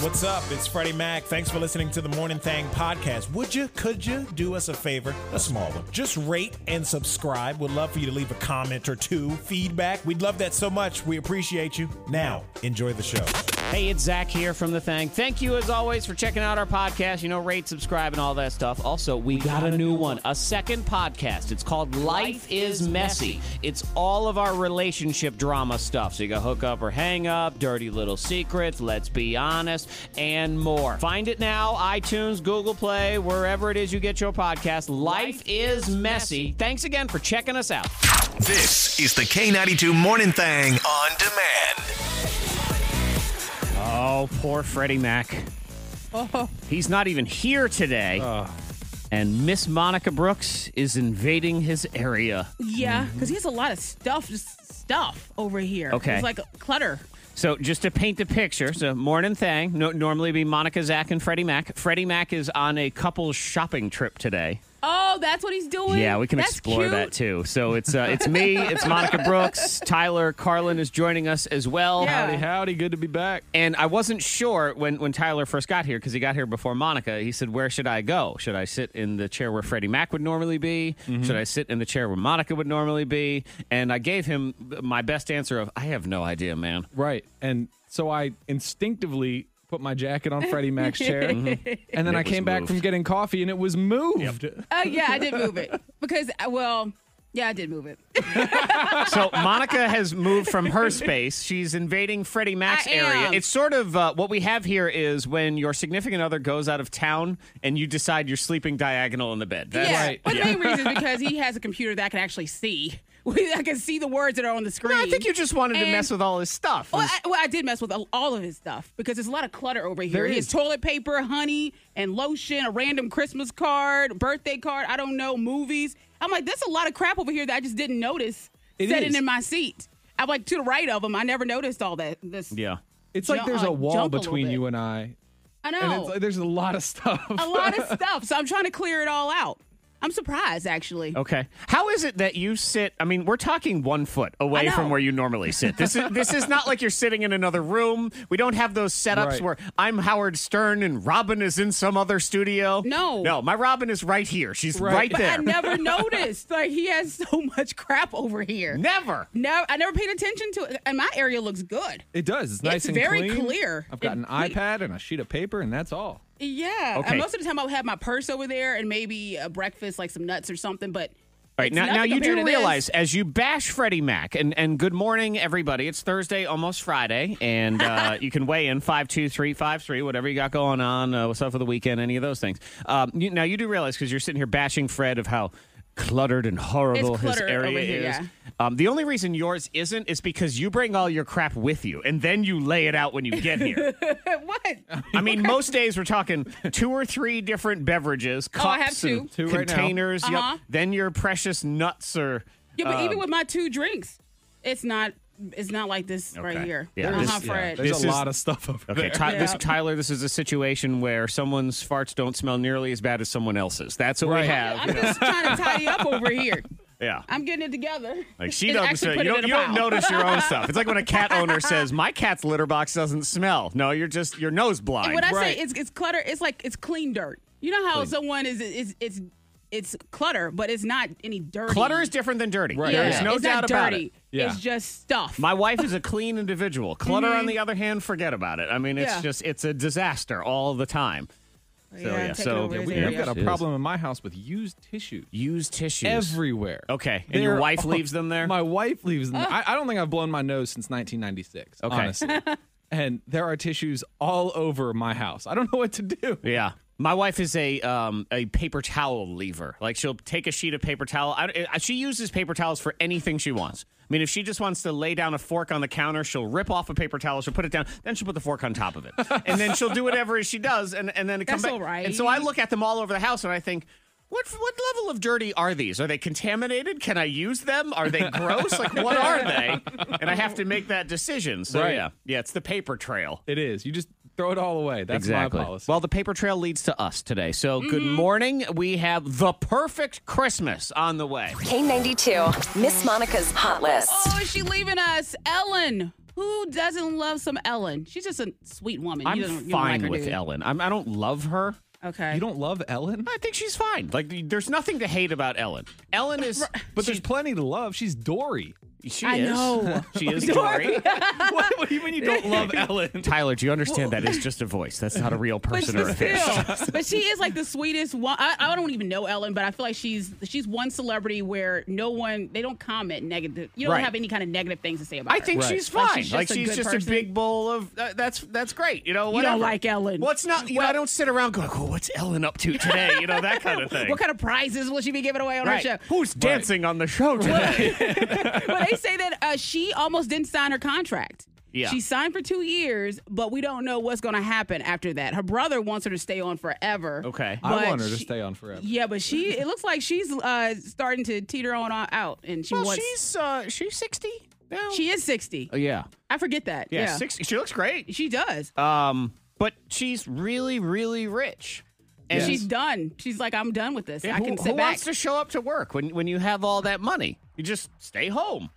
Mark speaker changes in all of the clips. Speaker 1: What's up? It's Freddie Mac. Thanks for listening to the Morning Thang podcast. Would you, could you do us a favor? A small one. Just rate and subscribe. We'd love for you to leave a comment or two, feedback. We'd love that so much. We appreciate you. Now, enjoy the show.
Speaker 2: Hey, it's Zach here from The Thing. Thank you, as always, for checking out our podcast. You know, rate, subscribe, and all that stuff. Also, we got a new one, a second podcast. It's called Life is Messy. It's all of our relationship drama stuff. So you got hook up or hang up, dirty little secrets, let's be honest, and more. Find it now, iTunes, Google Play, wherever it is you get your podcast. Life is Messy. Thanks again for checking us out.
Speaker 3: This is the K92 Morning Thang on demand.
Speaker 2: Oh, poor Freddie Mac. He's not even here today. And Miss Monica Brooks is invading his area.
Speaker 4: Yeah, because he has a lot of stuff, just stuff over here.
Speaker 2: Mm-hmm. Okay.
Speaker 4: It's like clutter.
Speaker 2: So, just to paint the picture, so morning thing. No, normally it'd be Monica, Zach, and Freddie Mac. Freddie Mac is on a couple's shopping trip today.
Speaker 4: Oh, that's what he's doing.
Speaker 2: Yeah, we can
Speaker 4: That's
Speaker 2: explore
Speaker 4: cute.
Speaker 2: that too. So it's uh, it's me, it's Monica Brooks, Tyler Carlin is joining us as well.
Speaker 4: Yeah. Howdy,
Speaker 5: Howdy, good to be back.
Speaker 2: And I wasn't sure when, when Tyler first got here because he got here before Monica. He said, Where should I go? Should I sit in the chair where Freddie Mac would normally be?
Speaker 5: Mm-hmm.
Speaker 2: Should I sit in the chair where Monica would normally be? And I gave him my best answer of, I have no idea, man.
Speaker 5: Right. And so I instinctively put my jacket on Freddie Mac's chair. And then I
Speaker 2: Mm-hmm. was
Speaker 5: came back from
Speaker 2: moved.
Speaker 5: getting coffee and it was moved.
Speaker 4: Oh, yeah, I did move it because I- well, yeah, I did move it.
Speaker 2: So Monica has moved from her space. She's invading Freddie Mac's
Speaker 4: I
Speaker 2: area.
Speaker 4: am.
Speaker 2: It's sort of uh, what we have here is when your significant other goes out of town and you decide you're sleeping diagonal in the bed. That's
Speaker 4: yeah,
Speaker 5: right.
Speaker 4: but
Speaker 2: Yeah.
Speaker 4: the main reason is because he has a computer that I can actually see. I can see the words that are on the screen.
Speaker 2: I think you just wanted to
Speaker 4: And-
Speaker 2: mess with all his stuff.
Speaker 4: Well I, well, I did mess with all- all of his stuff because there's a lot of clutter over here.
Speaker 5: There
Speaker 4: He has
Speaker 5: is.
Speaker 4: toilet paper, honey, and lotion, a random Christmas card, birthday card, I don't know, movies. I'm like, that's a lot of crap over here that I just didn't notice
Speaker 5: It
Speaker 4: sitting
Speaker 5: is.
Speaker 4: in my seat. I'm like to the right of him. I never noticed all that. This,
Speaker 2: yeah.
Speaker 5: It's like
Speaker 4: Ju-
Speaker 5: there's
Speaker 4: uh,
Speaker 5: a wall
Speaker 4: jump a little
Speaker 5: between
Speaker 4: bit.
Speaker 5: you and I.
Speaker 4: I
Speaker 5: And
Speaker 4: know
Speaker 5: it's like there's a lot of stuff.
Speaker 4: a lot of stuff. So I'm trying to clear it all out. I'm surprised actually.
Speaker 2: Okay. How is it that you sit? I mean, we're talking one foot away
Speaker 4: know.
Speaker 2: from where you normally sit. This is this is not like you're sitting in another room. We don't have those setups
Speaker 5: Right.
Speaker 2: where I'm Howard Stern and Robin is in some other studio.
Speaker 4: No.
Speaker 2: no, my Robin is right here. She's right,
Speaker 5: Right.
Speaker 4: But
Speaker 2: there.
Speaker 4: I never noticed. Like he has so much crap over here.
Speaker 2: Never.
Speaker 4: No, I never paid attention to it. And my area looks good.
Speaker 5: It does. It's nice and
Speaker 4: very
Speaker 5: clean.
Speaker 4: clear.
Speaker 5: I've got
Speaker 4: It-
Speaker 5: an iPad and a sheet of paper, and that's all.
Speaker 4: Yeah.
Speaker 2: Okay.
Speaker 4: And most of the time I'll have my purse over there and maybe a breakfast, like some nuts or something. But
Speaker 2: All right,
Speaker 4: it's
Speaker 2: now,
Speaker 4: nothing
Speaker 2: now you
Speaker 4: compared
Speaker 2: do
Speaker 4: to this.
Speaker 2: realize as you bash Freddie Mac, and, and good morning, everybody. It's Thursday, almost Friday, and uh, you can weigh in 52353, whatever you got going on, uh, what's up for the weekend, any of those things. Um, you, now, you do realize because you're sitting here bashing Fred of how cluttered and horrible
Speaker 4: It's
Speaker 2: his
Speaker 4: cluttered
Speaker 2: area
Speaker 4: over here,
Speaker 2: is.
Speaker 4: yeah.
Speaker 2: Um, the only reason yours isn't is because you bring all your crap with you, and then you lay it out when you get here.
Speaker 4: what?
Speaker 2: I mean, most days we're talking two or three different beverages, cups,
Speaker 4: Oh, I have two.
Speaker 2: and
Speaker 5: Two right now.
Speaker 2: containers. yep.
Speaker 4: Uh-huh.
Speaker 2: Then your precious nuts are.
Speaker 4: Yeah, but
Speaker 2: uh,
Speaker 4: even with my two drinks, it's not it's not like this right
Speaker 2: Okay.
Speaker 4: here.
Speaker 2: Yeah.
Speaker 4: Uh-huh,
Speaker 2: This- yeah.
Speaker 4: Fred.
Speaker 5: There's
Speaker 2: This
Speaker 5: a
Speaker 2: is-
Speaker 5: lot of stuff over
Speaker 2: Okay,
Speaker 5: there.
Speaker 2: Ty- this,
Speaker 4: Yeah.
Speaker 2: Tyler, this is a situation where someone's farts don't smell nearly as bad as someone else's. That's what we
Speaker 5: Right.
Speaker 2: have.
Speaker 4: I'm just trying to tidy up over here.
Speaker 2: yeah.
Speaker 4: I'm getting it together.
Speaker 2: like she
Speaker 4: And
Speaker 2: doesn't smell.
Speaker 4: actually
Speaker 2: You
Speaker 4: put it
Speaker 2: don't,
Speaker 4: in a
Speaker 2: you don't
Speaker 4: pile.
Speaker 2: notice your own stuff. It's like when a cat owner says, "My cat's litter box doesn't smell." No, you're just you're nose blind.
Speaker 4: And when I
Speaker 5: Right.
Speaker 4: say it's it's clutter, it's like it's clean dirt. You know how someone is is it's it's clutter, but it's not any dirt.
Speaker 2: Clutter is different than dirty.
Speaker 5: Right.
Speaker 2: There
Speaker 5: Yeah.
Speaker 2: is no
Speaker 4: it's
Speaker 2: doubt
Speaker 4: not
Speaker 2: about
Speaker 4: dirty.
Speaker 2: it.
Speaker 5: Yeah.
Speaker 4: It's just stuff. Mm-hmm.
Speaker 2: My wife is a clean individual. Clutter, on the other hand, forget about it. I mean, it's
Speaker 4: Yeah,
Speaker 2: just it's a disaster all the time. So
Speaker 5: Oh,
Speaker 4: Yeah,
Speaker 2: yeah,
Speaker 4: take it
Speaker 2: so
Speaker 4: over
Speaker 2: yeah,
Speaker 4: his
Speaker 2: we-
Speaker 5: We've
Speaker 4: area.
Speaker 2: we've
Speaker 5: got a problem in my house with used tissues.
Speaker 2: Used tissues
Speaker 5: Everywhere.
Speaker 2: Okay, and your
Speaker 5: They're
Speaker 2: wife
Speaker 5: all-
Speaker 2: leaves them there?
Speaker 5: My wife leaves them.
Speaker 4: Ah.
Speaker 5: I, I don't think I've blown my nose since 1996.
Speaker 2: Okay.
Speaker 5: honestly. and there are tissues all over my house. I don't know what to do.
Speaker 2: Yeah. My wife is a um, a paper towel lever. Like she'll take a sheet of paper towel. I, I, she uses paper towels for anything she wants. I mean, if she just wants to lay down a fork on the counter, she'll rip off a paper towel. She'll put it down. Then she'll put the fork on top of it, and then she'll do whatever she does. And and then it comes
Speaker 4: That's
Speaker 2: back.
Speaker 4: all right.
Speaker 2: And so I look at them all over the house, and I think. What, what level of dirty are these? Are they contaminated? Can I use them? Are they gross? Like, what are they? And I have to make that decision. So,
Speaker 5: Right.
Speaker 2: yeah. Yeah, it's the paper trail.
Speaker 5: It is. You just throw it all away. That's my policy.
Speaker 2: Well, the paper trail leads to us today. So, good morning. We have the perfect Christmas on the way.
Speaker 6: K92, Miss Monica's Hot List.
Speaker 4: Oh, is she leaving us? Ellen, who Who doesn't love some Ellen? She's just a sweet woman.
Speaker 2: I'm
Speaker 4: you don't, you don't like
Speaker 2: fine
Speaker 4: her, do
Speaker 2: with
Speaker 4: you?
Speaker 2: Ellen. I'm, I don't love her.
Speaker 4: Okay.
Speaker 5: You don't love Ellen?
Speaker 2: I think she's fine. Like, there's nothing to hate about Ellen. Ellen is,
Speaker 5: But there's plenty to love. She's Dory.
Speaker 2: she
Speaker 4: I
Speaker 2: is.
Speaker 4: know.
Speaker 2: She is Dory.
Speaker 5: what, what do you mean you don't love Ellen?
Speaker 2: Tyler, do you understand that is just a voice? That's not a real
Speaker 4: but,
Speaker 2: person or a
Speaker 4: but
Speaker 2: fish.
Speaker 4: still, but she is like the sweetest one. I, I don't even know Ellen, but I feel like she's she's one celebrity where no one they don't comment negative. You don't
Speaker 2: Right.
Speaker 4: have any kind of negative things to say about
Speaker 2: I
Speaker 4: her.
Speaker 2: think she's fine.
Speaker 4: Like,
Speaker 2: Like
Speaker 4: she's
Speaker 2: she's
Speaker 4: just
Speaker 2: just,
Speaker 4: a
Speaker 2: a,
Speaker 4: good person.
Speaker 2: big bowl of uh, that's that's great. You know,
Speaker 4: You don't
Speaker 2: whatever.
Speaker 4: like Ellen.
Speaker 2: What's not? You know, I don't sit around going, "Oh, what's Ellen up to today?" You know, that kind of thing.
Speaker 4: What kind of prizes will she be giving away on
Speaker 2: right.
Speaker 4: her show?
Speaker 2: Who's dancing on the show today?
Speaker 4: but they say that uh, she almost didn't sign her contract.
Speaker 2: Yeah.
Speaker 4: She signed for two years, but we don't know what's going to happen after that. Her brother wants her to stay on forever.
Speaker 2: Okay. I
Speaker 5: I
Speaker 4: but
Speaker 5: want her to
Speaker 4: she-
Speaker 5: stay on forever.
Speaker 4: Yeah, but she, it looks like she's uh, starting to teeter on out, and she
Speaker 2: well,
Speaker 4: wants.
Speaker 2: she's uh, she's sixty now.
Speaker 4: she is 60.
Speaker 2: Uh, yeah,
Speaker 4: I forget that.
Speaker 2: yeah,
Speaker 4: Uh, Yeah.
Speaker 2: sixty. She looks great.
Speaker 4: She does.
Speaker 2: Um, but she's really, really rich.
Speaker 4: and
Speaker 2: Yes.
Speaker 4: she's done. She's like, I'm done with this. I
Speaker 2: who,
Speaker 4: can sit
Speaker 2: who
Speaker 4: back.
Speaker 2: wants to show up to work when when you have all that money? You just stay home.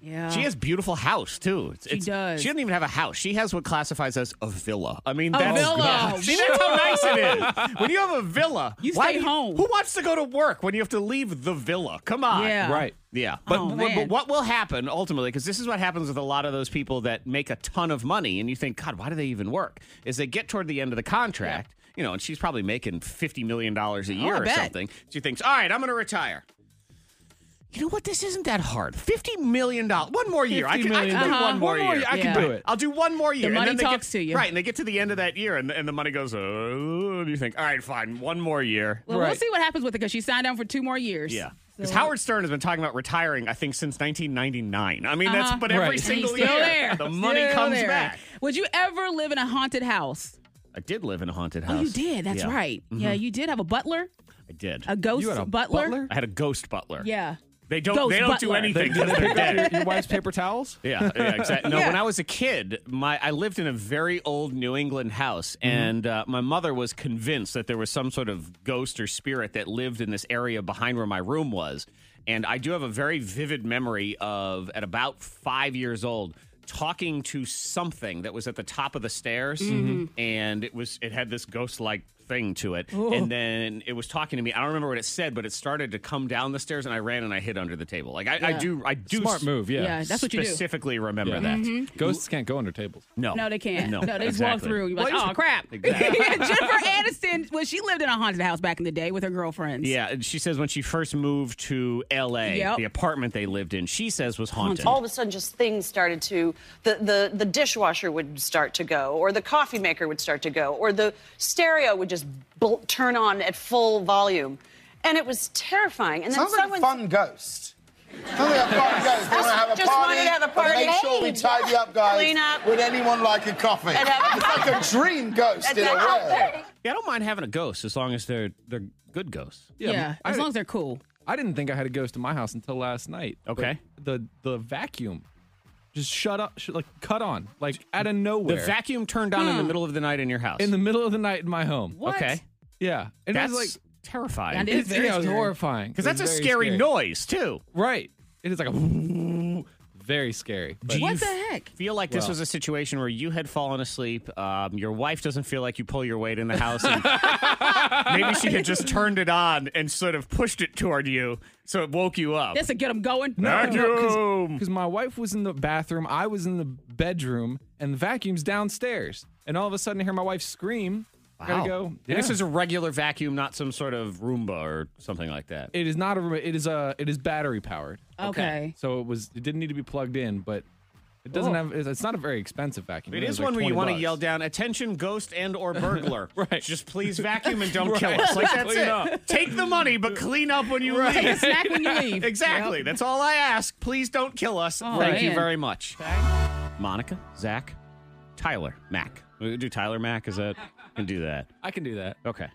Speaker 4: yeah.
Speaker 2: She has beautiful house too. It's,
Speaker 4: She does.
Speaker 2: She doesn't even have a house. She has what classifies as a villa. I mean,
Speaker 4: A
Speaker 2: that's,
Speaker 4: villa.
Speaker 2: Yeah. See, that's how nice it is. When you have a villa,
Speaker 4: You
Speaker 2: why
Speaker 4: stay
Speaker 2: do
Speaker 4: home.
Speaker 2: Who wants to go to work when you have to leave the villa? Come on.
Speaker 4: Yeah.
Speaker 5: Right.
Speaker 2: Yeah, but,
Speaker 4: Oh,
Speaker 2: but- but
Speaker 4: man.
Speaker 2: what will happen ultimately? Because this is what happens with a lot of those people that make a ton of money, and you think, God, why do they even work? Is they get toward the end of the contract, you know, and she's probably making fifty million dollars a year
Speaker 4: Oh, I
Speaker 2: or
Speaker 4: bet.
Speaker 2: something. She thinks, All right, I'm going to retire. You know what? This isn't that hard. Fifty million dollars. One more year. I
Speaker 5: 50
Speaker 2: can, I can
Speaker 5: million
Speaker 2: do
Speaker 4: dollars.
Speaker 2: one
Speaker 4: Uh-huh.
Speaker 2: more
Speaker 5: One more
Speaker 2: year.
Speaker 5: year. I
Speaker 4: can
Speaker 2: Right.
Speaker 5: do it.
Speaker 2: I'll do one more year.
Speaker 4: money
Speaker 2: and then
Speaker 4: talks
Speaker 2: they
Speaker 4: to
Speaker 2: get,
Speaker 4: you.
Speaker 2: Right, and they get to the end of that year, and, and the money goes. Uh, and you think, all right, fine, one more year.
Speaker 4: Well, we'll
Speaker 5: Right.
Speaker 4: see what happens with it because she signed down for two more years.
Speaker 2: Yeah. Because
Speaker 4: So-
Speaker 2: Howard Stern has been talking about retiring, I think, since 1999. I mean, that's but every
Speaker 5: Right.
Speaker 4: And Uh-huh. he's
Speaker 2: single
Speaker 4: still
Speaker 2: year,
Speaker 4: there.
Speaker 2: the money
Speaker 4: Still
Speaker 2: comes
Speaker 4: there.
Speaker 2: back.
Speaker 4: Would you ever live in a haunted house?
Speaker 2: I did live in a haunted house.
Speaker 4: Oh, you did. That's
Speaker 2: Yeah, Mm-hmm.
Speaker 4: right. Yeah, you did have a butler,
Speaker 2: I did.
Speaker 4: a ghost
Speaker 5: You had a
Speaker 4: butler.
Speaker 5: butler?
Speaker 2: I had a ghost butler.
Speaker 4: Yeah.
Speaker 2: They don't.
Speaker 4: Ghost
Speaker 2: they don't do
Speaker 4: butler.
Speaker 2: anything
Speaker 5: Did
Speaker 2: because
Speaker 5: they
Speaker 2: they're
Speaker 5: pick up
Speaker 2: dead.
Speaker 5: your, your wife's paper towels?
Speaker 2: Yeah, yeah, exactly. No,
Speaker 4: Yeah.
Speaker 2: when I was a kid, my I lived in a very old New England house, and uh, my mother was convinced that there was some sort of ghost or spirit that lived in this area behind where my room was. And I do have a very vivid memory of at about five years old talking to something that was at the top of the stairs, and it was it had this ghost like thing to it, and then it was talking to me. I don't remember what it said, but it started to come down the stairs, and I ran and I hid under the table. Like I, I
Speaker 4: Yeah.
Speaker 2: do, I do
Speaker 5: Smart move, yeah.
Speaker 4: Yeah. That's what you do.
Speaker 2: Specifically remember that.
Speaker 4: Mm-hmm.
Speaker 5: Ghosts can't go under tables.
Speaker 2: No.
Speaker 4: No, they can't. No, they just walk
Speaker 2: exactly.
Speaker 4: through. You're
Speaker 2: Well,
Speaker 4: like,
Speaker 2: you
Speaker 4: oh,
Speaker 2: just-
Speaker 4: crap.
Speaker 2: Exactly.
Speaker 4: Jennifer Aniston, well, she lived in a haunted house back in the day with her girlfriends.
Speaker 2: Yeah, and she says when she first moved to L.A.,
Speaker 4: Yep.
Speaker 2: the apartment they lived in, she says was haunted.
Speaker 7: all of a sudden just things started to the, the the dishwasher would start to go or the coffee maker would start to go or the stereo would just bl- turn on at full volume and it was terrifying and then
Speaker 8: Sounds like a
Speaker 7: someone
Speaker 8: fun ghost. Sounds like a fun ghost. They want to have a
Speaker 7: Just
Speaker 8: party.
Speaker 7: wanted to have a
Speaker 8: and they Make
Speaker 7: party.
Speaker 8: sure we tidy up, guys.
Speaker 7: Clean up.
Speaker 8: Would anyone like a coffee?
Speaker 7: And have-
Speaker 8: it's like a dream ghost in a way.
Speaker 2: yeah, I don't mind having a ghost as long as they're they're good ghosts.
Speaker 4: Yeah.
Speaker 5: I
Speaker 4: as
Speaker 5: did-
Speaker 4: long as they're cool.
Speaker 5: I didn't think I had a ghost in my house until last night. but
Speaker 2: Okay.
Speaker 5: The the vacuum just shut up, sh- like cut on, like out of nowhere.
Speaker 2: The vacuum turned on in
Speaker 4: Hmm.
Speaker 2: the middle of the night in your house.
Speaker 5: in the middle of the night in my home.
Speaker 4: What?
Speaker 2: okay,
Speaker 5: Yeah. And
Speaker 2: that's
Speaker 5: it was like
Speaker 4: That
Speaker 2: terrifying.
Speaker 4: is-
Speaker 2: Because
Speaker 5: it's,
Speaker 4: very
Speaker 5: yeah, it was
Speaker 4: scary.
Speaker 5: horrifying. It was
Speaker 2: that's a
Speaker 5: very
Speaker 2: scary, noise too.
Speaker 5: Right. It is like a very scary. But
Speaker 2: Do you
Speaker 4: What the heck?
Speaker 2: Feel like this
Speaker 5: Well.
Speaker 2: was a situation where you had fallen asleep. Um, your wife doesn't feel like you pull your weight in the house. And maybe she had just turned it on and sort of pushed it toward you, so it woke you up.
Speaker 4: That's to get them going.
Speaker 2: Vacuum.
Speaker 5: because my wife was in the bathroom, I was in the bedroom, and the vacuum's downstairs. And all of a sudden, I hear my wife scream.
Speaker 2: Wow.
Speaker 5: Gotta go.
Speaker 2: And
Speaker 5: Yeah.
Speaker 2: This is a regular vacuum, not some sort of Roomba or something like that.
Speaker 5: It is not a. rem- It is a. It is battery powered.
Speaker 4: Okay.
Speaker 5: So it was. It didn't need to be plugged in, but it doesn't have. It's not a very expensive vacuum.
Speaker 2: Oh. It
Speaker 5: It
Speaker 2: is
Speaker 5: like
Speaker 2: one where you
Speaker 5: 20
Speaker 2: want to
Speaker 5: bucks.
Speaker 2: yell down, "Attention, ghost and or burglar!"
Speaker 5: Right.
Speaker 2: Just please vacuum and don't kill
Speaker 5: Right.
Speaker 2: us. Like that's
Speaker 5: Clean
Speaker 2: it.
Speaker 5: up.
Speaker 2: Take the money, but clean up when you
Speaker 4: Take a
Speaker 2: leave.
Speaker 4: snack when you leave.
Speaker 2: Exactly. That's all I ask. Please don't kill us.
Speaker 4: Oh,
Speaker 2: Thank you
Speaker 4: man.
Speaker 2: very much. Monica, Zach, Tyler, Mac. We do Tyler Mac. Is that? we Can do that.
Speaker 5: I can do that.
Speaker 2: Okay.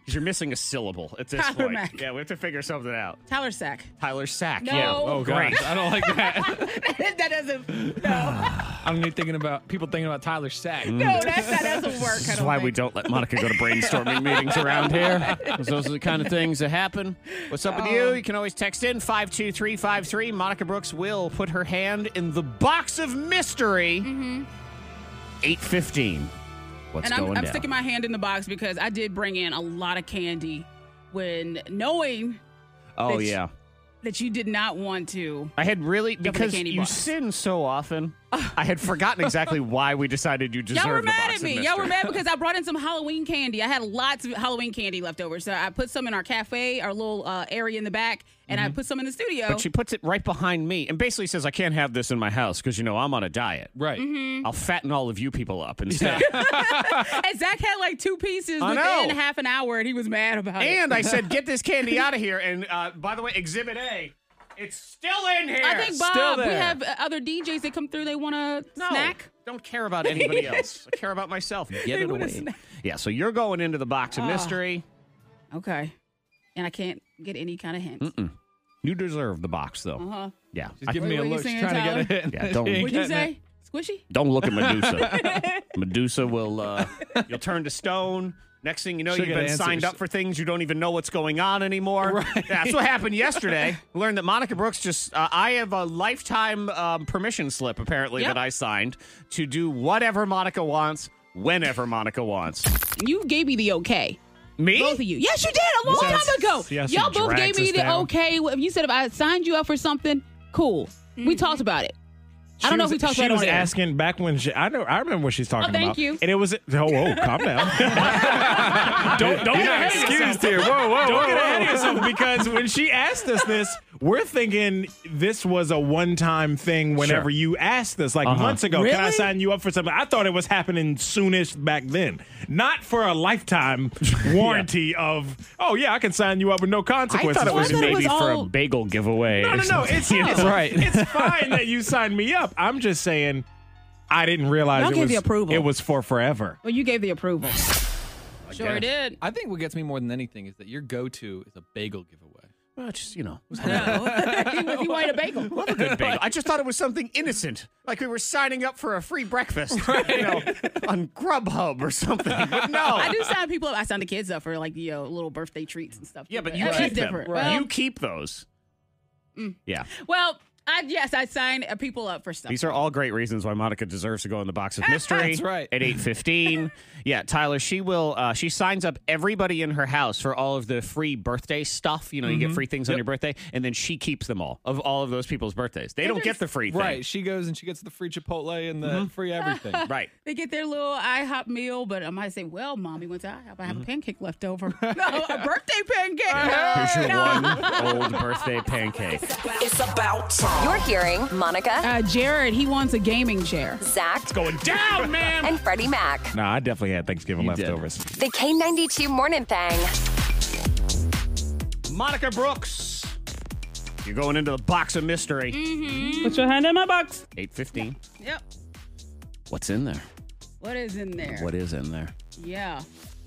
Speaker 2: Because you're missing a syllable at this
Speaker 4: Tyler
Speaker 2: point.
Speaker 4: Mac.
Speaker 2: Yeah, we have to figure something out.
Speaker 4: Tyler Sack.
Speaker 2: Tyler Sack.
Speaker 4: No.
Speaker 2: Yeah.
Speaker 4: Oh,
Speaker 5: gosh,
Speaker 2: great.
Speaker 5: I don't like that.
Speaker 4: that doesn't. No.
Speaker 5: I don't need thinking about people thinking about Tyler Sack.
Speaker 2: Mm.
Speaker 4: No, that's not, that doesn't work. I
Speaker 2: This is
Speaker 4: don't
Speaker 2: why
Speaker 4: think.
Speaker 2: we don't let Monica go to brainstorming meetings around here. 'cause Those are the kind of things that happen. What's up with
Speaker 4: Oh.
Speaker 2: you? You can always text in 52353. Monica Brooks will put her hand in the box of mystery. 815. What's
Speaker 4: Mm-hmm. and I'm,
Speaker 2: going
Speaker 4: I'm
Speaker 2: down?
Speaker 4: sticking my hand in the box because I did bring in a lot of candy when knowing
Speaker 2: oh,
Speaker 4: that sh-
Speaker 2: yeah.
Speaker 4: that you did not want to.
Speaker 2: I had really,
Speaker 4: the
Speaker 2: because
Speaker 4: candy
Speaker 2: you
Speaker 4: box.
Speaker 2: sin so often, I had forgotten exactly why we decided you deserved
Speaker 4: Y'all were
Speaker 2: the
Speaker 4: mad
Speaker 2: box
Speaker 4: at
Speaker 2: of
Speaker 4: me. Y'all were
Speaker 2: mystery.
Speaker 4: mad because I brought in some Halloween candy. I had lots of Halloween candy left over. So I put some in our cafe, our little uh, area in the back, and I put some in the studio.
Speaker 2: Mm-hmm. But she puts it right behind me and basically says, I can't have this in my house because, you know, I'm on a diet.
Speaker 5: Right.
Speaker 4: Mm-hmm.
Speaker 2: I'll fatten all of you people up instead.
Speaker 4: and Zach had like two pieces
Speaker 2: I
Speaker 4: within
Speaker 2: know.
Speaker 4: half an hour, and he was mad about it.
Speaker 2: And I said, get this candy out of here. And uh, by the way, Exhibit A, it's still in here.
Speaker 4: I think
Speaker 5: still
Speaker 4: Bob, we
Speaker 5: there.
Speaker 4: have uh, other DJs that come through. They want a
Speaker 2: no,
Speaker 4: snack.
Speaker 2: Don't care about anybody else. I care about myself. Get it
Speaker 4: want a
Speaker 2: away.
Speaker 4: snack.
Speaker 2: Yeah, so you're going into the box
Speaker 4: Ah.
Speaker 2: of mystery.
Speaker 4: Okay. And I can't get any kind of hint.
Speaker 2: You deserve the box, though. Uh-huh. Yeah.
Speaker 5: She's
Speaker 2: I-
Speaker 5: giving
Speaker 4: What
Speaker 5: me
Speaker 4: were
Speaker 5: a
Speaker 4: you
Speaker 5: look. She's
Speaker 4: singing,
Speaker 5: trying to get
Speaker 4: Tyler?
Speaker 5: it. in.
Speaker 2: Yeah, don't-
Speaker 5: She ain't
Speaker 4: What'd you
Speaker 5: getting it.
Speaker 4: say? Squishy?
Speaker 2: don't look at Medusa. Medusa will, uh, you'll turn to stone. Next thing you know,
Speaker 5: She'll
Speaker 2: you've
Speaker 5: get
Speaker 2: been signed
Speaker 5: answers.
Speaker 2: up for things you don't even know what's going on anymore. That's what happened yesterday. Learned that Monica Brooks just, uh, I have a lifetime um, permission slip apparently
Speaker 4: Yep.
Speaker 2: that I signed to do whatever Monica wants, whenever Monica wants.
Speaker 4: You gave me the okay.
Speaker 2: Me?
Speaker 4: Both of you. Yes, you did a long
Speaker 5: Yes.
Speaker 4: time ago.
Speaker 5: Yes,
Speaker 4: Y'all
Speaker 5: it
Speaker 4: both
Speaker 5: drags
Speaker 4: gave me
Speaker 5: us
Speaker 4: the
Speaker 5: down.
Speaker 4: okay. If you said if I signed you up for something, cool. We talked about it. I
Speaker 1: She
Speaker 4: don't know
Speaker 1: was-
Speaker 4: if we talked
Speaker 1: she
Speaker 4: about
Speaker 1: was
Speaker 4: it on air.
Speaker 1: asking back when she, I know I remember what she's talking
Speaker 4: thank
Speaker 1: about.
Speaker 4: you.
Speaker 1: And it was oh, whoa, calm down. don't don't get ahead of yourself.
Speaker 5: Excused here. Whoa, whoa,
Speaker 1: Don't
Speaker 5: whoa,
Speaker 1: get
Speaker 5: whoa.
Speaker 1: ahead of yourself because when she asked us this, we're thinking this was a one-time thing. Whenever
Speaker 2: Sure.
Speaker 1: you asked us, like months ago, can I
Speaker 4: Really?
Speaker 1: sign you up for something? I thought it was happening soonish back then, not for a lifetime warranty of oh yeah, I can sign you up with no consequences.
Speaker 4: it was
Speaker 1: for you."
Speaker 4: maybe was for a all-
Speaker 2: bagel giveaway.
Speaker 1: No, no, no. It's it's,
Speaker 5: Right.
Speaker 1: it's fine that you signed me up. I'm just saying, I didn't realize
Speaker 4: Y'all
Speaker 1: it
Speaker 4: gave
Speaker 1: was
Speaker 4: the approval.
Speaker 1: It was for forever.
Speaker 4: Well, you gave the approval. Sure did.
Speaker 5: I think what gets me more than anything is that your go-to is a bagel giveaway.
Speaker 2: Well, just, you know,
Speaker 4: he, was- he wanted a bagel.
Speaker 2: love a good bagel. I just thought it was something innocent, like we were signing up for a free breakfast, you know, on Grubhub or something. But no,
Speaker 4: I do sign people up. I sign the kids up for like you know, little birthday treats and stuff.
Speaker 2: Yeah, but you
Speaker 4: that's
Speaker 2: keep them.
Speaker 4: different.
Speaker 2: You
Speaker 4: Well, mm.
Speaker 2: keep those. Yeah,
Speaker 4: well, I yes, I sign uh, people up for stuff.
Speaker 2: these are all great reasons why Monica deserves to go in the box of mystery.
Speaker 5: That's right.
Speaker 2: At eight fifteen, yeah, Tyler, she will. Uh, she signs up everybody in her house for all of the free birthday stuff. You know,
Speaker 4: Mm-hmm.
Speaker 2: you get free things on your birthday, and then she keeps them all of all of those people's birthdays. They don't get the free thing,
Speaker 5: Right. She goes and she gets the free Chipotle and the
Speaker 2: Mm-hmm.
Speaker 5: free everything.
Speaker 2: Right.
Speaker 4: They get their little IHOP meal, but I might say, "Well, mommy went to IHOP. I
Speaker 2: Mm-hmm.
Speaker 4: have a pancake left over. no, a birthday pancake.
Speaker 2: Here's your
Speaker 4: No.
Speaker 2: one old birthday pancake.
Speaker 9: It's about time.
Speaker 6: You're hearing Monica,
Speaker 4: Uh, Jared, he wants a gaming chair.
Speaker 6: Zach,
Speaker 2: Going down, man.
Speaker 6: and Freddie Mac.
Speaker 1: No, I definitely had Thanksgiving leftovers.
Speaker 6: The K92 Morning Thing.
Speaker 2: Monica Brooks. You're going into the box of mystery.
Speaker 4: Put your hand in my box.
Speaker 2: 815.
Speaker 4: Mm-hmm. Yep.
Speaker 2: What's in there?
Speaker 4: What is in there?
Speaker 2: What is in there?
Speaker 4: Yeah.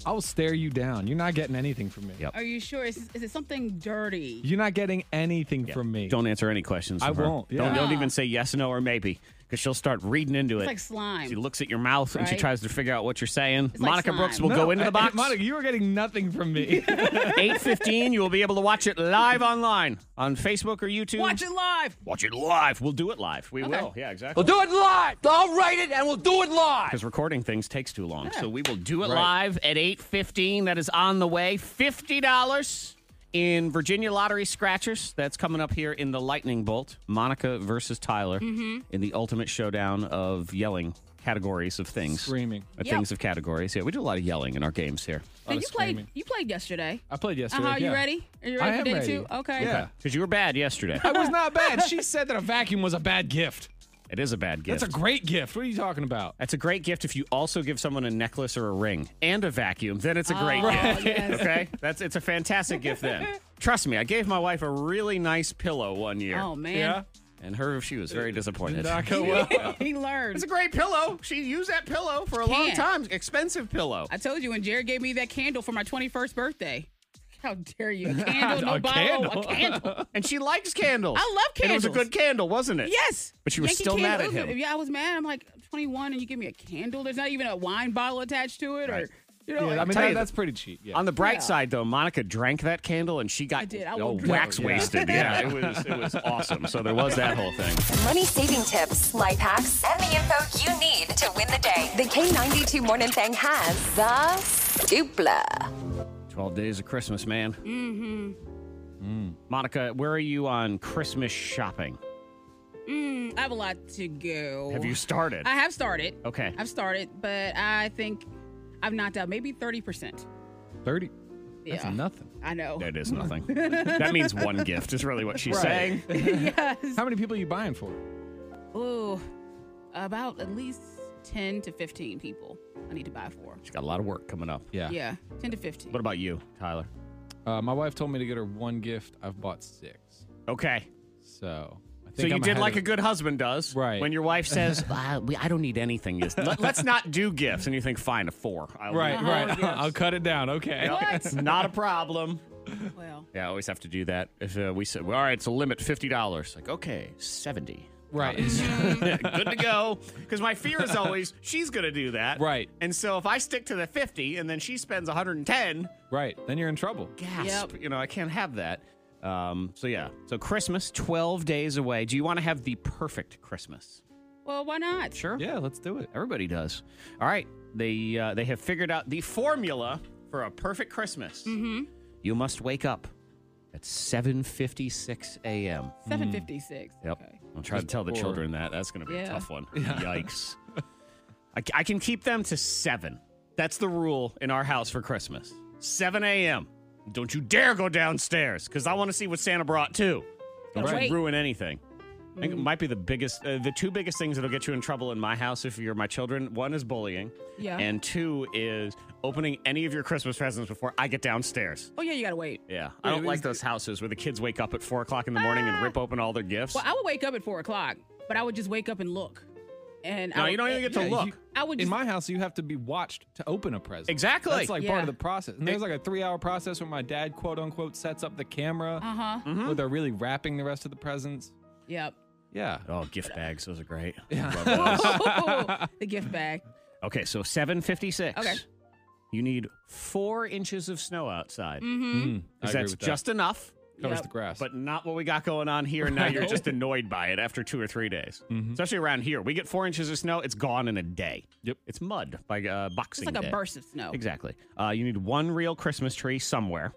Speaker 5: I will stare you down. You're not getting anything from me.
Speaker 2: Yep.
Speaker 4: Are you sure? Is, is it something dirty?
Speaker 5: You're not getting anything from me.
Speaker 2: Don't answer any questions.
Speaker 5: I
Speaker 2: from her.
Speaker 5: won't, yeah.
Speaker 2: Don't, don't even say yes, no, or maybe, because she'll start reading into it.
Speaker 4: like slime.
Speaker 2: She looks at your mouth and she
Speaker 4: Right?
Speaker 2: tries to figure out what you're saying.
Speaker 4: like
Speaker 2: Monica
Speaker 4: slime.
Speaker 2: Brooks will
Speaker 5: No,
Speaker 2: go into
Speaker 5: I-
Speaker 2: the box.
Speaker 5: Monica, you are getting nothing from me.
Speaker 2: 815. You will be able to watch it live online on Facebook or YouTube.
Speaker 4: Watch it live.
Speaker 2: Watch it live. We'll do it live. We will. Yeah, exactly.
Speaker 10: We'll do it live. I'll write it and we'll do it live.
Speaker 2: because recording things takes too long. So we will do it
Speaker 5: Right.
Speaker 2: live at 8:15. That is on the way. $50 in Virginia Lottery Scratchers. That's coming up here in the lightning bolt. Monica versus Tyler in the ultimate showdown of yelling categories of things.
Speaker 5: Screaming.
Speaker 2: Uh, Things of categories. Yeah, we do a lot of yelling in our games here.
Speaker 4: Now, you played.
Speaker 5: screaming.
Speaker 4: You played yesterday.
Speaker 2: Oh,
Speaker 5: I played
Speaker 4: Uh
Speaker 5: yesterday.
Speaker 4: huh. Are
Speaker 5: yeah.
Speaker 4: you ready? Are you ready
Speaker 5: I
Speaker 4: for
Speaker 5: am
Speaker 4: day
Speaker 5: ready.
Speaker 4: two? Okay.
Speaker 5: Yeah.
Speaker 2: Because you were bad yesterday.
Speaker 5: I was not bad. She said that a vacuum was a bad gift.
Speaker 2: it is a bad gift.
Speaker 5: That's a great gift. What are you talking about?
Speaker 2: That's a great gift if you also give someone a necklace or a ring and a vacuum. Then it's a
Speaker 4: Oh,
Speaker 2: great gift. Okay, that's it's a fantastic gift. Then trust me, I gave my wife a really nice pillow one year,
Speaker 4: Oh man.
Speaker 2: and her she was very disappointed.
Speaker 5: Not go well.
Speaker 4: He learned.
Speaker 2: It's a great pillow. She used that pillow for a long
Speaker 4: Can't.
Speaker 2: time. Expensive pillow.
Speaker 4: I told you when Jared gave me that candle for my 21st birthday. How dare you? A candle, no
Speaker 5: A
Speaker 4: bottle,
Speaker 5: candle.
Speaker 4: a candle.
Speaker 2: And she likes candles.
Speaker 4: I love
Speaker 2: And it was a
Speaker 4: candles.
Speaker 2: good candle, wasn't it?
Speaker 4: Yes.
Speaker 2: But you were
Speaker 4: Yankee
Speaker 2: still mad
Speaker 4: candle.
Speaker 2: at
Speaker 4: It was-
Speaker 2: him.
Speaker 4: Yeah, I was mad. I'm like 21 and you give me a candle. There's not even a wine bottle attached to it or, you know.
Speaker 5: Yeah, I
Speaker 2: Tell
Speaker 5: mean,
Speaker 4: like-
Speaker 2: you
Speaker 5: that,
Speaker 2: the-
Speaker 5: that's pretty cheap. Yeah.
Speaker 2: On the bright
Speaker 4: Yeah.
Speaker 2: side, though, Monica drank that candle and she got
Speaker 4: I did. I
Speaker 2: oh,
Speaker 4: will-
Speaker 2: wax
Speaker 5: Yeah.
Speaker 2: wasted. Yeah, it was it was awesome. So there was that whole thing.
Speaker 6: Money saving tips, life hacks, and the info you need to win the day. The K92 Morning Thang has the dupla.
Speaker 2: Twelve days of Christmas, man. Mm-hmm.
Speaker 5: Mm.
Speaker 2: Monica, where are you on Christmas shopping?
Speaker 4: Mm, I have a lot to go.
Speaker 2: Have you started? Oh.
Speaker 4: I have started.
Speaker 2: Okay.
Speaker 4: I've started, but I think I've knocked out maybe 30%.
Speaker 5: 30. That's
Speaker 4: Yeah. Oh.
Speaker 5: nothing.
Speaker 4: I know.
Speaker 2: That is nothing. that means one gift is really what she's
Speaker 5: Right.
Speaker 2: saying.
Speaker 4: yes.
Speaker 5: How many people are you buying for?
Speaker 4: Ooh, about at least 10 to 15 people I need to buy for.
Speaker 2: She's got a lot of work coming up.
Speaker 5: Yeah.
Speaker 4: Yeah, 10 to 15.
Speaker 2: What about you, Tyler?
Speaker 5: Uh, my wife told me to get her one gift. I've bought six.
Speaker 2: Okay.
Speaker 5: So I think
Speaker 2: So you
Speaker 5: I'm
Speaker 2: did
Speaker 5: ahead
Speaker 2: like
Speaker 5: of-
Speaker 2: a good husband does,
Speaker 5: Right.
Speaker 2: When your wife says, "Ah, we- "I don't need anything," Just- let, us not do gifts, and you think, "Fine, a four, I'll
Speaker 5: Right,
Speaker 2: do it."
Speaker 5: right.
Speaker 4: Oh,
Speaker 5: I'll cut it down. Okay.
Speaker 2: Yep, it's not a problem."
Speaker 4: Well,
Speaker 2: Yeah, I always have to do that. If uh, we said, well, "All right, it's a limit, fifty dollars," like, okay, seventy.
Speaker 5: Right.
Speaker 2: good to go. Because my fear is always she's going to do that,
Speaker 5: Right.
Speaker 2: And so if I stick to the fifty, and then she spends one hundred and ten,
Speaker 5: right. Then you're in trouble.
Speaker 2: gasp, you know, I can't have that. Um, so yeah, so Christmas, twelve days away. Do you want to have the perfect Christmas?
Speaker 4: well, why not?
Speaker 2: Sure.
Speaker 5: Yeah, let's do it.
Speaker 2: Everybody does. All right. They uh, they have figured out the formula for a perfect Christmas. Mm-hmm. You must wake up at 7:56 a.m.
Speaker 4: 756. Okay.
Speaker 2: Mm. I'll try to tell the
Speaker 5: before.
Speaker 2: children that. That's going to be a
Speaker 4: Yeah.
Speaker 2: tough one. Yikes. I, I can keep them to 7. That's the rule in our house for Christmas. 7 a.m. Don't you dare go downstairs cuz I want to see what Santa brought too. Don't
Speaker 4: Right. Mm.
Speaker 2: you ruin anything. I think it might be the biggest, uh, the two biggest things that'll get you in trouble in my house if you're my children. One is bullying,
Speaker 4: Yeah.
Speaker 2: and two is opening any of your Christmas presents before I get downstairs.
Speaker 4: Oh, yeah, you got to wait.
Speaker 2: Yeah, I don't like those houses where the kids wake up at four o'clock in the morning and rip open all their gifts.
Speaker 4: Ah. Well, I would wake up at 4 o'clock, but I would just wake up and look. And
Speaker 2: no,
Speaker 4: I,
Speaker 2: you don't even get to
Speaker 5: Yeah,
Speaker 2: look.
Speaker 5: you-
Speaker 4: I would
Speaker 5: in
Speaker 4: just-
Speaker 5: my house, you have to be watched to open a present.
Speaker 2: Exactly.
Speaker 5: That's like part
Speaker 4: Yeah.
Speaker 5: of the process. And there's like a three hour process where my dad, quote unquote, sets up the camera
Speaker 4: Uh huh.
Speaker 5: where they're really wrapping the rest of the presents.
Speaker 4: Yep.
Speaker 5: Yeah.
Speaker 2: oh, gift bags, those are great.
Speaker 4: Oh, the gift bag.
Speaker 2: okay, so seven fifty six.
Speaker 4: Okay.
Speaker 2: you need four inches of snow outside.
Speaker 4: Mm-hmm.
Speaker 5: Mm, I
Speaker 2: 'Cause
Speaker 5: agree
Speaker 2: that's
Speaker 5: with that.
Speaker 2: just enough.
Speaker 5: covers
Speaker 4: Yep.
Speaker 5: the grass.
Speaker 2: but not what we got going on here. And now you're just annoyed by it after two or three days,
Speaker 5: Mm-hmm.
Speaker 2: especially around here. We get four inches of snow; it's gone in a day.
Speaker 5: Yep.
Speaker 2: it's mud by uh, boxing.
Speaker 4: It's like a
Speaker 2: Day.
Speaker 4: burst of snow.
Speaker 2: Exactly. Uh, you need one real Christmas tree somewhere.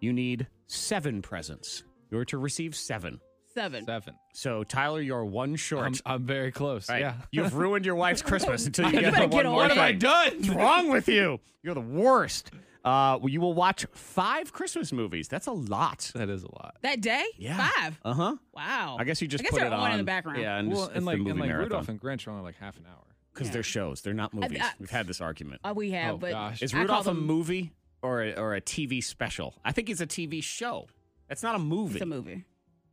Speaker 2: You need seven presents. You're to receive seven.
Speaker 4: Seven.
Speaker 5: seven.
Speaker 2: So Tyler, you're one short.
Speaker 5: I'm, I'm very close.
Speaker 2: All right.
Speaker 5: Yeah.
Speaker 2: You've ruined your wife's Christmas until you get the
Speaker 4: better
Speaker 2: one
Speaker 4: get
Speaker 2: more
Speaker 4: on
Speaker 2: thing.
Speaker 4: it. What have I
Speaker 2: done? What's wrong with you? You're the worst. Uh, well, you will watch five Christmas movies. That's a lot.
Speaker 5: That is a lot.
Speaker 4: That day?
Speaker 2: Yeah.
Speaker 4: Five.
Speaker 2: Uh
Speaker 5: Uh-huh.
Speaker 2: huh.
Speaker 4: Wow.
Speaker 2: I guess you just
Speaker 4: I guess
Speaker 2: put
Speaker 4: they're
Speaker 2: it
Speaker 4: on
Speaker 2: on
Speaker 4: in the background.
Speaker 2: Yeah, and
Speaker 5: well,
Speaker 2: just,
Speaker 5: and
Speaker 2: it's
Speaker 5: like,
Speaker 2: the movie
Speaker 5: and like
Speaker 2: marathon.
Speaker 5: Rudolph and Grinch are only like half an hour.
Speaker 2: because
Speaker 4: Yeah.
Speaker 2: they're shows, they're not movies.
Speaker 4: I-
Speaker 2: We've had this argument.
Speaker 4: Uh, we have,
Speaker 5: Oh,
Speaker 4: but
Speaker 5: gosh.
Speaker 2: Is
Speaker 4: I call
Speaker 2: Rudolph a
Speaker 4: them-
Speaker 2: movie or a, or a TV special? I think it's a TV show. That's not a movie.
Speaker 4: It's a movie.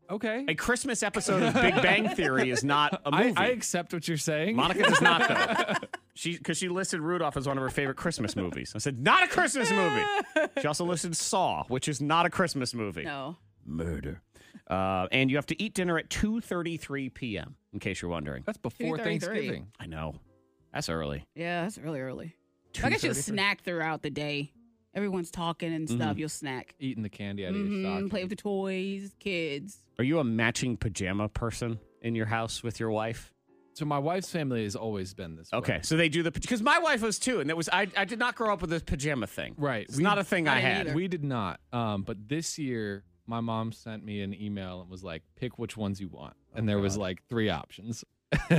Speaker 5: Okay.
Speaker 2: A Christmas episode of Big Bang Theory is not a
Speaker 5: I,
Speaker 2: movie.
Speaker 5: I accept what you're saying.
Speaker 2: Monica does not though. She because she listed Rudolph as one of her favorite Christmas movies. I said not a Christmas movie. She also listed Saw, which is not a Christmas movie.
Speaker 4: No.
Speaker 2: Murder. Uh, and you have to eat dinner at two thirty three p.m. In case you're wondering.
Speaker 5: That's before
Speaker 4: 2:33.
Speaker 5: Thanksgiving.
Speaker 2: I know. That's early.
Speaker 4: Yeah, that's really early. I guess you'll
Speaker 5: 2:33.
Speaker 4: snack throughout the day. Everyone's talking
Speaker 2: Mm-hmm.
Speaker 4: and stuff. You'll snack.
Speaker 5: Eating the candy out of your
Speaker 4: Mhm,
Speaker 5: sock.
Speaker 4: Play with the toys, kids.
Speaker 2: Are you a matching pajama person in your house with your wife?
Speaker 5: so my wife's family has always been this. way.
Speaker 2: Okay, so they do the because my wife was too, and it was I. I did not grow up with this pajama thing.
Speaker 5: Right.
Speaker 2: it's
Speaker 5: We-
Speaker 2: not a thing I,
Speaker 4: I didn't
Speaker 2: had.
Speaker 4: either.
Speaker 5: We did not. Um, but this year, my mom sent me an email and was like, "Pick which ones you want," and there was like three options.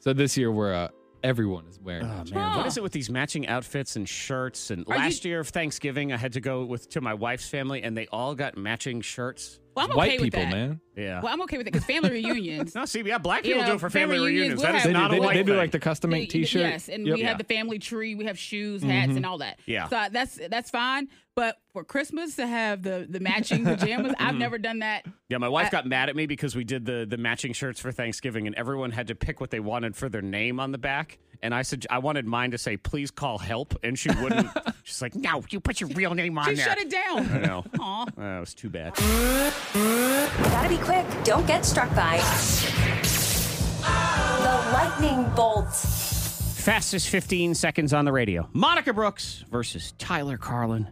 Speaker 5: so this year, we're uh, everyone is wearing.
Speaker 2: Oh,
Speaker 5: that.
Speaker 2: man, what
Speaker 4: Huh.
Speaker 2: is it with these matching outfits and shirts? And
Speaker 4: Are you-
Speaker 2: last year of Thanksgiving, I had to go with to my wife's family, and they all got matching shirts.
Speaker 4: Well, I'm okay
Speaker 5: White
Speaker 4: with
Speaker 5: people,
Speaker 4: that.
Speaker 5: man.
Speaker 2: Yeah.
Speaker 4: Well, I'm okay with it because family reunions.
Speaker 2: no, see, yeah, black people
Speaker 4: Yeah,
Speaker 2: do it for family,
Speaker 4: family
Speaker 2: reunions.
Speaker 4: reunions,
Speaker 2: That
Speaker 4: we'll
Speaker 2: is
Speaker 4: have-
Speaker 5: They
Speaker 2: not
Speaker 5: do,
Speaker 2: a
Speaker 5: they,
Speaker 2: white
Speaker 5: they do
Speaker 2: thing.
Speaker 5: like the custom
Speaker 4: They-
Speaker 5: made T-shirt.
Speaker 4: Yes,
Speaker 5: Yep.
Speaker 4: and we
Speaker 2: Yeah. Mm-hmm.
Speaker 4: had the family tree. We have shoes, hats, and all that.
Speaker 2: Yeah.
Speaker 4: so that's that's fine. But for Christmas to have the the matching pajamas,
Speaker 2: Mm-hmm.
Speaker 4: I've never done that.
Speaker 2: yeah, my wife got mad at me because we did the the matching shirts for Thanksgiving, and everyone had to pick what they wanted for their name on the back, and I said I wanted mine to say please call help, and she wouldn't. She's like, no, you put your real name on
Speaker 4: She
Speaker 2: there.
Speaker 4: shut it
Speaker 2: I
Speaker 4: down.
Speaker 2: know.
Speaker 4: Aw.
Speaker 2: That was too bad.
Speaker 6: Gotta be quick. Don't get struck by the lightning bolt.
Speaker 2: Fastest 15 seconds on the radio. Monica Brooks versus Tyler Carlin.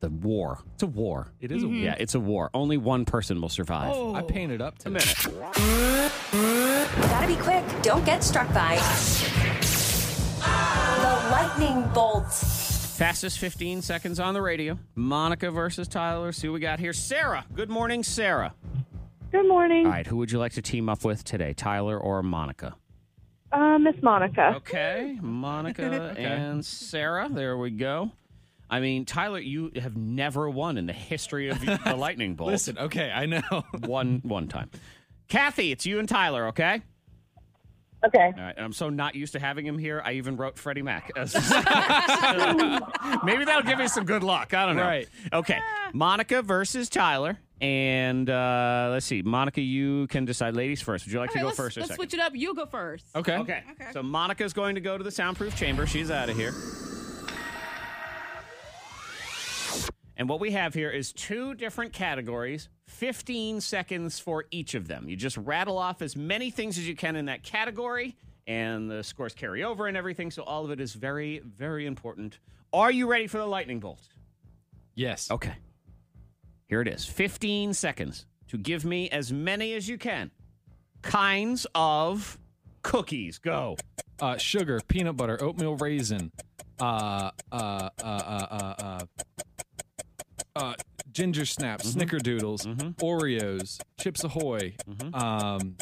Speaker 2: The war. It's a war.
Speaker 5: It is a
Speaker 2: Yeah, it's a war. Only one person will survive.
Speaker 5: I painted up to it.
Speaker 6: Gotta be quick. Don't get struck by the lightning bolt.
Speaker 2: Fastest 15 seconds on the radio. Monica versus Tyler. See what we got here. Sarah. Good morning, Sarah.
Speaker 11: Good morning,
Speaker 2: All right, who would you like to team up with today, Tyler or Monica?
Speaker 11: uh, Miss Monica.
Speaker 2: Okay, Monica and Sarah. There we go. I mean, Tyler, you have never won in the history of the Lightning Bolt.
Speaker 5: Listen, okay, I know.
Speaker 2: one one time. Kathy, it's you and Tyler, okay?
Speaker 11: Okay.
Speaker 2: All right, and I'm so not used to having him here. I even wrote Freddie Mac. Maybe that'll give me some good luck. I don't know.
Speaker 5: Right.
Speaker 2: Okay. Monica versus Tyler, and uh, let's see. Monica, you can decide. Ladies first. Would you like to
Speaker 4: All right,
Speaker 2: go first
Speaker 4: let's,
Speaker 2: or
Speaker 4: let's
Speaker 2: 2nd
Speaker 4: switch it up. You go first.
Speaker 5: Okay.
Speaker 2: Okay. So Monica's going to go to the soundproof chamber. She's out of here. And what we have here is two different categories, 15 seconds for each of them. You just rattle off as many things as you can in that category, and the scores carry over and everything. So all of it is very, very important. Are you ready for the lightning bolt?
Speaker 5: Yes.
Speaker 2: Okay. Here it is 15 seconds to give me as many as you can kinds of cookies. Go.
Speaker 5: Uh, sugar, peanut butter, oatmeal raisin, uh, uh, uh, uh, uh, uh, uh, ginger snaps, snickerdoodles, Oreos, Chips Ahoy, um,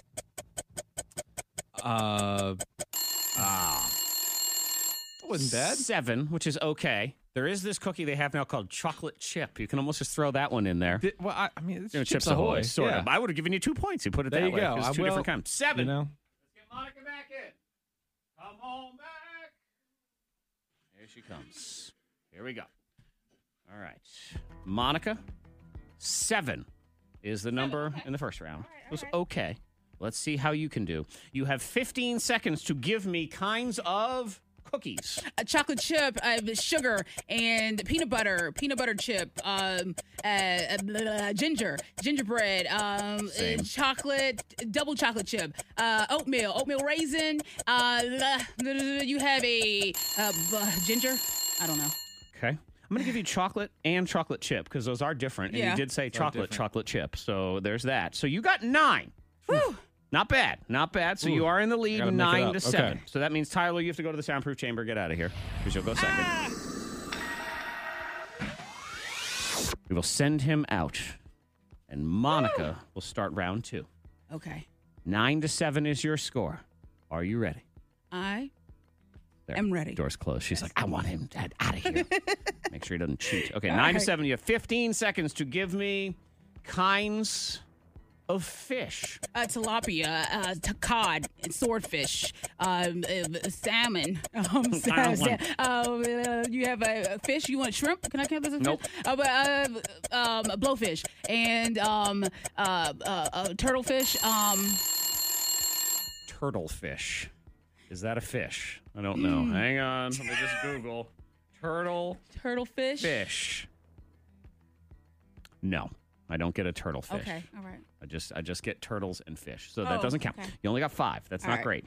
Speaker 5: uh, Ah. that wasn't bad.
Speaker 2: Seven, which is okay. There is this cookie they have now called chocolate chip. You can almost just throw that one in there.
Speaker 5: Di- well, I, I mean, it's
Speaker 2: You know,
Speaker 5: Chips, Ahoy,
Speaker 2: sort
Speaker 5: yeah.
Speaker 2: of. I would have given you two points. You put it
Speaker 5: There
Speaker 2: that
Speaker 5: you
Speaker 2: way.
Speaker 5: go.
Speaker 2: It's
Speaker 5: I
Speaker 2: two different
Speaker 5: will-
Speaker 2: kinds. Seven.
Speaker 5: You know,
Speaker 2: Get Monica back in. Come on back. Here she comes. Here we go. All right. Monica, seven is the number in the first round. it was okay. Let's see how you can do. You have 15 seconds to give me kinds of cookies.
Speaker 4: A chocolate chip, uh, sugar, and peanut butter, peanut butter chip, um, uh, uh, blah, blah, blah, ginger, gingerbread, um, uh,
Speaker 2: Same.
Speaker 4: chocolate, double chocolate chip, uh, oatmeal, oatmeal raisin. Uh, blah, blah, blah, blah. you have a uh, blah, ginger. I don't know.
Speaker 2: Okay. I'm going to give you chocolate and chocolate chip because those are different. And
Speaker 4: Yeah.
Speaker 2: you did say chocolate, chocolate chip. So there's that. So you got nine. Not bad. Not bad. So you
Speaker 5: Ooh.
Speaker 2: are in the
Speaker 5: I
Speaker 2: lead
Speaker 5: gotta make it
Speaker 2: nine
Speaker 5: up.
Speaker 2: to
Speaker 5: Okay.
Speaker 2: seven. So that means, Tyler, you have to go to the soundproof chamber. Get out of here because you'll go second.
Speaker 4: Ah.
Speaker 2: We will send him out. And Monica will start round two.
Speaker 4: Okay.
Speaker 2: Nine to seven is your score. Are you ready?
Speaker 4: I
Speaker 2: There.
Speaker 4: I'm ready.
Speaker 2: Door's closed. She's like, I want him out of here. Make sure he doesn't cheat. Okay, nine to seven. You have 15 seconds to give me kinds of fish.
Speaker 4: uh, tilapia, uh, t- cod, swordfish, um, uh, salmon. Um, sa- sa- um, uh, you have a, a fish. You want shrimp? Can I count this as
Speaker 2: Nope.
Speaker 4: fish? Uh, but, uh, um, blowfish and um, uh, uh, uh, turtlefish. Um,
Speaker 2: Turtle fish. Is that a fish? I don't know.
Speaker 4: Mm.
Speaker 2: Hang on. Let me just Google turtle
Speaker 4: turtlefish.
Speaker 2: fish. No, I don't get a turtle fish.
Speaker 4: Okay. All right.
Speaker 2: I just I just get turtles and fish. So
Speaker 4: Oh,
Speaker 2: that doesn't count.
Speaker 4: okay.
Speaker 2: You only got five. That's
Speaker 4: All
Speaker 2: not
Speaker 4: right.
Speaker 2: great.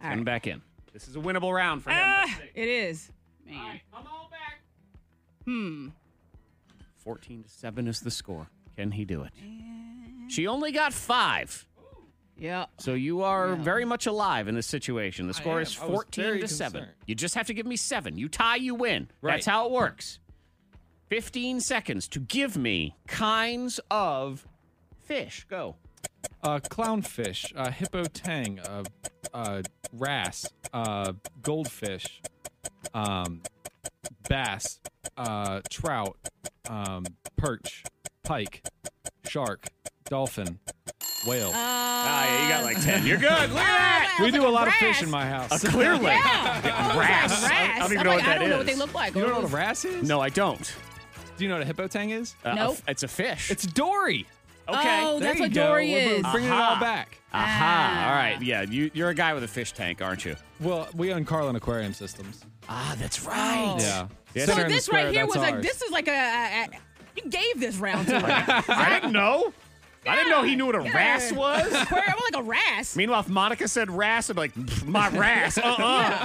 Speaker 4: All
Speaker 2: Send him
Speaker 4: right.
Speaker 2: back in. This is a winnable round for him. Let's
Speaker 4: Ah,
Speaker 2: see.
Speaker 4: it is. Man.
Speaker 2: Come on back.
Speaker 4: Hmm.
Speaker 2: 14 to 7 is the score. Can he do it? She only got five.
Speaker 4: Yeah.
Speaker 2: So you are very much alive in this situation. The score
Speaker 5: am.
Speaker 2: is
Speaker 5: I was
Speaker 2: 14
Speaker 5: very
Speaker 2: to 7.
Speaker 5: concerned.
Speaker 2: You just have to give me 7. You tie, you win.
Speaker 5: Right.
Speaker 2: That's how it works. 15 seconds to give me kinds of fish. Go.
Speaker 5: uh, clownfish, uh, hippo tang, uh, uh, ras, uh, goldfish, um, bass, uh, trout, um, perch, pike, shark, dolphin, whale.
Speaker 4: Uh,
Speaker 2: Ah, yeah, you got like 10. You're good. Look at that.
Speaker 5: we do a lot of
Speaker 4: grass. Oh,
Speaker 5: fish in my house.
Speaker 2: Clearly. Grass. I
Speaker 4: Grass.
Speaker 2: don't even
Speaker 4: I'm
Speaker 2: know
Speaker 4: like,
Speaker 2: what that
Speaker 4: I don't know what
Speaker 2: is.
Speaker 4: they look like.
Speaker 5: you know what a ras is?
Speaker 2: No, I don't.
Speaker 5: Do you know what a hippo tang is?
Speaker 2: Uh, a
Speaker 4: Nope.
Speaker 2: f- It's a fish.
Speaker 5: It's a dory.
Speaker 2: Okay.
Speaker 4: Oh,
Speaker 5: There
Speaker 4: that's
Speaker 5: you
Speaker 4: what
Speaker 5: go.
Speaker 4: Dory
Speaker 5: We're
Speaker 4: is. Ah.
Speaker 5: Bringing it all back.
Speaker 2: Aha. All right. Yeah, you, you're a guy with a fish tank, aren't you?
Speaker 5: Well, we own Carlin Aquarium Systems.
Speaker 2: Ah, that's right.
Speaker 5: Yeah.
Speaker 4: So this right here was like this is like a, a, a- you gave this round to her.
Speaker 2: I didn't know. I didn't know he knew what a RAS was.
Speaker 4: Aquarium, I'm like a ras.
Speaker 2: Meanwhile, if Monica said RAS, I'd be like, "Pff, my RAS. Uh uh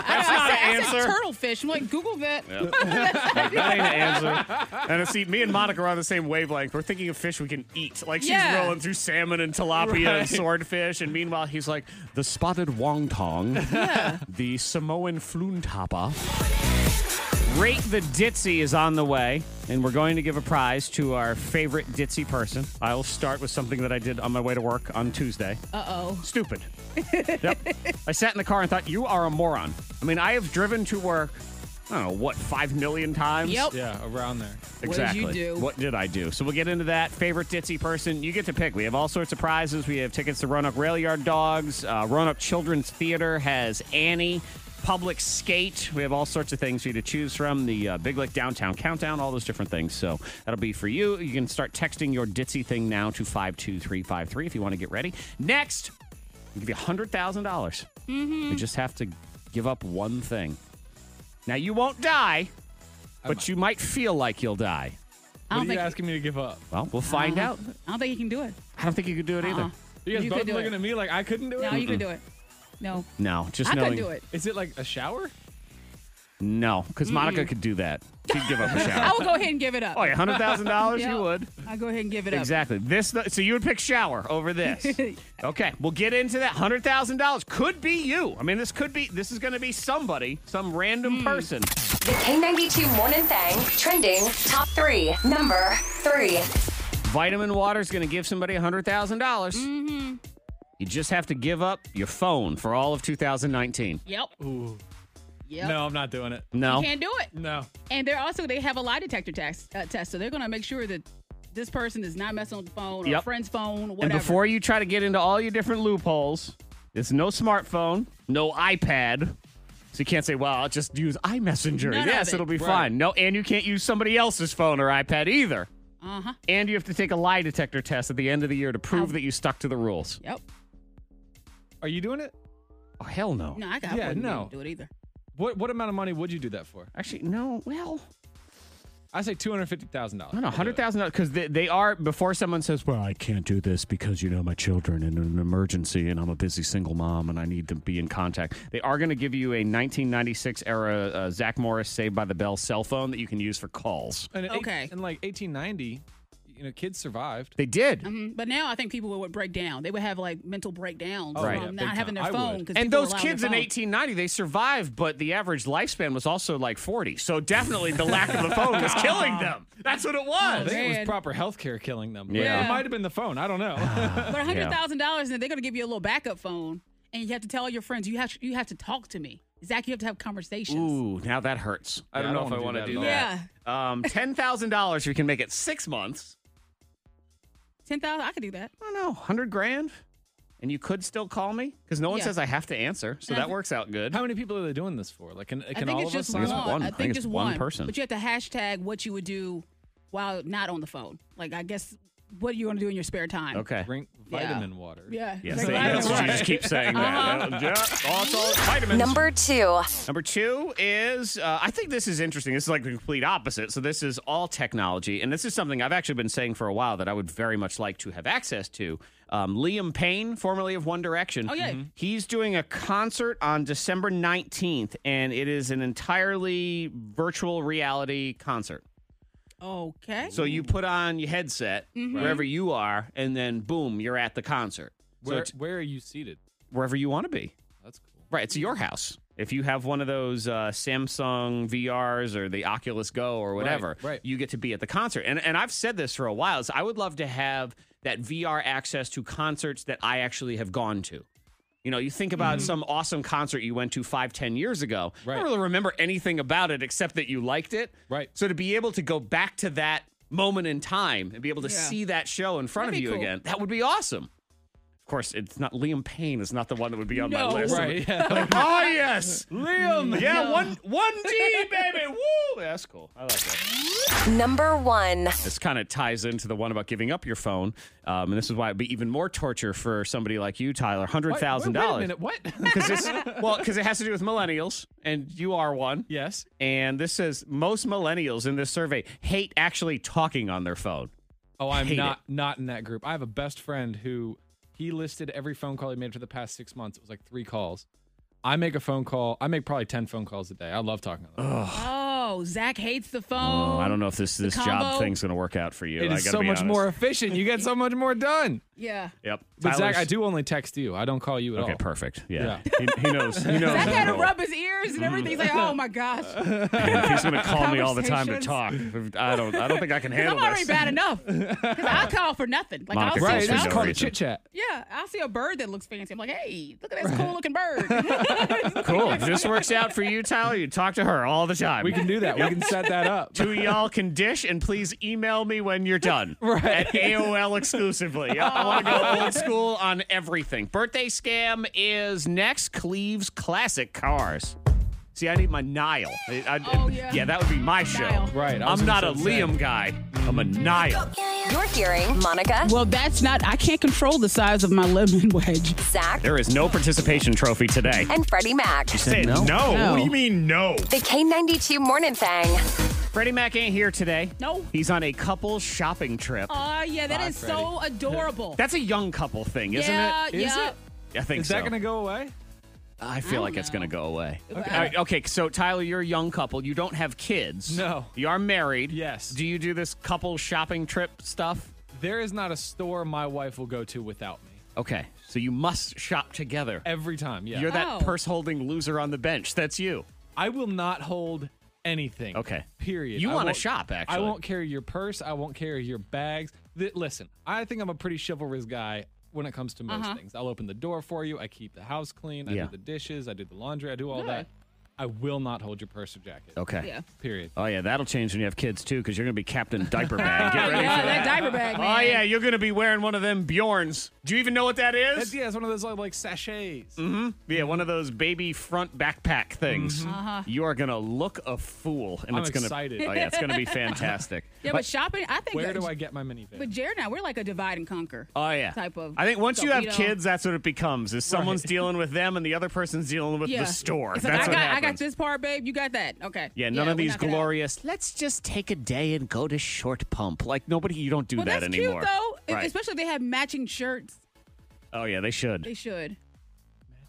Speaker 2: That's
Speaker 4: I,
Speaker 2: not
Speaker 4: said,
Speaker 2: an
Speaker 4: I said
Speaker 2: answer.
Speaker 4: turtle fish. I'm like Google that.
Speaker 2: That ain't an answer. And see, me and Monica are on the same wavelength. We're thinking of fish we can eat. Like she's
Speaker 4: Yeah.
Speaker 2: rolling through salmon and tilapia and
Speaker 5: Right.
Speaker 2: swordfish. And meanwhile, he's like the spotted wonton, the Samoan fluntapa. Rate the Ditzy is on the way, and we're going to give a prize to our favorite Ditzy person. I will start with something that I did on my way to work on Tuesday.
Speaker 4: Uh oh.
Speaker 2: Stupid. yep. I sat in the car and thought, you are a moron. I mean, I have driven to work, I don't know, what, five million times?
Speaker 4: Yep.
Speaker 5: Yeah, around there.
Speaker 4: did
Speaker 2: Exactly.
Speaker 4: you do?
Speaker 2: What did I do? So we'll get into that. Favorite ditzy person. You get to pick. We have all sorts of prizes. We have tickets to Roanoke Rail Yard Dogs. Uh, Roanoke Children's Theater has Annie. Public skate. We have all sorts of things for you to choose from. The uh, Big Lick Downtown Countdown, all those different things. So that'll be for you. You can start texting your ditzy thing now to 52353 if you want to get ready. Next, I'll give you $100,000. dollars You
Speaker 4: Mm-hmm. Hmm.
Speaker 2: just have to give up one thing. Now, you won't die, but you might feel like you'll die.
Speaker 4: I
Speaker 5: What are
Speaker 4: don't
Speaker 5: you
Speaker 4: think Uh-huh.
Speaker 5: asking me to give up?
Speaker 2: Well, we'll find out.
Speaker 4: I don't think you can do it. Uh-uh.
Speaker 2: I don't think you could do it either.
Speaker 5: You guys
Speaker 4: You could
Speaker 5: both
Speaker 4: do
Speaker 5: looking
Speaker 4: it.
Speaker 5: at me like I couldn't do
Speaker 4: No,
Speaker 5: it.
Speaker 4: you could do it. No.
Speaker 2: No, just
Speaker 4: I
Speaker 2: knowing.
Speaker 4: couldn't do it.
Speaker 5: Is it like a shower?
Speaker 2: No, because Monica could do that. She'd give up a
Speaker 4: I
Speaker 2: shower.
Speaker 4: will go ahead and give it up.
Speaker 2: oh, yeah, hundred thousand dollars.
Speaker 4: Yeah.
Speaker 2: You would
Speaker 4: I'll go ahead and give it up.
Speaker 2: exactly this. So you would pick shower over this. okay, we'll get into that. Hundred thousand dollars could be you. I mean, this could be. This is going to be somebody, some
Speaker 4: Hmm.
Speaker 2: random person.
Speaker 6: The K92 Morning Thang trending top three. Number three.
Speaker 2: Vitamin Water is going to give somebody hundred dollars. Mm-hmm. You just have to give up your phone for all of 2019.
Speaker 4: Yep. Yep.
Speaker 5: No, I'm not doing it.
Speaker 2: No,
Speaker 4: You can't do it.
Speaker 5: No.
Speaker 4: And they're also they have a lie detector test, uh, test, so they're gonna make sure that this person is not messing with the phone or
Speaker 2: Yep.
Speaker 4: a friend's phone, whatever.
Speaker 2: And before you try to get into all your different loopholes, it's no smartphone, no iPad. So you can't say, well, I'll just use iMessenger.
Speaker 4: None of
Speaker 2: yes,
Speaker 4: it.
Speaker 2: will be
Speaker 5: Right.
Speaker 2: fine. No, and you can't use somebody else's phone or iPad either.
Speaker 4: uh huh.
Speaker 2: And you have to take a lie detector test at the end of the year to prove
Speaker 4: Ow.
Speaker 2: that you stuck to the rules.
Speaker 4: Yep.
Speaker 5: Are you doing it?
Speaker 2: Oh, hell no.
Speaker 4: No, I got.
Speaker 5: Yeah,
Speaker 4: Yeah,
Speaker 5: no.
Speaker 4: no. Do it either.
Speaker 5: What what amount of money would you do that for?
Speaker 2: Actually, no. Well,
Speaker 5: I say two hundred fifty thousand dollars.
Speaker 2: I don't know, hundred thousand dollars because they, they are before someone says, "Well, I can't do this because you know my children in an emergency and I'm a busy single mom and I need to be in contact." They are going to give you a 1996 era uh, Zach Morris Saved by the Bell cell phone that you can use for calls.
Speaker 5: And
Speaker 4: Okay.
Speaker 5: and like eighteen ninety, you know, kids survived.
Speaker 2: They did,
Speaker 4: Mm, But now I think people would, would break down. They would have like mental breakdowns
Speaker 5: Oh,
Speaker 2: Right.
Speaker 4: from
Speaker 5: yeah, big
Speaker 4: not having
Speaker 5: time.
Speaker 4: their
Speaker 5: I would.
Speaker 4: phone. 'cause
Speaker 2: and
Speaker 4: people
Speaker 2: those
Speaker 4: allow their
Speaker 2: kids in
Speaker 4: phone.
Speaker 2: 1890 they survived, but the average lifespan was also like 40. So definitely the lack of the phone was killing them. That's what it
Speaker 5: I
Speaker 2: was.
Speaker 5: Oh, think it
Speaker 4: Man.
Speaker 5: was proper health care killing them.
Speaker 2: Yeah.
Speaker 5: It might have been the phone. I don't know.
Speaker 4: But hundred thousand dollars, and they're gonna give you a little backup phone, and you have to tell all your friends you have you have to talk to me, Zach. You have to have conversations.
Speaker 2: Ooh, now that hurts. I
Speaker 5: Yeah,
Speaker 2: don't
Speaker 5: I
Speaker 2: know
Speaker 5: don't
Speaker 2: if I want
Speaker 5: wanna
Speaker 2: to
Speaker 5: do
Speaker 2: do
Speaker 5: that at
Speaker 2: that.
Speaker 4: Yeah,
Speaker 2: Um, ten thousand dollars. You can make it six months.
Speaker 4: ten thousand. I could do that.
Speaker 2: I don't know, 100 grand? And you could still call me? Because no one
Speaker 4: Yeah.
Speaker 2: says I have to answer. So
Speaker 4: And I
Speaker 2: that
Speaker 4: thi-
Speaker 2: works out good.
Speaker 5: How many people are they doing this for? Like, can,
Speaker 4: I
Speaker 5: can
Speaker 4: think
Speaker 5: all
Speaker 4: it's
Speaker 5: of us?
Speaker 4: just
Speaker 2: I think it's one.
Speaker 4: one. I
Speaker 2: I
Speaker 4: think,
Speaker 2: think it's
Speaker 4: just
Speaker 2: one
Speaker 4: one,
Speaker 2: person.
Speaker 4: But you have to hashtag what you would do while not on the phone. Like I guess what are you gonna do in your spare time?
Speaker 2: Okay.
Speaker 5: drink
Speaker 4: Yeah.
Speaker 5: vitamin water.
Speaker 4: Yeah.
Speaker 2: Yeah,
Speaker 4: Like,
Speaker 2: see,
Speaker 4: I don't
Speaker 2: that's
Speaker 4: know.
Speaker 2: what you just keep saying
Speaker 4: Uh-huh.
Speaker 2: that. Yeah, also, vitamins.
Speaker 6: Number two.
Speaker 2: Number two is uh, I think this is interesting. This is like the complete opposite. So this is all technology, and this is something I've actually been saying for a while that I would very much like to have access to. Um, Liam Payne, formerly of One Direction, Mm-hmm.
Speaker 4: Oh, yeah. Mhm.
Speaker 2: he's doing a concert on December nineteenth, and it is an entirely virtual reality concert.
Speaker 4: Okay.
Speaker 2: So you put on your headset wherever you are, and then boom, you're at the concert. So
Speaker 5: Where,
Speaker 2: it's
Speaker 5: where are you seated?
Speaker 2: wherever you want to be.
Speaker 5: That's cool.
Speaker 2: Right, it's your house. If you have one of those uh, Samsung VRs or the Oculus Go or whatever,
Speaker 5: right.
Speaker 2: you get to be at the concert. And and I've said this for a while. Is I would love to have that VR access to concerts that I actually have gone to. You know, you think about some awesome concert you went to five, ten years ago. I
Speaker 5: Right.
Speaker 2: don't really remember anything about it except that you liked it.
Speaker 5: Right.
Speaker 2: So to be able to go back to that moment in time and be able to
Speaker 4: Yeah.
Speaker 2: see that show in front
Speaker 4: That'd
Speaker 2: of you
Speaker 4: be cool.
Speaker 2: again, that would be awesome. Of course, it's not Liam Payne is not the one that would be on
Speaker 12: No.
Speaker 2: my list.
Speaker 12: Right,
Speaker 2: Like, oh yes,
Speaker 5: Liam.
Speaker 2: Yeah,
Speaker 12: No.
Speaker 2: one one D baby. Woo, that's cool. I like that.
Speaker 6: Number one.
Speaker 2: This kind of ties into the one about giving up your phone, um, and this is why it'd be even more torture for somebody like you, Tyler. Hundred
Speaker 5: Wait-
Speaker 2: thousand
Speaker 5: wait- wait a
Speaker 2: dollars.
Speaker 5: minute, What?
Speaker 2: Because this, well, because it has to do with millennials, and you are one.
Speaker 5: Yes.
Speaker 2: And this says most millennials in this survey hate actually talking on their phone.
Speaker 5: Oh, I'm
Speaker 2: Hate it.
Speaker 5: not not in that group. I have a best friend who he listed every phone call he made for the past six months. It was like three calls. I make a phone call. I make probably ten phone calls a day. I love talking. On the phone.
Speaker 4: Oh, Zach hates the
Speaker 2: Oh,
Speaker 4: phone.
Speaker 2: I don't know if this this
Speaker 4: combo.
Speaker 2: job thing's gonna work out for you.
Speaker 5: It
Speaker 2: I
Speaker 5: is
Speaker 2: gotta
Speaker 5: so
Speaker 2: be
Speaker 5: much
Speaker 2: honest.
Speaker 5: more efficient. You get so much more done.
Speaker 4: Yeah.
Speaker 2: Yep.
Speaker 5: But Zach,
Speaker 2: Tyler's-
Speaker 5: I do only text you. I don't call you at
Speaker 2: Okay,
Speaker 5: all.
Speaker 2: perfect. Yeah, He, he knows. He knows.
Speaker 4: Zach
Speaker 2: his
Speaker 4: had to
Speaker 2: role.
Speaker 4: rub his ears and everything. He's like, oh my gosh.
Speaker 2: And he's gonna call me all the time to talk.
Speaker 4: Conversations.
Speaker 2: I don't. I don't think I can
Speaker 4: I'm
Speaker 2: handle
Speaker 4: already
Speaker 2: this.
Speaker 4: bad enough. Because I call for nothing. Like,
Speaker 2: Monica
Speaker 4: I'll
Speaker 5: Right.
Speaker 4: see
Speaker 2: calls
Speaker 5: It's
Speaker 2: for
Speaker 5: just
Speaker 2: no
Speaker 5: called a
Speaker 2: reason.
Speaker 5: chit chat.
Speaker 4: Yeah, I'll see a bird that looks fancy. I'm like, hey, look at this cool looking bird.
Speaker 2: Cool. If this works out for you, Tyler, you talk to her all the time.
Speaker 5: We can do that. We can set that up.
Speaker 2: Two of y'all can dish, and please email me when you're done. Right. At AOL exclusively. Yep, I want to go old school on everything. Birthday scam is next. Cleves Classic Cars. See, I need my Nile. I- I-
Speaker 4: Oh, yeah.
Speaker 2: that would be my show.
Speaker 4: Nile.
Speaker 5: Right, I was
Speaker 2: I'm
Speaker 5: gonna
Speaker 2: not a
Speaker 5: say the same.
Speaker 2: Liam guy. I'm a Nile.
Speaker 6: You're hearing Monica,
Speaker 4: well, that's not, I can't control the size of my lemon wedge.
Speaker 6: Zach,
Speaker 2: There is no participation trophy today.
Speaker 6: and Freddie Mac.
Speaker 2: Said no.
Speaker 4: No.
Speaker 12: What do you mean no?
Speaker 6: The K92 Morning Thing.
Speaker 2: Freddie Mac ain't here today.
Speaker 4: No.
Speaker 2: He's on a couple shopping trip.
Speaker 4: Oh, yeah, that
Speaker 5: Bye,
Speaker 4: is so adorable.
Speaker 2: That's a young couple thing, isn't
Speaker 4: yeah,
Speaker 2: it?
Speaker 4: yeah.
Speaker 2: I think
Speaker 5: Is that
Speaker 2: so.
Speaker 5: going to go away?
Speaker 2: I feel
Speaker 4: I
Speaker 2: like
Speaker 4: don't
Speaker 2: it's going to
Speaker 4: know.
Speaker 2: go away.
Speaker 4: Okay.
Speaker 2: All right, okay, so Tyler, you're a young couple. You don't have kids.
Speaker 5: No.
Speaker 2: You are married.
Speaker 5: Yes.
Speaker 2: Do you do this couple shopping trip stuff?
Speaker 5: There is not a store my wife will go to without me.
Speaker 2: Okay, so you must shop together.
Speaker 5: Every time, yeah.
Speaker 2: You're that
Speaker 4: Oh.
Speaker 2: purse holding loser on the bench. That's you.
Speaker 5: I will not hold anything.
Speaker 2: Okay.
Speaker 5: Period.
Speaker 2: You
Speaker 5: I
Speaker 2: wanna
Speaker 5: won't-
Speaker 2: shop, actually.
Speaker 5: I won't carry your purse. I won't carry your bags. Th- listen, I think I'm a pretty chivalrous guy when it comes to most
Speaker 4: Uh-huh.
Speaker 5: things. I'll open the door for you. I keep the house clean. I
Speaker 2: Yeah.
Speaker 5: do the dishes. I do the laundry. I do all that. I will not hold your purse or jacket.
Speaker 2: Okay.
Speaker 4: Yeah.
Speaker 5: Period.
Speaker 2: Oh, yeah, that'll change when you have kids, too, because you're going to be Captain Diaper Bag. Get
Speaker 4: Oh,
Speaker 2: ready
Speaker 4: yeah,
Speaker 2: for
Speaker 4: that
Speaker 2: that.
Speaker 4: diaper bag, man.
Speaker 2: Oh, yeah, you're going to be wearing one of them Bjorns. Do you even know what that is?
Speaker 5: That's, yeah, it's one of those like, like sachets.
Speaker 2: Mm-hmm. Yeah, one of those baby front backpack things. You are gonna look a fool, and
Speaker 5: Mm-hmm. Uh-huh. I'm
Speaker 2: it's gonna.
Speaker 5: excited.
Speaker 2: Oh, yeah, it's gonna be fantastic.
Speaker 4: Yeah, but shopping, I think.
Speaker 5: Where do I get my minivan?
Speaker 4: But Jared and I, we're like a divide and conquer.
Speaker 2: Oh yeah.
Speaker 4: Type of.
Speaker 2: I think once you have
Speaker 4: know.
Speaker 2: kids, that's what it becomes. Is someone's dealing with them, and the other person's dealing with
Speaker 4: Yeah.
Speaker 2: the store.
Speaker 4: It's like,
Speaker 2: that's
Speaker 4: I
Speaker 2: what
Speaker 4: got, I
Speaker 2: happens.
Speaker 4: got this part, babe. You got that. Okay.
Speaker 2: Yeah, none of
Speaker 4: we're
Speaker 2: these
Speaker 4: not gonna-
Speaker 2: glorious. Let's just take a day and go to Short Pump. Like nobody, you don't do
Speaker 4: Well,
Speaker 2: that
Speaker 4: that's
Speaker 2: anymore.
Speaker 4: cute though. If-
Speaker 2: Right.
Speaker 4: Especially if they have matching shirts.
Speaker 2: oh yeah, they should.
Speaker 4: They should.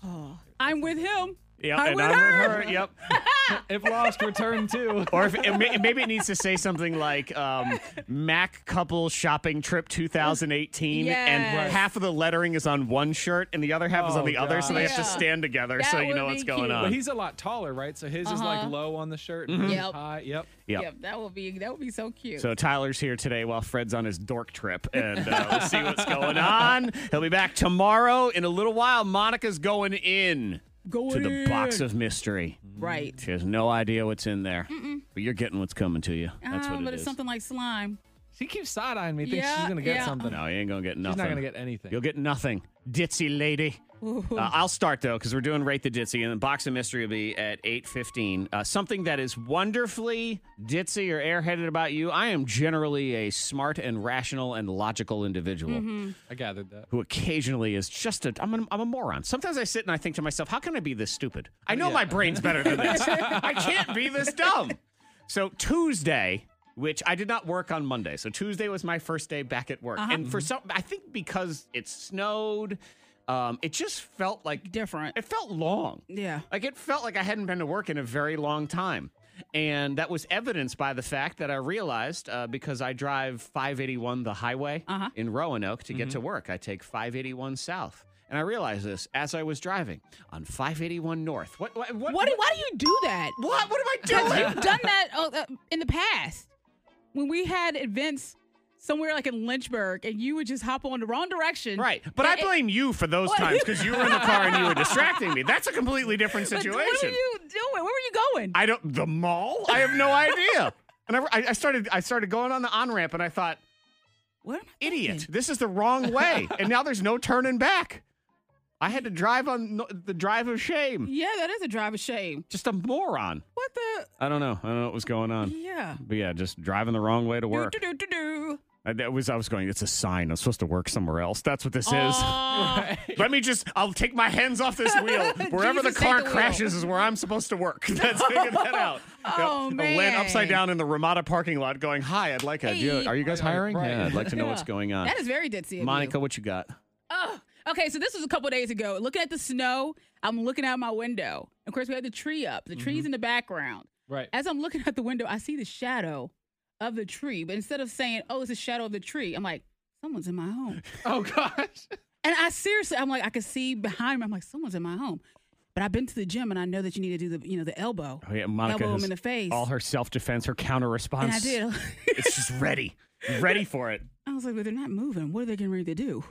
Speaker 4: Oh, I'm with him.
Speaker 2: yep,
Speaker 4: I'm
Speaker 2: and
Speaker 4: with
Speaker 2: I'm
Speaker 4: her.
Speaker 2: with her. Yep.
Speaker 5: if lost, return too.
Speaker 2: Or if it, may- maybe it needs to say something like um, Mac couple shopping trip 2018, and
Speaker 4: Yes.
Speaker 2: half of the lettering is on one shirt and the other half is on
Speaker 5: Oh,
Speaker 2: the other, so they have to
Speaker 4: God.
Speaker 2: stand together
Speaker 4: That
Speaker 2: so you know
Speaker 4: would
Speaker 2: what's
Speaker 4: be
Speaker 2: going
Speaker 4: cute. Uh-huh.
Speaker 5: But
Speaker 2: on.
Speaker 5: he's a lot taller, right? So his is like low on the shirt. and
Speaker 4: Mm-hmm. Yep.
Speaker 5: High. Yep.
Speaker 2: Yeah.
Speaker 4: Yep, that would be that would be so cute.
Speaker 2: So Tyler's here today while Fred's on his dork trip, and uh, we'll see what's going on. He'll be back tomorrow in a little while. Monica's going in
Speaker 4: Going
Speaker 2: to the
Speaker 4: in.
Speaker 2: box of mystery.
Speaker 4: right.
Speaker 2: She has no idea what's in there, but you're getting what's coming to you. That's
Speaker 4: Ah,
Speaker 2: what
Speaker 4: but
Speaker 2: it
Speaker 4: it's
Speaker 2: is.
Speaker 4: something like slime.
Speaker 5: She keeps side eyeing me, thinks
Speaker 4: Yeah,
Speaker 5: she's gonna get
Speaker 4: yeah.
Speaker 5: something.
Speaker 2: No, you ain't gonna get nothing.
Speaker 5: She's not gonna get anything.
Speaker 2: You'll get nothing, ditzy lady. Uh, I'll start though because we're doing rate the ditzy, and the box of mystery will be at eight fifteen. Uh, something that is wonderfully ditzy or airheaded about you. I am generally a smart and rational and logical individual
Speaker 4: Mm-hmm.
Speaker 5: I gathered that.
Speaker 2: who occasionally is just a I'm, a I'm a moron. Sometimes I sit and I think to myself, how can I be this stupid? I know my brain's better than this. I can't be this dumb. So Tuesday, which I did not work on Monday, so Tuesday was my first day back at work, and for some, I think because it snowed, um, it just felt like
Speaker 4: Different.
Speaker 2: It felt long.
Speaker 4: Yeah.
Speaker 2: Like it felt like I hadn't been to work in a very long time. And that was evidenced by the fact that I realized uh, because I drive 581 the highway
Speaker 4: Uh-huh.
Speaker 2: in Roanoke to get
Speaker 4: Mm-hmm.
Speaker 2: to work, I take 581 south. And I realized this as I was driving on 581 north. What? What? What?
Speaker 4: What? do- Why do you do that?
Speaker 2: what, what am
Speaker 4: Because
Speaker 2: I
Speaker 4: you've
Speaker 2: doing?
Speaker 4: done that uh, uh, in the past when we had events somewhere like in Lynchburg, and you would just hop on the wrong direction.
Speaker 2: Right, but I
Speaker 4: it-
Speaker 2: blame you for those times because you were in the car and you were distracting me. That's a completely different
Speaker 4: But
Speaker 2: situation.
Speaker 4: What were you doing? Where were you going?
Speaker 2: I don't the mall. I have no idea. and I, I started I started going on the on ramp, and I thought, Idiot. This is the wrong way. and now there's no turning back. I had to drive on no- the drive of shame.
Speaker 4: Yeah, that is a drive of shame.
Speaker 2: Just a moron.
Speaker 4: What the?
Speaker 2: I don't know. I don't know what was going on.
Speaker 4: Yeah.
Speaker 2: But yeah, just driving the wrong way to work.
Speaker 4: Do, do, do, do.
Speaker 2: I, that was I was going. It's a sign. I'm supposed to work somewhere else. That's what this
Speaker 4: Aw.
Speaker 2: is. Let me just. I'll take my hands off this wheel. Wherever
Speaker 4: Jesus,
Speaker 2: the
Speaker 4: take
Speaker 2: car
Speaker 4: the wheel.
Speaker 2: crashes is where I'm supposed to work. That's figured that out.
Speaker 4: Oh,
Speaker 2: Yep. I Land upside
Speaker 4: man.
Speaker 2: down in the Ramada parking lot, going, "Hi, I'd like a. do you-
Speaker 4: Hey.
Speaker 2: Are you guys hiring? Yeah, I'd like to know what's
Speaker 4: Yeah.
Speaker 2: going on.
Speaker 4: That is very ditzy. of you.
Speaker 2: Monica, what you got?
Speaker 4: Oh, okay. So this was a couple days ago. Looking at the snow, I'm looking out my window. Of course, we had the tree up. The
Speaker 2: Mm-hmm.
Speaker 4: tree's in the background.
Speaker 5: Right.
Speaker 4: As I'm looking out the window, I see the shadow of the tree. But instead of saying, "Oh, it's a shadow of the tree," I'm like, "Someone's in my home."
Speaker 5: Oh gosh.
Speaker 4: And I seriously, I'm like, I could see behind me. I'm like, "Someone's in my home." But I've been to the gym, and I know that you need to do the, you know, the elbow.
Speaker 2: Oh yeah, Monica
Speaker 4: elbow
Speaker 2: has
Speaker 4: him in the face.
Speaker 2: all her self defense, her counter
Speaker 4: and
Speaker 2: response.
Speaker 4: I did.
Speaker 2: it's just ready, ready for it.
Speaker 4: I was like, well, they're not moving. What are they getting ready to do?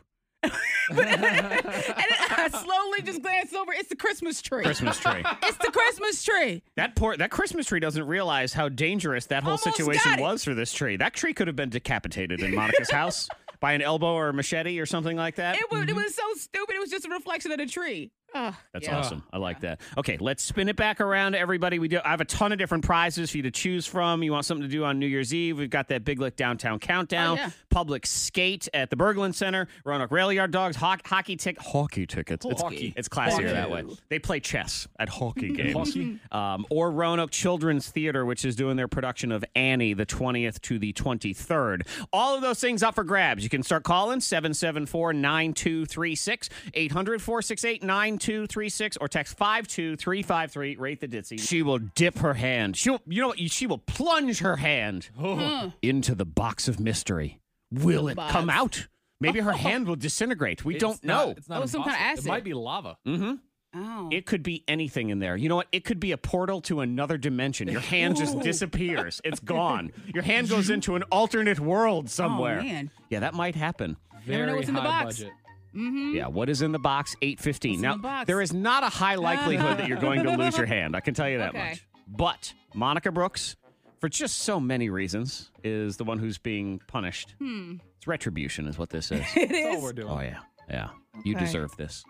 Speaker 4: and then I slowly just glanced over. It's the Christmas tree.
Speaker 2: Christmas tree.
Speaker 4: It's the Christmas tree.
Speaker 2: That poor that Christmas tree doesn't realize how dangerous that whole
Speaker 4: Almost got
Speaker 2: situation
Speaker 4: it.
Speaker 2: was for this tree. That tree could have been decapitated in Monica's house by an elbow or a machete or something like that.
Speaker 4: It was, it was so stupid. It was just a reflection of the tree. Ugh.
Speaker 2: That's
Speaker 4: Yeah.
Speaker 2: awesome. I like that. Okay, let's spin it back around, everybody. We do. I have a ton of different prizes for you to choose from. You want something to do on New Year's Eve? We've got that Big Lick Downtown Countdown,
Speaker 4: Oh, yeah.
Speaker 2: public skate at the Berglund Center, Roanoke Rail Yard Dogs, ho- hockey tick, hockey tickets. It's,
Speaker 5: Hockey.
Speaker 2: it's classier that way.
Speaker 5: Hockey.
Speaker 2: They play chess at hockey games.
Speaker 5: Hockey.
Speaker 2: Um, or Roanoke Children's Theater, which is doing their production of Annie the 20th to the 23rd. All of those things up for grabs. You can start calling 774 9236, 800 468 9236, or text 52353. Rate the ditzy. She will dip her hand. She'll, you know what? She will plunge her hand
Speaker 5: Hmm.
Speaker 2: into the box of mystery. Will it
Speaker 4: box.
Speaker 2: come out? Maybe her hand will disintegrate. We don't know.
Speaker 5: It's not
Speaker 4: Oh, some kind of
Speaker 5: impossible.
Speaker 4: acid.
Speaker 5: It might be lava.
Speaker 2: mm-hmm.
Speaker 4: Oh.
Speaker 2: It could be anything in there. You know what? It could be a portal to another dimension. Your hand just disappears. It's gone. Your hand goes into an alternate world
Speaker 5: Oh,
Speaker 2: somewhere.
Speaker 4: Oh, man.
Speaker 2: Yeah, that might happen.
Speaker 5: Very
Speaker 4: know what's in the
Speaker 5: high
Speaker 4: box.
Speaker 5: budget.
Speaker 4: mm-hmm.
Speaker 2: Yeah, what is in the box? 815.
Speaker 4: What's in
Speaker 2: Now,
Speaker 4: the box?
Speaker 2: there is not a high likelihood that you're going to lose your hand. I can tell you that
Speaker 4: Okay.
Speaker 2: much. But Monica Brooks, for just so many reasons, is the one who's being punished.
Speaker 4: Hmm.
Speaker 2: It's retribution, is what this is.
Speaker 4: It
Speaker 5: That's all
Speaker 4: is.
Speaker 5: we're doing.
Speaker 2: oh, yeah. Yeah. You
Speaker 4: Okay.
Speaker 2: deserve this.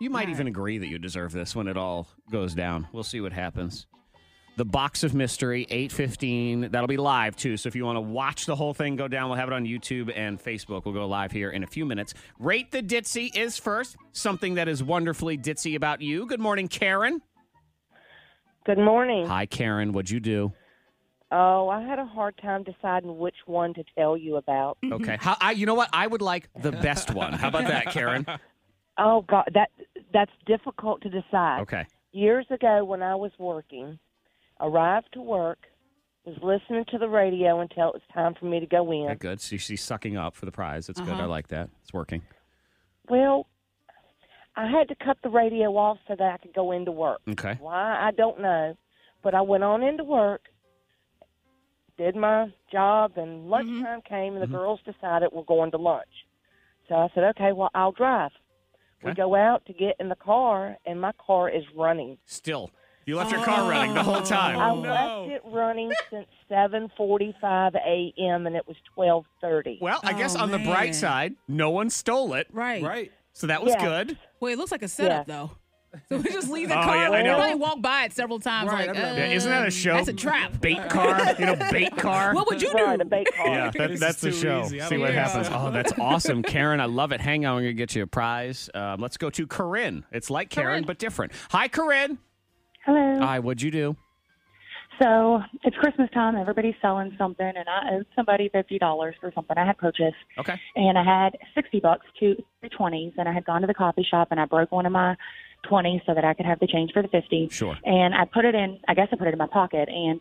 Speaker 2: You might
Speaker 4: All
Speaker 2: even agree that you deserve this when it all goes down. We'll see what happens. The Box of Mystery, 815. That'll be live too. So if you want to watch the whole thing go down, we'll have it on YouTube and Facebook. We'll go live here in a few minutes. Rate the Ditzy is first. Something that is wonderfully ditzy about you. Good morning, Karen.
Speaker 13: Good morning.
Speaker 2: Hi, Karen. What'd you do?
Speaker 13: Oh, I had a hard time deciding which one to tell you about.
Speaker 2: Mm-hmm. Okay. How, I, you know what? I would like the best one. How about that, Karen?
Speaker 13: Oh God, that that's difficult to decide.
Speaker 2: Okay.
Speaker 13: Years ago, when I was working, arrived to work, was listening to the radio until it was time for me to go in.
Speaker 2: Okay, good. So she's sucking up for the prize. That's
Speaker 13: Uh-huh.
Speaker 2: good. I like that. It's working.
Speaker 13: Well, I had to cut the radio off so that I could go into work.
Speaker 2: Okay.
Speaker 13: Why, I don't know. But I went on into work, did my job, and lunchtime
Speaker 2: Mm-hmm.
Speaker 13: came,
Speaker 14: Mm-hmm.
Speaker 13: and the girls decided we're going to lunch. So I said, okay, well, I'll drive. We
Speaker 2: Okay.
Speaker 13: go out to get in the car, and my car is running.
Speaker 2: Still. You left your car running the whole time.
Speaker 4: Oh,
Speaker 13: I left it running since 7:45 a.m. and it was 12:30.
Speaker 2: Well, I guess
Speaker 4: Oh,
Speaker 2: on the
Speaker 4: man.
Speaker 2: bright side, no one stole it.
Speaker 4: Right.
Speaker 5: Right.
Speaker 2: So that was
Speaker 13: Yeah.
Speaker 2: good.
Speaker 4: Well, it looks like a setup,
Speaker 13: Yeah.
Speaker 4: though. So we just leave the
Speaker 2: Oh,
Speaker 4: car.
Speaker 2: yeah, I
Speaker 4: like,
Speaker 2: know.
Speaker 4: probably walk by it several times.
Speaker 5: Right,
Speaker 4: like,
Speaker 5: I
Speaker 4: uh,
Speaker 5: remember.
Speaker 2: Yeah, isn't that a show?
Speaker 4: That's a trap.
Speaker 2: Bait car, you know, bait car.
Speaker 4: What would you do?
Speaker 13: Right, a bait car.
Speaker 2: yeah, that,
Speaker 5: This
Speaker 2: that's
Speaker 5: is
Speaker 2: the
Speaker 5: too
Speaker 2: show.
Speaker 5: easy. I
Speaker 2: See
Speaker 5: don't
Speaker 2: what
Speaker 5: think
Speaker 2: happens.
Speaker 5: so.
Speaker 2: Oh, that's awesome, Karen. I love it. Hang on, we're gonna get you a prize. Um, let's go to Corinne. It's like Karen,
Speaker 4: Corinne.
Speaker 2: but different. Hi, Corinne.
Speaker 13: Hello.
Speaker 2: Hi, what'd you do?
Speaker 13: So it's Christmas time. Everybody's selling something, and I owed somebody fifty dollars for something I had purchased,
Speaker 2: Okay.
Speaker 13: and I had sixty bucks to the twenties, and I had gone to the coffee shop and I broke one of my twenties so that I could have the change for the fifty.
Speaker 2: Sure.
Speaker 13: And I put it in. I guess I put it in my pocket, and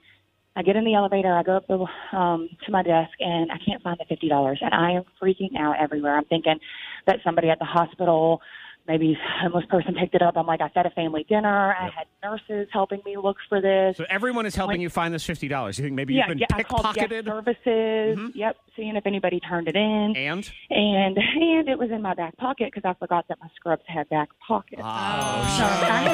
Speaker 13: I get in the elevator. I go up the, um, to my desk, and I can't find the fifty dollars, and I am freaking out everywhere. I'm thinking that somebody at the hospital maybe a homeless person picked it up. I'm like, I fed a family dinner. I had nurses helping me look for this.
Speaker 2: So everyone is helping you find this fifty dollars. You think maybe
Speaker 13: yeah,
Speaker 2: you've been
Speaker 13: yeah, I called guest
Speaker 2: pickpocketed? Mm-hmm.
Speaker 13: services. Yep, seeing if anybody turned it in.
Speaker 2: And
Speaker 13: and and it was in my back pocket because I forgot that my scrubs had back pockets.
Speaker 2: Oh,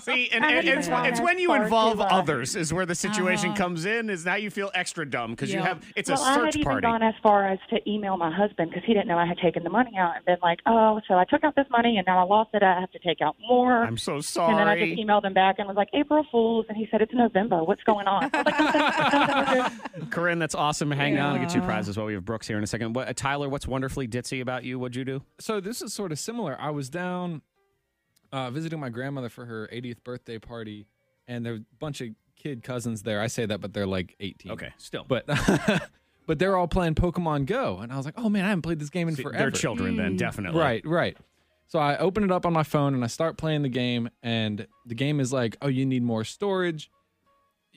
Speaker 2: See, and,
Speaker 13: I
Speaker 2: and
Speaker 13: didn't
Speaker 2: it's,
Speaker 13: know
Speaker 2: it's
Speaker 13: that
Speaker 2: when you
Speaker 13: part
Speaker 2: involve
Speaker 13: either.
Speaker 2: others is where the situation comes in. Is now you feel extra dumb because you
Speaker 13: Uh-huh. Yeah.
Speaker 2: have it's
Speaker 13: well,
Speaker 2: a
Speaker 13: I had
Speaker 2: search
Speaker 13: even
Speaker 2: party.
Speaker 13: gone as far as to email my husband because he didn't know I had taken the money out and been like, oh, so I took out this money and now I lost it. I have to take out more.
Speaker 2: I'm so
Speaker 13: And then I just
Speaker 2: sorry.
Speaker 13: emailed him back and was like, April Fools. And he said, it's November. What's going on? I was like,
Speaker 2: Corinne, that's awesome. Hang on, I'll get you prizes while we have Brooks here in a second. What, uh, Tyler, what's wonderfully ditzy about you? What'd you do?
Speaker 5: So this is sort of similar. I was down uh, visiting my grandmother for her 80th birthday party, and there were a bunch of kid cousins there. I say that, but they're like 18.
Speaker 2: Okay, still.
Speaker 5: But but they're all playing Pokemon Go, and I was like, oh man, I haven't played this game in
Speaker 2: See, they're
Speaker 5: forever.
Speaker 2: children then, Mm. definitely.
Speaker 5: Right, right. So I open it up on my phone and I start playing the game, and the game is like, oh, you need more storage.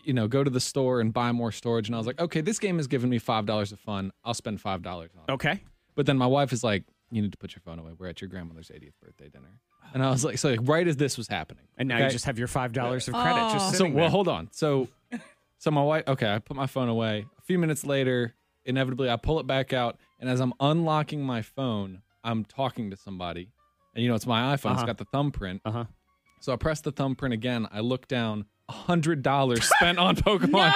Speaker 5: You know, go to the store and buy more storage. And I was like, okay, this game has given me five dollars of fun. I'll spend five dollars on it.
Speaker 2: Okay.
Speaker 5: But then my wife is like, you need to put your phone away. We're at your grandmother's 80th birthday dinner. And I was like, so like, right as this was happening,
Speaker 2: And now you just have your five dollars of credit just
Speaker 5: so
Speaker 2: sitting
Speaker 5: well,
Speaker 2: there.
Speaker 5: hold on. So, so my wife. Okay, I put my phone away. A few minutes later, inevitably, I pull it back out, and as I'm unlocking my phone, I'm talking to somebody, and you know it's my iPhone. It's
Speaker 2: Uh-huh.
Speaker 5: got the thumbprint. Uh huh. So I press the thumbprint again. I look down. Hundred dollars spent on Pokemon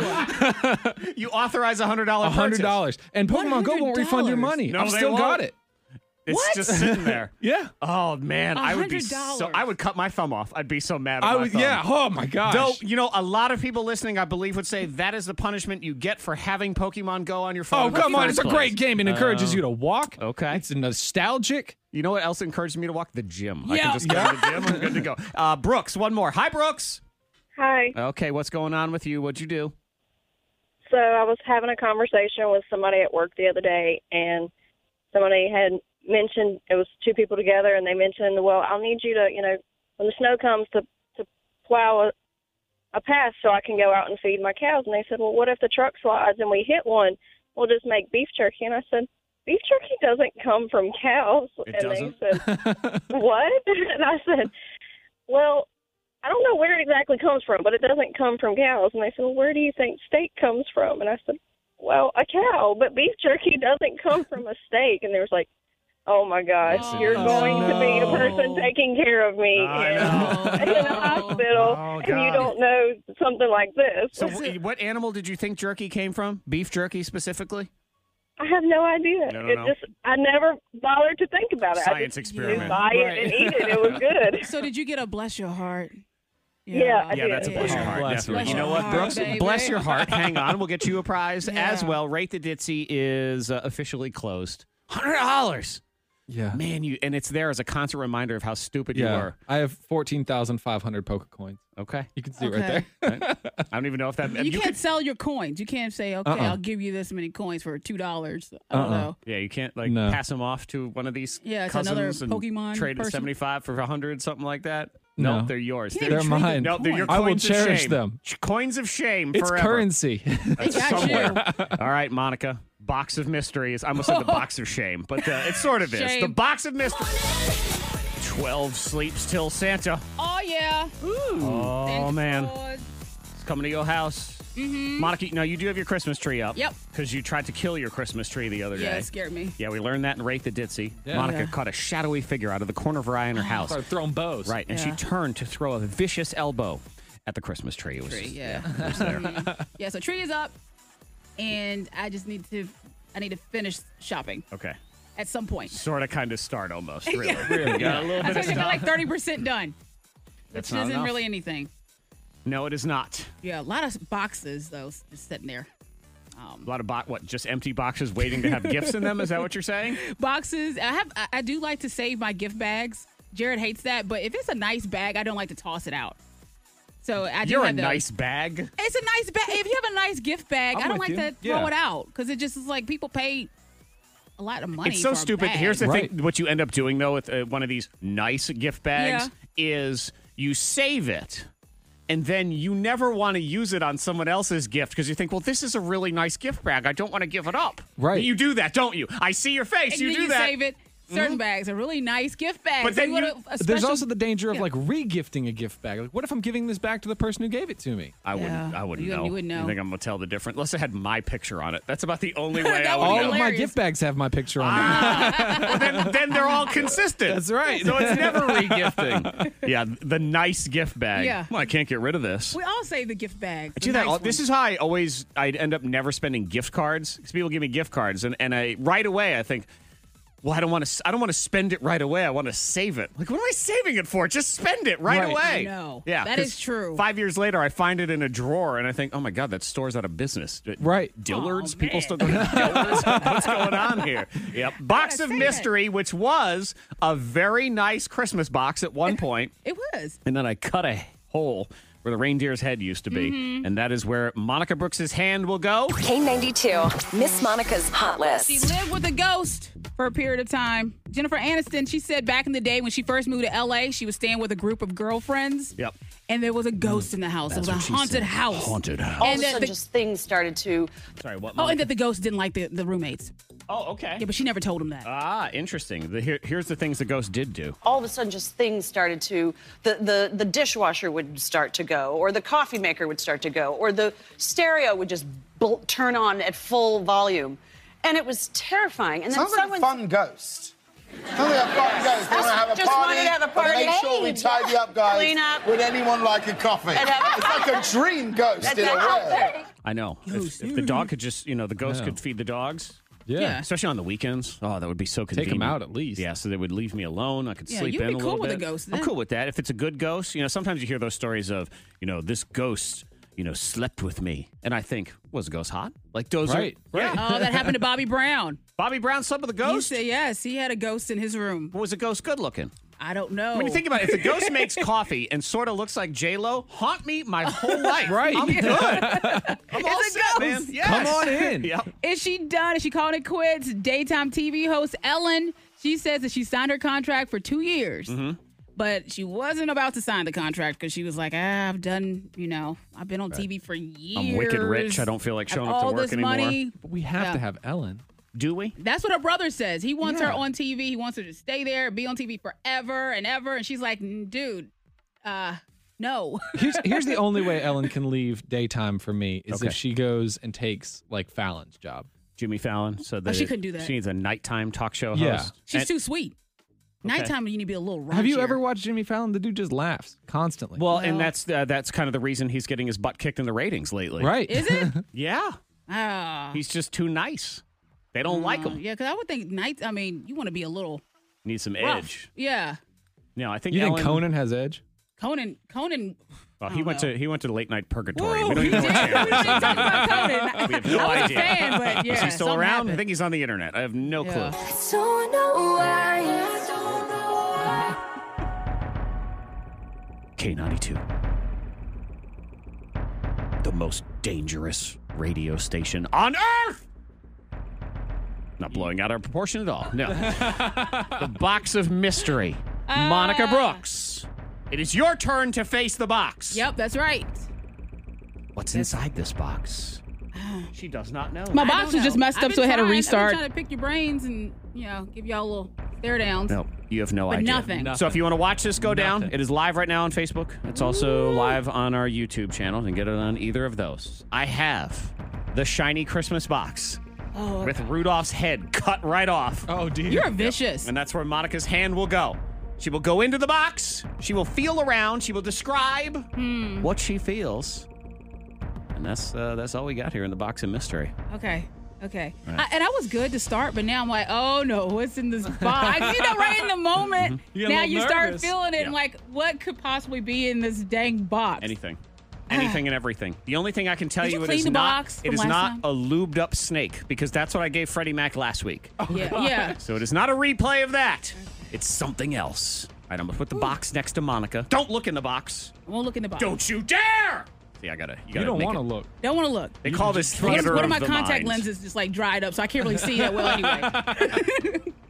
Speaker 5: Go.
Speaker 2: you authorize a hundred dollar.
Speaker 5: hundred dollars, and Pokemon Go won't refund your money.
Speaker 2: No,
Speaker 5: I've
Speaker 2: they
Speaker 5: still got
Speaker 2: won't.
Speaker 5: it.
Speaker 2: It's
Speaker 5: What?
Speaker 2: just sitting there.
Speaker 5: yeah.
Speaker 2: Oh man, I would be so.
Speaker 5: $100.
Speaker 2: I would cut my thumb off. I'd be so mad. At
Speaker 5: I
Speaker 2: my
Speaker 5: would-
Speaker 2: thumb.
Speaker 5: yeah, oh my gosh.
Speaker 2: Though you know, a lot of people listening, I believe, would say that is the punishment you get for having Pokemon Go on your phone.
Speaker 5: Oh,
Speaker 2: in the
Speaker 5: come on.
Speaker 2: first
Speaker 5: It's a
Speaker 2: place.
Speaker 5: great game. It encourages
Speaker 2: Oh.
Speaker 5: you to walk.
Speaker 2: Okay.
Speaker 5: Um, It's nostalgic.
Speaker 2: You know what else encourages me to walk? The gym. I
Speaker 5: Yeah.
Speaker 2: can just go to the gym. I'm good to go. Uh, Brooks, one more. Hi, Brooks.
Speaker 11: Hi.
Speaker 2: Okay, what's going on with you? What'd you do?
Speaker 11: So I was having a conversation with somebody at work the other day, and somebody had mentioned it was two people together, and they mentioned, well, I'll need you to, you know, when the snow comes, to to plow a, a path so I can go out and feed my cows. And they said, well, what if the truck slides and we hit one? We'll just make beef jerky. And I said, beef jerky doesn't come from cows.
Speaker 2: It
Speaker 11: and
Speaker 2: doesn't?
Speaker 11: they said, what? And I said, well, I don't know where it exactly comes from, but it doesn't come from cows. And they said, well, where do you think steak comes from? And I said, well, a cow, but beef jerky doesn't come from a steak. And they was like, oh my gosh,
Speaker 2: Yes, it
Speaker 11: you're
Speaker 2: does.
Speaker 11: going to be the person taking care of me in, in a hospital, and you
Speaker 2: Oh, God.
Speaker 11: don't know something like this.
Speaker 2: So, wh- what animal did you think jerky came from? Beef jerky specifically?
Speaker 11: I have no idea.
Speaker 2: No, no,
Speaker 11: it
Speaker 2: no.
Speaker 11: just I never bothered to think about it. I
Speaker 2: Science
Speaker 11: just
Speaker 2: experiment.
Speaker 11: Knew, buy
Speaker 2: Right.
Speaker 11: it and eat it. It was good.
Speaker 4: So did you get a bless your heart?
Speaker 11: Yeah, I
Speaker 2: yeah,
Speaker 11: did.
Speaker 2: that's a bless your heart.
Speaker 5: Bless
Speaker 2: definitely.
Speaker 5: your
Speaker 2: you know
Speaker 5: heart,
Speaker 2: what, Brooks?
Speaker 4: baby.
Speaker 2: Bless your heart. Hang on, we'll get you a prize as
Speaker 4: Yeah.
Speaker 2: well. Rate the Ditzy is uh, officially closed. Hundred dollars.
Speaker 5: Yeah.
Speaker 2: Man, you and it's there as a constant reminder of how stupid you
Speaker 5: Yeah.
Speaker 2: are.
Speaker 5: I have 14,500 Poke coins.
Speaker 2: Okay.
Speaker 5: You can see
Speaker 4: Okay.
Speaker 5: right there.
Speaker 2: I don't even know if that
Speaker 4: You, can't sell your coins. You can't say, okay,
Speaker 2: Uh-uh.
Speaker 4: I'll give you this many coins for two dollars. I don't know.
Speaker 2: Yeah, you can't like
Speaker 5: Uh-uh. No.
Speaker 2: pass them off to one of these
Speaker 4: Yeah, it's another
Speaker 2: cousins and
Speaker 4: Pokemon
Speaker 2: trade
Speaker 4: person.
Speaker 2: seventy five for hundred, something like that.
Speaker 5: No.
Speaker 2: they're yours.
Speaker 5: Can't They're trade the mine.
Speaker 2: No, they're your
Speaker 5: coins. I
Speaker 2: coins
Speaker 5: will cherish
Speaker 2: of shame.
Speaker 5: them.
Speaker 2: Ch- Coins of shame.
Speaker 5: It's
Speaker 2: forever.
Speaker 5: currency.
Speaker 2: That's somewhere. All right, Monica. Box of mysteries. I almost said the box of shame, but uh, it sort of is. The
Speaker 4: Shame.
Speaker 2: box of mysteries. Twelve sleeps till Santa.
Speaker 4: Oh yeah.
Speaker 2: Oh,
Speaker 4: Santa
Speaker 2: man.
Speaker 4: Claus.
Speaker 2: It's coming to your house.
Speaker 4: Mhm.
Speaker 2: Monica, no, you do have your Christmas tree up.
Speaker 4: Yep.
Speaker 2: Because you tried to kill your Christmas tree the other
Speaker 4: Yeah,
Speaker 2: day.
Speaker 4: it scared me.
Speaker 2: Yeah, we learned that in Rate the Ditzy.
Speaker 4: Yeah.
Speaker 2: Monica
Speaker 4: Yeah. Oh.
Speaker 2: caught a shadowy figure out of the corner of her eye in her house.
Speaker 5: Started throwing bows.
Speaker 2: Right, and she
Speaker 4: Yeah.
Speaker 2: turned to throw a vicious elbow at the Christmas tree. It was
Speaker 4: Tree,
Speaker 2: just-
Speaker 4: yeah.
Speaker 2: it was there.
Speaker 4: Mhm. yeah, so tree is up and I just need to I need to finish shopping
Speaker 2: Okay.
Speaker 4: at some point.
Speaker 2: Sort of kind of start almost,
Speaker 4: Yeah.
Speaker 2: really. You Got a little
Speaker 4: I
Speaker 2: bit of
Speaker 4: think I got
Speaker 2: stuff.
Speaker 4: like thirty percent done.
Speaker 2: That's
Speaker 4: Which
Speaker 2: not
Speaker 4: isn't
Speaker 2: enough.
Speaker 4: really anything.
Speaker 2: No, it is not.
Speaker 4: Yeah, a lot of boxes though just sitting there. um,
Speaker 2: a lot of bo- what just empty boxes waiting to have gifts in them. Is that what you're saying?
Speaker 4: Boxes. I have I- I do like to save my gift bags. Jared hates that, but if it's a nice bag, I don't like to toss it out. So I do
Speaker 2: You're a
Speaker 4: have those.
Speaker 2: nice bag.
Speaker 4: It's a nice bag. If you have a nice gift bag,
Speaker 2: I'm
Speaker 4: I'm I do not
Speaker 2: with
Speaker 4: like
Speaker 2: you.
Speaker 4: to throw
Speaker 2: Yeah.
Speaker 4: it out because it just is like people pay a lot of money.
Speaker 2: it's so
Speaker 4: for a
Speaker 2: stupid.
Speaker 4: bag.
Speaker 2: Here's the thing: what you end up doing though with uh, one of these nice gift bags is you save it. And then you never want to use it on someone else's gift because you think, well, this is a really nice gift bag. I don't want to give it up.
Speaker 5: Right.
Speaker 2: You do that, don't you? I see your face.
Speaker 4: And
Speaker 2: you
Speaker 4: then
Speaker 2: do
Speaker 4: you
Speaker 2: that. Mm-hmm.
Speaker 4: save it. Certain bags are really nice gift bags.
Speaker 5: But then
Speaker 4: You
Speaker 5: you,
Speaker 4: want a- a
Speaker 5: there's
Speaker 4: special-
Speaker 5: also the danger of
Speaker 4: Yeah.
Speaker 5: like regifting a gift bag. Like, what if I'm giving this back to the person who gave it to me?
Speaker 2: I wouldn't.
Speaker 4: Yeah.
Speaker 2: I wouldn't
Speaker 4: You-
Speaker 2: know.
Speaker 4: you wouldn't know.
Speaker 2: think I'm gonna tell the difference? Unless it had my picture on it. That's about the only way I would
Speaker 5: All
Speaker 2: know.
Speaker 5: of my gift bags have my picture on
Speaker 4: Ah.
Speaker 5: them.
Speaker 2: well, then, then they're all consistent. That's
Speaker 5: right.
Speaker 2: So it's never regifting. yeah, the nice gift bag.
Speaker 4: Yeah.
Speaker 2: Well, I can't get rid of this.
Speaker 4: We all say the gift
Speaker 2: I
Speaker 4: bag. the
Speaker 2: do that.
Speaker 4: nice
Speaker 2: all
Speaker 4: one.
Speaker 2: This is how I always I'd end up never spending gift cards because people give me gift cards and and I right away I think, well I don't want to I don't want to spend it right away. I want to save it. Like what am I saving it for? Just spend it right,
Speaker 4: Right.
Speaker 2: away.
Speaker 4: I know.
Speaker 2: Yeah,
Speaker 4: That is
Speaker 2: 'cause
Speaker 4: true.
Speaker 2: Five years later, I find it in a drawer and I think, oh my god, that store's out of business. Uh,
Speaker 5: Right.
Speaker 4: Oh,
Speaker 2: Dillard's. people still go to Dillard's. What's going on here? Yep. Box of
Speaker 4: save it.
Speaker 2: mystery, which was a very nice Christmas box at one point.
Speaker 4: It was.
Speaker 2: And then I cut a hole where the reindeer's head used to be.
Speaker 4: Mm-hmm.
Speaker 2: And that is where Monica Brooks's hand will go.
Speaker 6: K92, Miss Monica's Hot List.
Speaker 4: She lived with a ghost for a period of time. Jennifer Aniston, she said back in the day when she first moved to LA, she was staying with a group of girlfriends.
Speaker 2: Yep.
Speaker 4: And there was a ghost in the house. it was a haunted house.
Speaker 2: Haunted house.
Speaker 7: All of
Speaker 4: And
Speaker 7: a
Speaker 4: that
Speaker 7: sudden,
Speaker 4: the-
Speaker 7: just things started to.
Speaker 2: Sorry, what?
Speaker 4: Oh, and
Speaker 2: Monica?
Speaker 4: that the ghost didn't like the, the roommates.
Speaker 2: Oh, okay.
Speaker 4: Yeah, but she never told him that.
Speaker 2: ah, interesting. The, here, here's the things the ghost did do.
Speaker 7: All of a sudden, just things started to. The, the the dishwasher would start to go, or the coffee maker would start to go, or the stereo would just bl- turn on at full volume, and it was terrifying. And then
Speaker 9: Sounds like
Speaker 7: someone
Speaker 9: a fun ghost. Sounds like a fun ghost. We want to have a
Speaker 7: Just
Speaker 9: party.
Speaker 7: wanted to have a
Speaker 9: but
Speaker 7: party.
Speaker 9: Make sure we tidy up, guys.
Speaker 7: Clean up.
Speaker 9: Would anyone like a coffee?
Speaker 7: And have-
Speaker 9: It's like a dream ghost in a way.
Speaker 2: I know. If, if the dog could just, you know, the ghost could feed the dogs.
Speaker 5: Yeah.
Speaker 4: Yeah.
Speaker 2: Especially on the weekends. Oh, that would be so convenient.
Speaker 5: 'em out at least.
Speaker 2: Yeah, so they would leave me alone. I could
Speaker 4: Yeah,
Speaker 2: sleep
Speaker 4: you'd
Speaker 2: in
Speaker 4: be
Speaker 2: a
Speaker 4: cool
Speaker 2: little
Speaker 4: with a
Speaker 2: bit.
Speaker 4: ghost
Speaker 2: I'm
Speaker 4: then.
Speaker 2: cool with that. If it's a good ghost, you know, sometimes you hear those stories of, you know, this ghost, you know, slept with me. And I think, was the ghost hot? Like those
Speaker 5: Right,
Speaker 2: are
Speaker 5: right.
Speaker 2: Yeah.
Speaker 4: Oh, that happened to Bobby Brown.
Speaker 2: Bobby Brown slept with a
Speaker 4: He
Speaker 2: ghost?
Speaker 4: said yes, he had a ghost in his room.
Speaker 2: was the ghost good looking?
Speaker 4: I don't know.
Speaker 2: When you think about it, if the ghost
Speaker 4: Oh.
Speaker 2: makes coffee and sort of looks like J Lo, haunt me my whole life.
Speaker 5: Right.
Speaker 2: I'm good. I'm all
Speaker 4: a
Speaker 2: set,
Speaker 4: ghost.
Speaker 2: man. Yes.
Speaker 5: Come on in.
Speaker 2: Yep.
Speaker 4: Is she done? Is she calling it quits? Daytime TV host Ellen, she says that she signed her contract for two years.
Speaker 14: Mm-hmm.
Speaker 4: But she wasn't about to sign the contract because she was like, ah, I've done, you know, I've been on TV for years.
Speaker 2: I'm wicked rich. I don't feel like
Speaker 4: I have
Speaker 2: showing up to
Speaker 4: all
Speaker 2: work
Speaker 4: this
Speaker 2: anymore.
Speaker 4: Money.
Speaker 5: But we have to have Ellen.
Speaker 2: Do we?
Speaker 4: That's what her brother says. He wants her
Speaker 5: Yeah.
Speaker 4: on TV. He wants her to stay there, be on TV forever and ever. And she's like, "Mm, dude, uh, no. Oh,
Speaker 5: Here's here's the only way Ellen can leave daytime for me is
Speaker 2: Okay.
Speaker 5: if she goes and takes like Fallon's job.
Speaker 2: Jimmy Fallon. So that
Speaker 4: Oh, she couldn't do that.
Speaker 2: She needs a nighttime talk show
Speaker 5: Yeah.
Speaker 2: host.
Speaker 4: She's
Speaker 2: And-
Speaker 4: too sweet. Nighttime, you need to be a little raunchy.
Speaker 5: Have you ever watched Jimmy Fallon? The dude just laughs constantly.
Speaker 2: well, and that's uh, that's kind of the reason he's getting his butt kicked in the ratings lately.
Speaker 5: right.
Speaker 4: Is it?
Speaker 2: Yeah.
Speaker 4: Ah.
Speaker 2: He's just too nice. They don't like
Speaker 4: Uh,
Speaker 2: him.
Speaker 4: Yeah, because I would think nights. I mean, you want to be a little
Speaker 2: Needs some
Speaker 4: rough.
Speaker 2: edge.
Speaker 4: Yeah,
Speaker 2: No, I think
Speaker 5: you
Speaker 2: Ellen,
Speaker 5: think Conan has edge?
Speaker 4: Conan. Conan.
Speaker 2: Well,
Speaker 4: I
Speaker 2: he
Speaker 4: don't
Speaker 2: went
Speaker 4: know.
Speaker 2: to he went to late night purgatory.
Speaker 4: Whoa,
Speaker 2: we don't
Speaker 4: we
Speaker 2: even know
Speaker 4: did.
Speaker 2: what
Speaker 4: We didn't
Speaker 2: channel.
Speaker 4: talk about Conan.
Speaker 2: We have no
Speaker 4: I was
Speaker 2: idea.
Speaker 4: a fan, but yeah,
Speaker 2: Is he still
Speaker 4: something
Speaker 2: around? I
Speaker 4: happened.
Speaker 2: think he's on the internet. I have no
Speaker 4: Yeah.
Speaker 2: clue.
Speaker 6: Don't know why.
Speaker 2: K92. The most dangerous radio station on earth! Not blowing out our proportion at all. No. the box of mystery. Monica Brooks. It is your turn to face the box.
Speaker 4: Yep, that's right.
Speaker 2: What's inside this box? She does not know.
Speaker 4: My
Speaker 2: I
Speaker 4: box
Speaker 2: don't
Speaker 4: was just
Speaker 2: know.
Speaker 4: messed
Speaker 7: I've
Speaker 4: up,
Speaker 7: been
Speaker 4: so I had to
Speaker 7: trying- I've been
Speaker 4: restart.
Speaker 7: trying
Speaker 4: to pick your brains and you know give y'all a little stare downs.
Speaker 2: No, you have no
Speaker 4: But
Speaker 2: idea.
Speaker 4: nothing.
Speaker 2: So
Speaker 5: Nothing.
Speaker 2: if you want to watch this go down,
Speaker 5: Nothing.
Speaker 2: it is live right now on Facebook. It's also live on our YouTube channel. You can get it on either of those. I have the shiny Christmas box with Rudolph's head cut right off.
Speaker 5: Oh, dear.
Speaker 4: Oh, You're vicious.
Speaker 2: And that's where Monica's hand will go. She will go into the box. She will feel around. She will describe
Speaker 4: Hmm.
Speaker 2: what she feels. And that's uh, that's all we got here in the box of mystery.
Speaker 4: Okay. Okay. I, and I was good to start, but now I'm like, oh no, what's in this box? you know, right in the moment,
Speaker 5: You get a
Speaker 4: now
Speaker 5: little
Speaker 4: you
Speaker 5: nervous.
Speaker 4: start feeling it.
Speaker 2: Yeah.
Speaker 4: and Like, what could possibly be in this dang box?
Speaker 2: Anything. Anything and everything. The only thing I can tell
Speaker 4: Did
Speaker 2: you,
Speaker 4: you
Speaker 2: it
Speaker 4: clean
Speaker 2: is
Speaker 4: the
Speaker 2: not
Speaker 4: box
Speaker 2: it
Speaker 4: from
Speaker 2: is
Speaker 4: last
Speaker 2: not
Speaker 4: time?
Speaker 2: a lubed up snake because that's what I gave Freddie Mac last week.
Speaker 4: yeah. Yeah.
Speaker 2: So it is not a replay of that. It's something else. All right, I'm gonna put the box next to Monica. Don't look in the box.
Speaker 4: Won't look in the box.
Speaker 2: Don't you dare! See, I gotta. You,
Speaker 5: You
Speaker 2: gotta
Speaker 5: don't
Speaker 2: make
Speaker 5: want to
Speaker 2: it-
Speaker 5: look.
Speaker 4: Don't want to look.
Speaker 2: They call this
Speaker 4: One of-
Speaker 2: theater
Speaker 4: one of
Speaker 2: of
Speaker 4: my
Speaker 2: the
Speaker 4: contact
Speaker 2: mind.
Speaker 4: lenses just like dried up, so I can't really see that well anyway.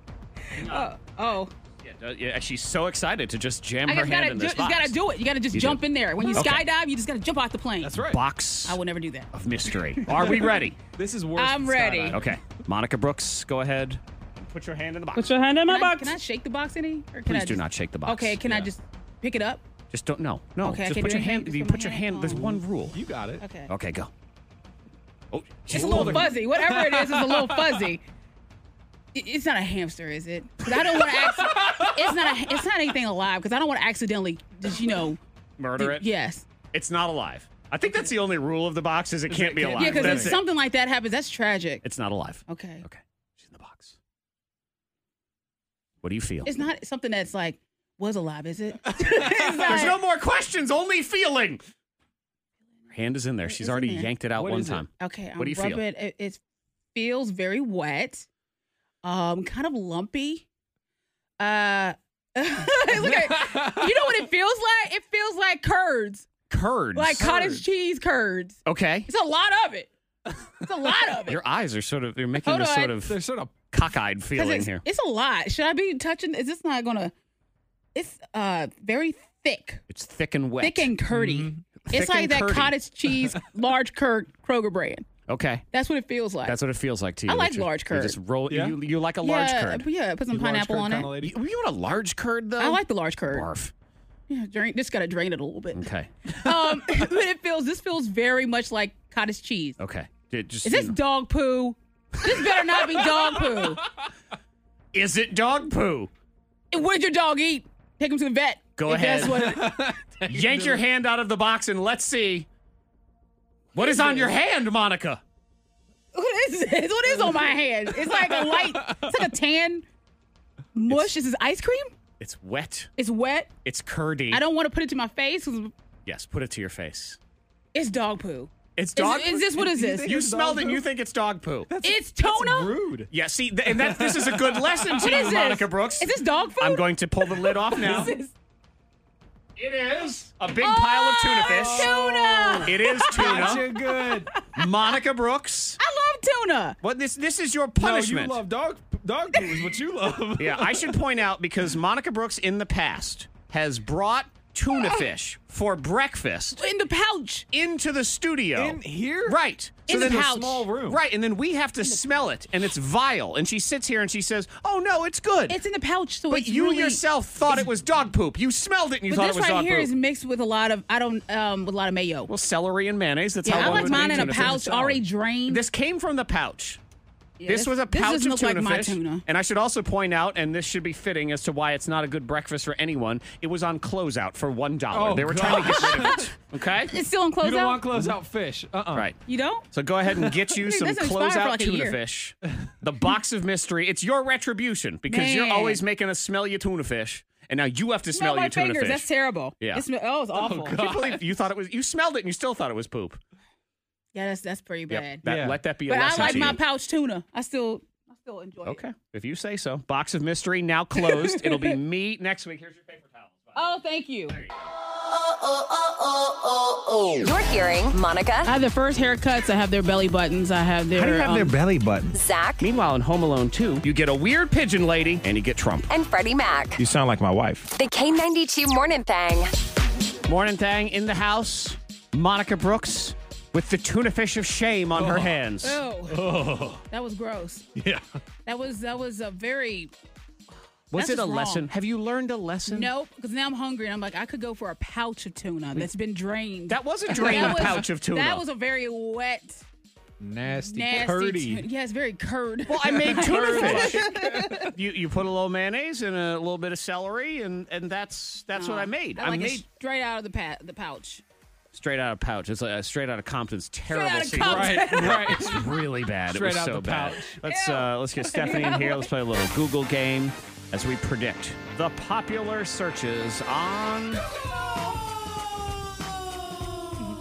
Speaker 4: oh, oh.
Speaker 2: Yeah, uh, yeah, she's so excited to just jam
Speaker 4: I
Speaker 2: her
Speaker 4: just
Speaker 2: hand
Speaker 4: gotta,
Speaker 2: in
Speaker 4: ju-
Speaker 2: this
Speaker 4: just
Speaker 2: box.
Speaker 4: gotta do it. You gotta just
Speaker 2: You
Speaker 4: jump
Speaker 2: do.
Speaker 4: in there. When you
Speaker 2: Okay.
Speaker 4: skydive, you just gotta jump off the plane.
Speaker 5: That's right.
Speaker 2: Box
Speaker 4: I will never do that.
Speaker 2: of mystery. Are we ready?
Speaker 5: This is worse.
Speaker 4: I'm
Speaker 5: than
Speaker 4: ready.
Speaker 5: skydiving.
Speaker 2: Okay, Monica Brooks, go ahead and Put your hand in the box.
Speaker 4: Put your hand in my box. Can I shake the box any? Or can
Speaker 2: Please
Speaker 4: I
Speaker 2: do
Speaker 4: just-
Speaker 2: not shake the box.
Speaker 4: Okay, can I just pick it up?
Speaker 2: Just don't. No, no.
Speaker 4: Okay, I
Speaker 2: just
Speaker 4: can't
Speaker 2: put
Speaker 4: do
Speaker 2: your
Speaker 4: anything.
Speaker 2: hand. You put your hand. There's one rule. You
Speaker 5: got it.
Speaker 4: Okay.
Speaker 2: Okay, go. Oh, she's
Speaker 4: It's a little
Speaker 2: holding-
Speaker 4: fuzzy. Whatever it is, it's a little fuzzy. I- It's not a hamster, is it? 'Cause I don't want to. Acc- it's not. A, it's not anything alive because I don't want to accidentally, just you know,
Speaker 2: Murder it.
Speaker 4: Yes.
Speaker 2: It's not alive. I think that's the only rule of the box is it can't be alive.
Speaker 4: yeah, because if
Speaker 2: That's it.
Speaker 4: something like that happens, that's tragic.
Speaker 2: It's not alive.
Speaker 4: Okay.
Speaker 2: Okay. She's in the box. What do you feel?
Speaker 4: It's not something that's like was alive, is it?
Speaker 2: There's no more questions. Only feeling. Her hand is in there. She's already
Speaker 4: in there.
Speaker 2: yanked it out
Speaker 4: What
Speaker 2: one
Speaker 4: is it?
Speaker 2: time.
Speaker 4: Okay, I'm
Speaker 2: What do you
Speaker 4: rub
Speaker 2: feel?
Speaker 4: It. It, it feels very wet, um, kind of lumpy. Uh, look at- you know what it feels like? It feels like curds,
Speaker 2: Curds.
Speaker 4: like cottage cheese curds.
Speaker 2: Okay.
Speaker 4: It's a lot of it. It's a lot of it
Speaker 2: Your eyes are sort of. They're making
Speaker 4: Hold
Speaker 2: this
Speaker 4: on.
Speaker 2: sort of. They're
Speaker 5: sort of
Speaker 2: cockeyed
Speaker 4: because
Speaker 2: feeling
Speaker 4: it's,
Speaker 2: here.
Speaker 4: it's a lot. Should I be touching? Is this not gonna? It's uh very thick,
Speaker 2: It's thick and wet.
Speaker 4: thick and curdy.
Speaker 5: Mm-hmm.
Speaker 4: It's
Speaker 2: Thick
Speaker 4: like
Speaker 2: and
Speaker 4: that
Speaker 2: curdy.
Speaker 4: cottage cheese large curd Kroger brand.
Speaker 2: Okay.
Speaker 4: That's what it feels like.
Speaker 2: That's what it feels like to you.
Speaker 4: I like
Speaker 2: that you're-
Speaker 4: large
Speaker 2: you Just roll.
Speaker 4: Yeah?
Speaker 2: You, you like a large
Speaker 4: yeah,
Speaker 2: curd.
Speaker 4: uh, Yeah, put some pineapple on it.
Speaker 2: You, you want a large curd though?
Speaker 4: I like the large curd.
Speaker 2: Barf.
Speaker 4: Yeah, drain, just gotta drain it a little bit.
Speaker 2: Okay.
Speaker 4: Um, but it feels this feels very much like cottage cheese.
Speaker 2: Okay. It just,
Speaker 4: Is this
Speaker 2: you know-
Speaker 4: dog poo? This better not be dog poo.
Speaker 2: Is it dog poo?
Speaker 4: And what did your dog eat? Take him to the vet.
Speaker 2: Go
Speaker 4: If
Speaker 2: ahead.
Speaker 4: That's what,
Speaker 2: Yank your hand out of the box and let's see what is on your hand, Monica.
Speaker 4: what is this? What is on my hand? It's like a light. It's like a tan mush. is this ice cream?
Speaker 2: It's wet.
Speaker 4: It's wet.
Speaker 2: It's curdy.
Speaker 4: I don't want to put it to my face. 'cause
Speaker 2: Yes, put it to your face.
Speaker 4: It's dog poo.
Speaker 2: It's
Speaker 4: Is-
Speaker 2: dog.
Speaker 4: is this- what is You this? think
Speaker 2: You
Speaker 4: it's
Speaker 2: smelled
Speaker 4: dog
Speaker 2: it. and
Speaker 4: poo?
Speaker 2: You think it's dog poo.
Speaker 4: it's toner.
Speaker 5: rude.
Speaker 2: Yeah. See, th- and that this is a good lesson to
Speaker 4: What is
Speaker 2: you,
Speaker 4: this?
Speaker 2: Monica Brooks.
Speaker 4: Is this dog food?
Speaker 2: I'm going to pull the lid off now.
Speaker 4: What is this?
Speaker 2: It is a big pile of tuna fish.
Speaker 4: Tuna.
Speaker 2: It is
Speaker 5: Gotcha,
Speaker 2: tuna.
Speaker 5: good.
Speaker 2: Monica Brooks.
Speaker 4: I love tuna.
Speaker 2: What this? This is your
Speaker 5: No,
Speaker 2: punishment.
Speaker 5: you love dog dog poo is what you love.
Speaker 2: Yeah, I should point out because Monica Brooks in the past has brought tuna fish for breakfast
Speaker 4: Oh. In the pouch.
Speaker 2: into the studio.
Speaker 5: in here.
Speaker 2: Right.
Speaker 4: In the
Speaker 2: then-
Speaker 4: pouch.
Speaker 5: small room.
Speaker 2: Right, and then we have to smell it, and it's vile. And she sits here and she says, "Oh no, it's good."
Speaker 4: It's in the pouch, so
Speaker 2: but
Speaker 4: it's
Speaker 2: you
Speaker 4: really-
Speaker 2: yourself thought it was dog poop. You smelled it and you
Speaker 4: But
Speaker 2: thought
Speaker 4: this
Speaker 2: it was
Speaker 4: right
Speaker 2: dog
Speaker 4: here
Speaker 2: poop.
Speaker 4: is mixed with a lot of I don't um with a lot of mayo.
Speaker 2: well, celery and mayonnaise. That's
Speaker 4: yeah,
Speaker 2: how
Speaker 4: I
Speaker 2: one
Speaker 4: like
Speaker 2: would make
Speaker 4: mine in a
Speaker 2: tuna fish.
Speaker 4: pouch already drained.
Speaker 2: This came from the pouch.
Speaker 4: Yeah,
Speaker 2: this, was a pouch
Speaker 4: doesn't
Speaker 2: of
Speaker 4: look
Speaker 2: tuna
Speaker 4: like my
Speaker 2: fish.
Speaker 4: tuna.
Speaker 2: And I should also point out, and this should be fitting as to why it's not a good breakfast for anyone. It was on closeout for one dollar.
Speaker 5: Oh,
Speaker 2: they were trying to
Speaker 5: gosh.
Speaker 2: get rid of it. Okay,
Speaker 4: It's still in
Speaker 5: You
Speaker 4: closeout.
Speaker 5: don't want close out fish. Uh uh
Speaker 2: right.
Speaker 4: You don't?
Speaker 2: So go ahead and get you
Speaker 4: Dude,
Speaker 2: some
Speaker 4: that's been expired for
Speaker 2: closeout
Speaker 4: like a
Speaker 2: tuna
Speaker 4: year.
Speaker 2: fish. The box of mystery. It's your retribution because you're
Speaker 4: Man.
Speaker 2: always making us smell your tuna fish, and now you have to smell
Speaker 4: Smell my
Speaker 2: your tuna
Speaker 4: fingers.
Speaker 2: fish.
Speaker 4: That's terrible.
Speaker 2: Yeah.
Speaker 4: It smell- oh, it's awful.
Speaker 2: Can you believe you thought it was? You smelled it and you still thought it was poop.
Speaker 4: yeah, that's that's pretty
Speaker 2: Yep.
Speaker 4: bad.
Speaker 2: That,
Speaker 5: Yeah.
Speaker 2: Let that be a
Speaker 4: But I
Speaker 2: lesson
Speaker 4: like
Speaker 2: to
Speaker 4: my
Speaker 2: you.
Speaker 4: pouch tuna. I still I still enjoy it.
Speaker 2: Okay, if you say so. Box of mystery now closed. It'll be me next week. Here's your paper towels.
Speaker 4: Oh, thank you.
Speaker 6: You're hearing
Speaker 4: I
Speaker 6: Monica,
Speaker 4: have their first haircuts. I have their belly buttons. I have their. um,
Speaker 2: belly button?
Speaker 6: Zach,
Speaker 2: Meanwhile, in Home Alone 2, you get a weird pigeon lady and you get Trump.
Speaker 6: and Freddie Mac.
Speaker 1: You sound like my wife.
Speaker 6: The K92 Morning Thang.
Speaker 2: Morning Thang in the house, Monica Brooks with the tuna fish of shame on her hands.
Speaker 4: oh, that was gross.
Speaker 5: Yeah.
Speaker 4: That was that was a very
Speaker 2: Was
Speaker 4: that's
Speaker 2: it a
Speaker 4: just wrong.
Speaker 2: lesson? Have you learned a lesson?
Speaker 4: no because now I'm hungry and I'm like I could go for a pouch of tuna that's been drained.
Speaker 2: That was a drained
Speaker 4: That was-
Speaker 2: pouch of tuna.
Speaker 4: That was a very wet,
Speaker 5: Nasty,
Speaker 4: nasty.
Speaker 5: curdy.
Speaker 4: tu- yeah, it's very curd.
Speaker 2: well, I made tuna fish. you you put a little mayonnaise and a little bit of celery, and, and that's that's what I made.
Speaker 4: I like
Speaker 2: made
Speaker 4: it straight out of the pa- the pouch.
Speaker 2: straight out of pouch. It's like uh, straight out of Compton's terrible
Speaker 4: out of
Speaker 2: sequel.
Speaker 4: Compton.
Speaker 5: Right, right.
Speaker 2: It's really bad.
Speaker 5: Straight
Speaker 2: it was
Speaker 5: out
Speaker 2: so
Speaker 5: the
Speaker 2: bad.
Speaker 5: pouch.
Speaker 2: Let's uh, let's get Stephanie in here. Let's play a little Google game as we predict the popular searches on.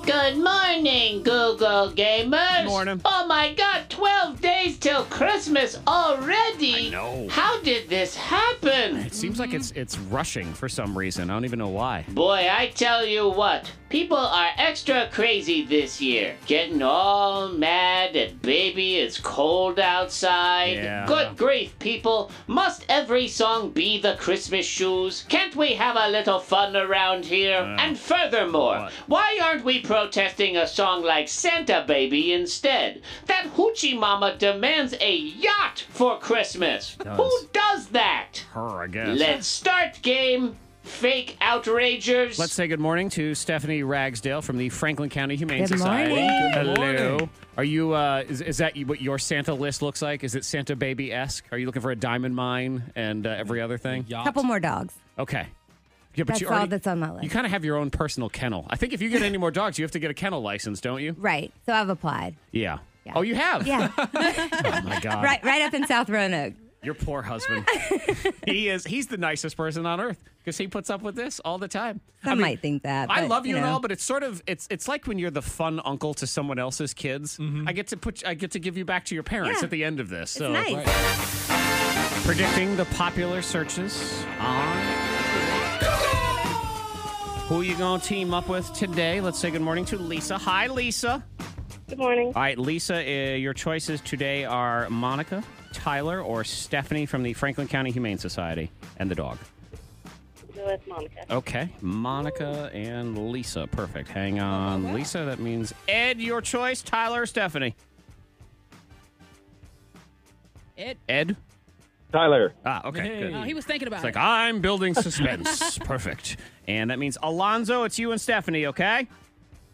Speaker 10: Good morning, Google gamers.
Speaker 2: Morning.
Speaker 10: Oh my God, 12 days till Christmas already.
Speaker 2: I know.
Speaker 10: How did this happen?
Speaker 2: It seems like it's it's rushing for some reason. I don't even know why.
Speaker 10: Boy, I tell you what, people are extra crazy this year. Getting all mad at baby, it's cold outside.
Speaker 2: Yeah.
Speaker 10: Good grief, people. Must every song be the Christmas shoes? Can't we have a little fun around here? and furthermore,
Speaker 2: Uh, What?
Speaker 10: why aren't we protesting a song like Santa Baby instead. That hoochie mama demands a yacht for Christmas. Who does that?
Speaker 2: Her, I guess.
Speaker 10: Let's start game. Fake outragers.
Speaker 2: Let's say good morning to Stephanie Ragsdale from the Franklin County Humane
Speaker 10: Good
Speaker 2: Society.
Speaker 10: morning. Good
Speaker 2: Hello.
Speaker 10: morning.
Speaker 2: Are you? Uh, is, is that what your Santa list looks like? Is it Santa baby esque? Are you looking for a diamond mine and uh, every other thing?
Speaker 15: Couple more dogs.
Speaker 2: Okay. Yeah, but
Speaker 15: that's
Speaker 2: you
Speaker 15: all
Speaker 2: already,
Speaker 15: that's on my
Speaker 2: you
Speaker 15: list.
Speaker 2: kind of have your own personal kennel. I think if you get any more dogs, you have to get a kennel license, don't you?
Speaker 15: Right. So I've applied.
Speaker 2: Yeah. Oh, you have?
Speaker 15: Yeah.
Speaker 2: oh my god.
Speaker 15: Right right up in South Roanoke.
Speaker 2: Your poor husband. he is. He's the nicest person on earth because he puts up with this all the time.
Speaker 15: Some
Speaker 2: I mean,
Speaker 15: might think that.
Speaker 2: I
Speaker 15: but,
Speaker 2: love you, and
Speaker 15: know.
Speaker 2: all, but it's sort of it's it's like when you're the fun uncle to someone else's kids.
Speaker 15: Mm-hmm.
Speaker 2: I get to put I get to give you back to your parents at the end of this. So
Speaker 15: nice.
Speaker 2: predicting the popular searches on who you gonna team up with today? Let's say good morning to Lisa. Hi, Lisa.
Speaker 11: Good morning.
Speaker 2: All right, Lisa, uh, your choices today are Monica, Tyler, or Stephanie from the Franklin County Humane Society and the dog.
Speaker 11: Go with Monica.
Speaker 2: Okay, Monica and Lisa. Perfect. Hang on, Lisa. That means Ed, your choice. Tyler, or Stephanie.
Speaker 4: Ed.
Speaker 2: Ed. Tyler. Ah, okay. Good.
Speaker 4: Oh, he was thinking about
Speaker 2: It's
Speaker 4: it.
Speaker 2: like I'm building suspense. perfect. And that means Alonzo, it's you and Stephanie. Okay.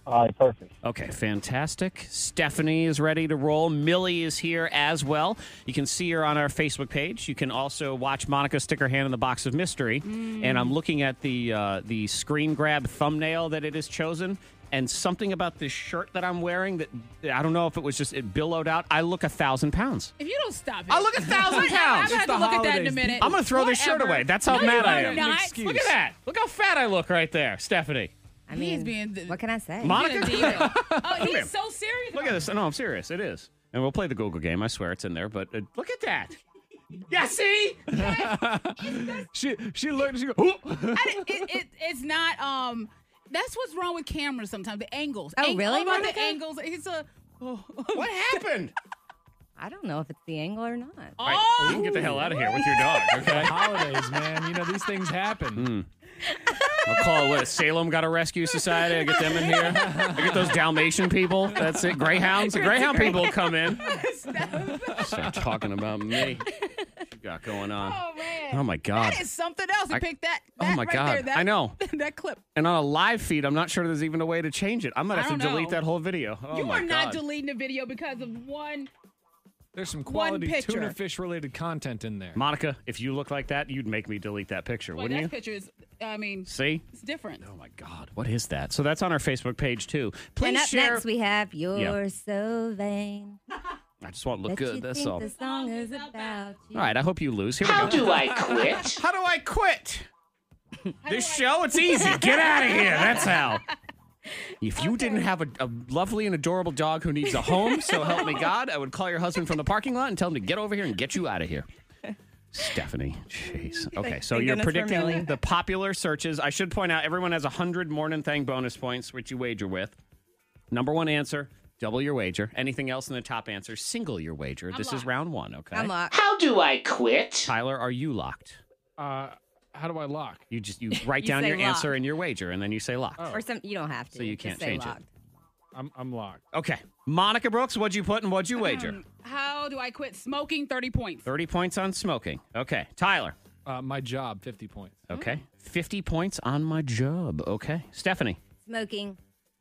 Speaker 2: All right. Perfect. Okay. Fantastic. Stephanie is ready to roll. Millie is here as well. You can see her on our Facebook page. You can also watch Monica stick her hand in the box of mystery.
Speaker 4: Mm.
Speaker 2: And I'm looking at the uh, the screen grab thumbnail that it has chosen. And something about this shirt that I'm wearing that I don't know if it was just it billowed out. I look a thousand pounds.
Speaker 4: If you don't stop it,
Speaker 2: I look a thousand
Speaker 4: Whatever.
Speaker 2: pounds.
Speaker 4: I'm gonna have to look at that in a minute.
Speaker 2: I'm gonna throw this shirt
Speaker 4: Whatever.
Speaker 2: away. That's how
Speaker 4: No,
Speaker 2: mad
Speaker 4: you
Speaker 2: I
Speaker 4: are
Speaker 2: am.
Speaker 4: not.
Speaker 2: Look at that. Look how fat I look right there, Stephanie.
Speaker 15: I mean, what can I say?
Speaker 2: Monica?
Speaker 4: Oh,
Speaker 2: Come here.
Speaker 4: he's so serious.
Speaker 2: Look at this. No, I'm serious. It is. And we'll play the Google game. I swear it's in there. But uh, look at that. Yeah, see? she she looked. She go. "Ooh."
Speaker 4: I didn't- it, it, it's not. Um, that's what's wrong with cameras sometimes. The angles.
Speaker 15: Oh,
Speaker 4: Ang-
Speaker 15: really,
Speaker 4: all about
Speaker 15: Monica?
Speaker 4: the angles. It's a. Oh.
Speaker 2: What happened?
Speaker 15: I don't know if it's the angle or not.
Speaker 2: All right, you can get the hell out of here with your dog.
Speaker 4: Oh.
Speaker 2: Okay. Holidays, man. You know these things happen. I'll call it what Salem got a rescue society. I get them in here. I get those Dalmatian people. That's it. Greyhounds. The Greyhound people will come in. Start talking about me. What you got going on?
Speaker 4: Oh man.
Speaker 2: Oh, my God.
Speaker 4: That is something else. You
Speaker 2: I-
Speaker 4: picked that.
Speaker 2: Oh,
Speaker 4: that
Speaker 2: my
Speaker 4: right
Speaker 2: God.
Speaker 4: There, that,
Speaker 2: I know.
Speaker 4: that clip.
Speaker 2: And on a live feed, I'm not sure there's even a way to change it. I'm gonna
Speaker 4: I
Speaker 2: have to
Speaker 4: don't
Speaker 2: delete
Speaker 4: know.
Speaker 2: that whole video. Oh
Speaker 4: you
Speaker 2: my
Speaker 4: are not
Speaker 2: God.
Speaker 4: deleting the video because of one.
Speaker 5: There's some
Speaker 4: One
Speaker 5: quality
Speaker 4: picture.
Speaker 5: tuna fish related content in there.
Speaker 2: Monica, if you look like that, you'd make me delete that picture,
Speaker 4: Well,
Speaker 2: wouldn't
Speaker 4: that
Speaker 2: you?
Speaker 4: picture is. I mean,
Speaker 2: See?
Speaker 4: it's different. Oh
Speaker 2: my God. What is that? So that's on our Facebook page too.
Speaker 15: and
Speaker 2: Please
Speaker 15: up
Speaker 2: share.
Speaker 15: next we have You're So Vain.
Speaker 2: I just want to look
Speaker 15: That you
Speaker 2: good. That's
Speaker 15: think
Speaker 2: all.
Speaker 15: The song is about you.
Speaker 2: All right, I hope you lose. Here
Speaker 15: How
Speaker 2: we go.
Speaker 15: do I quit?
Speaker 2: How do I quit? this show, it's easy. Get out of here. That's how. If you didn't have a, a lovely and adorable dog who needs a home, so help me God, I would call your husband from the parking lot and tell him to get over here and get you out of here. Stephanie, jeez. Okay, so
Speaker 15: thank
Speaker 2: you're
Speaker 15: goodness for Millie.
Speaker 2: predicting the popular searches. I should point out everyone has 100 morning thing bonus points, which you wager with. Number one answer, double your wager. Anything else in the top answer, single your wager. this is round one, okay?
Speaker 15: I'm locked.
Speaker 10: How do I quit?
Speaker 2: Tyler, are you locked?
Speaker 5: Uh, how do I lock?
Speaker 2: You just you write
Speaker 15: You
Speaker 2: down
Speaker 15: say
Speaker 2: your answer
Speaker 15: locked.
Speaker 2: and your wager, and then you say locked.
Speaker 15: Or some you don't have to.
Speaker 2: So you
Speaker 15: just
Speaker 2: can't
Speaker 15: say
Speaker 2: change it.
Speaker 15: locked.
Speaker 5: I'm, I'm locked.
Speaker 2: Okay. Monica Brooks, what'd you put and what'd you wager?
Speaker 15: Um,
Speaker 4: How do I quit smoking? Thirty points.
Speaker 2: 30 points on smoking. Okay. Tyler.
Speaker 5: Uh, my job, 50 points.
Speaker 2: Okay. 50 points on my job. Okay. Stephanie,
Speaker 15: Smoking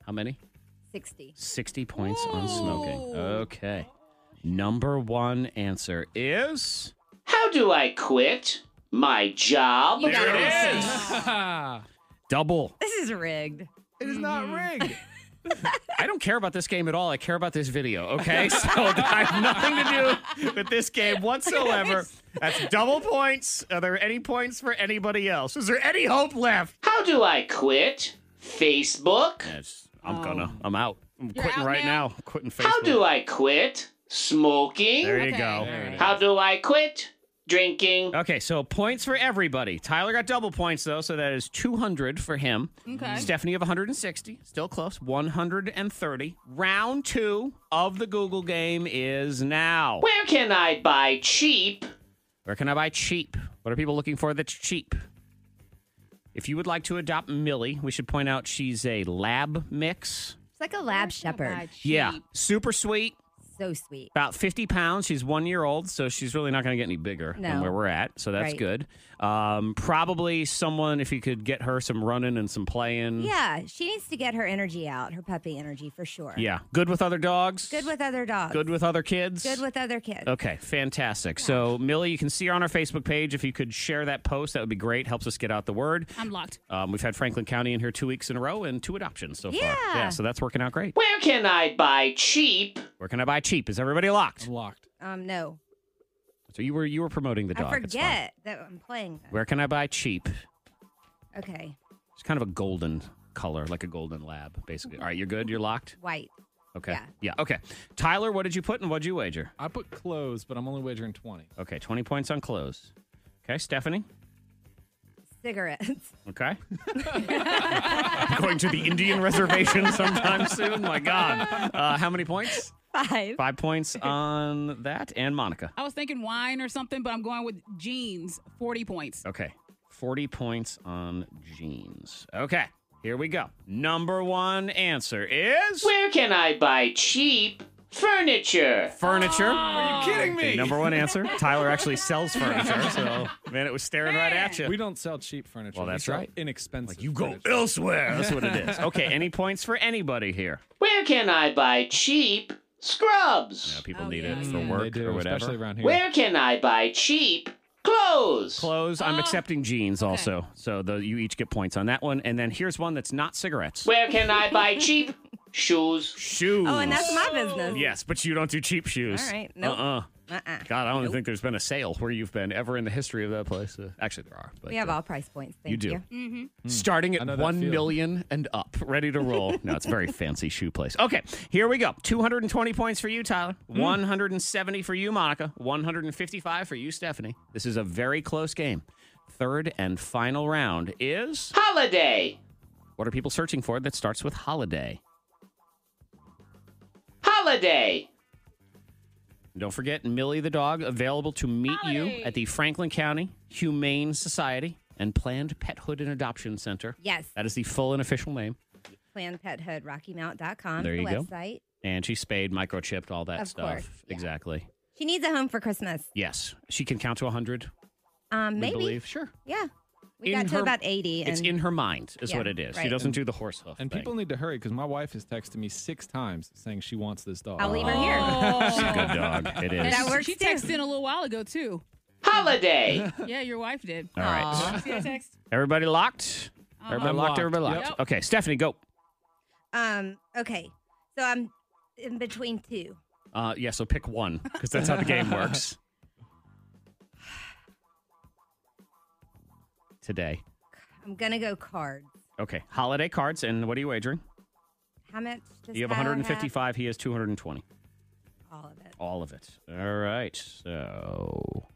Speaker 2: how many?
Speaker 15: 60.
Speaker 2: 60 points on smoking. Okay. Number one answer is.
Speaker 10: How do I quit my job?
Speaker 15: You gotta
Speaker 10: There
Speaker 15: be
Speaker 10: it
Speaker 15: serious.
Speaker 5: is.
Speaker 2: Double.
Speaker 15: This is rigged.
Speaker 5: It is not rigged.
Speaker 2: I don't care about this game at all. I care about this video, okay? So I have nothing to do with this game whatsoever. That's double points. Are there any points for anybody else? Is there any hope left?
Speaker 10: How do I quit Facebook?
Speaker 2: I'm gonna. I'm Oh. out. I'm quitting
Speaker 10: out
Speaker 2: right now. I'm quitting Facebook.
Speaker 10: How do I quit smoking?
Speaker 2: There you Okay. go. There it is.
Speaker 10: How do I quit drinking?
Speaker 2: Okay, so points for everybody. Tyler got double points though, so that is 200 for him.
Speaker 10: Okay.
Speaker 2: Stephanie of 160, still close. 130. Round two of the Google game is now.
Speaker 10: Where can I buy cheap?
Speaker 2: Where can I buy cheap? What are people looking for that's cheap? If you would like to adopt Millie, we should point out she's a lab mix
Speaker 15: It's like a lab shepherd.
Speaker 2: Yeah, super sweet.
Speaker 15: So sweet.
Speaker 2: About 50 pounds. She's one year old, so she's really not going to get any bigger than
Speaker 15: No.
Speaker 2: where we're at. So that's
Speaker 15: Right.
Speaker 2: good. Um, probably someone, if you could get her some running and some playing.
Speaker 15: Yeah, she needs to get her energy out, her puppy energy for sure.
Speaker 2: Yeah. Good with other dogs.
Speaker 15: Good with other dogs.
Speaker 2: Good with other kids.
Speaker 15: Good with other kids.
Speaker 2: Okay, fantastic. So, Millie, you can see her on our Facebook page. If you could share that post, that would be great. Helps us get out the word.
Speaker 4: I'm locked.
Speaker 2: Um, we've had Franklin County in here two weeks in a row and two adoptions so
Speaker 10: Yeah.
Speaker 2: far. Yeah, so that's working out great.
Speaker 10: Where can I buy cheap?
Speaker 2: Where can I buy cheap? Is everybody locked?
Speaker 5: locked.
Speaker 15: Um, no,
Speaker 2: So you were you were promoting the dog.
Speaker 15: I
Speaker 2: It's fine.
Speaker 15: forget that I'm playing.
Speaker 2: Where can I buy cheap?
Speaker 15: Okay,
Speaker 2: It's kind of a golden color, like a golden lab, basically. All right, you're good. You're locked.
Speaker 15: white.
Speaker 2: Okay.
Speaker 15: Yeah.
Speaker 2: Okay. Tyler, what did you put and what'd you wager?
Speaker 5: I put clothes, but I'm only wagering 20.
Speaker 2: Okay, 20 points on clothes. Okay, Stephanie.
Speaker 15: Cigarettes.
Speaker 2: Okay. Going to the Indian reservation sometime soon. My God. Uh, how many points?
Speaker 15: Five.
Speaker 2: Five points on that. And Monica.
Speaker 4: I was thinking wine or something, but I'm going with jeans. 40 points.
Speaker 2: Okay. 40 points on jeans. Okay. Here we go. Number one answer is
Speaker 10: Where can I buy cheap furniture? Oh.
Speaker 2: Furniture.
Speaker 10: Are you kidding
Speaker 2: Okay, number one answer. Tyler actually sells furniture, so man, it was staring right at you.
Speaker 5: We don't sell cheap furniture.
Speaker 2: Well,
Speaker 5: We
Speaker 2: that's
Speaker 5: sell
Speaker 2: right.
Speaker 5: Inexpensive.
Speaker 2: you go
Speaker 5: furniture.
Speaker 2: elsewhere. That's what it is. Okay, any points for anybody here?
Speaker 10: Where can I buy cheap scrubs?
Speaker 2: No, people need it
Speaker 5: yeah.
Speaker 2: for
Speaker 5: Mm, They
Speaker 2: work
Speaker 5: do,
Speaker 2: or whatever.
Speaker 5: especially around here.
Speaker 10: Oh, Where can I buy cheap clothes? Oh.
Speaker 2: Clothes. I'm accepting jeans also, so the, you each get points on that one. And then here's one that's not cigarettes.
Speaker 10: Where can I buy cheap shoes?
Speaker 2: Shoes.
Speaker 15: Oh, and that's my business.
Speaker 2: Yes, but you don't do cheap shoes.
Speaker 15: All right, nope.
Speaker 2: Uh-uh.
Speaker 15: Uh-uh.
Speaker 2: God, I don't think there's been a sale where you've been ever in the history of that place. Uh, actually, there are. But
Speaker 15: we have
Speaker 2: uh,
Speaker 15: all price points. Thank
Speaker 2: you
Speaker 15: you.
Speaker 2: do.
Speaker 15: Mm-hmm.
Speaker 2: starting
Speaker 5: I
Speaker 2: at
Speaker 5: know that
Speaker 2: one
Speaker 5: feeling.
Speaker 2: million and up, ready to roll. no, it's a very fancy shoe place. Okay, here we go. Two hundred and twenty points for you, Tyler.
Speaker 15: Hmm.
Speaker 2: One hundred and seventy for you, Monica. One hundred and fifty-five for you, Stephanie. This is a very close game. Third and final round is
Speaker 10: Holiday.
Speaker 2: what are people searching for that starts with holiday?
Speaker 10: Holiday.
Speaker 2: And Don't forget Millie the dog available to meet you at the Franklin County Humane Society and Planned Pethood and Adoption Center.
Speaker 15: Yes.
Speaker 2: That is the full and official name.
Speaker 15: PlannedPethoodRockyMount.com.
Speaker 2: There
Speaker 15: the
Speaker 2: you go.
Speaker 15: website.
Speaker 2: And she spayed, microchipped, all that
Speaker 15: Of
Speaker 2: stuff.
Speaker 15: course, yeah.
Speaker 2: Exactly.
Speaker 15: She needs a home for Christmas.
Speaker 2: Yes, she can count to 100.
Speaker 15: Um,
Speaker 2: We
Speaker 15: maybe.
Speaker 2: believe. Sure.
Speaker 15: Yeah. We
Speaker 2: In
Speaker 15: got to
Speaker 2: her-
Speaker 15: about 80. And
Speaker 2: it's in her mind, is
Speaker 15: Yeah,
Speaker 2: what it is. She
Speaker 15: right.
Speaker 2: doesn't do the horse hoof.
Speaker 5: And
Speaker 2: thing.
Speaker 5: people need to hurry because my wife has texted me six times saying she wants this dog.
Speaker 15: I'll leave her here.
Speaker 2: She's a good dog. It is.
Speaker 15: That works
Speaker 4: She
Speaker 15: too.
Speaker 4: texted in a little while ago, too.
Speaker 10: Holiday.
Speaker 4: Yeah, your wife did.
Speaker 2: All right.
Speaker 4: See that text?
Speaker 2: Everybody locked?
Speaker 15: Uh-huh.
Speaker 2: Everybody
Speaker 5: I'm
Speaker 2: locked,
Speaker 5: locked.
Speaker 2: Everybody
Speaker 5: Yep.
Speaker 2: locked. Okay, Stephanie, go.
Speaker 15: Um, okay. So I'm in between two.
Speaker 2: Uh, yeah, so pick one because that's how the game works today.
Speaker 15: I'm going to go cards.
Speaker 2: Okay, holiday cards. And what are you wagering?
Speaker 15: How much does
Speaker 2: you have
Speaker 15: Kyle
Speaker 2: 155, he has 220.
Speaker 15: All of it.
Speaker 2: All of it. All right. So,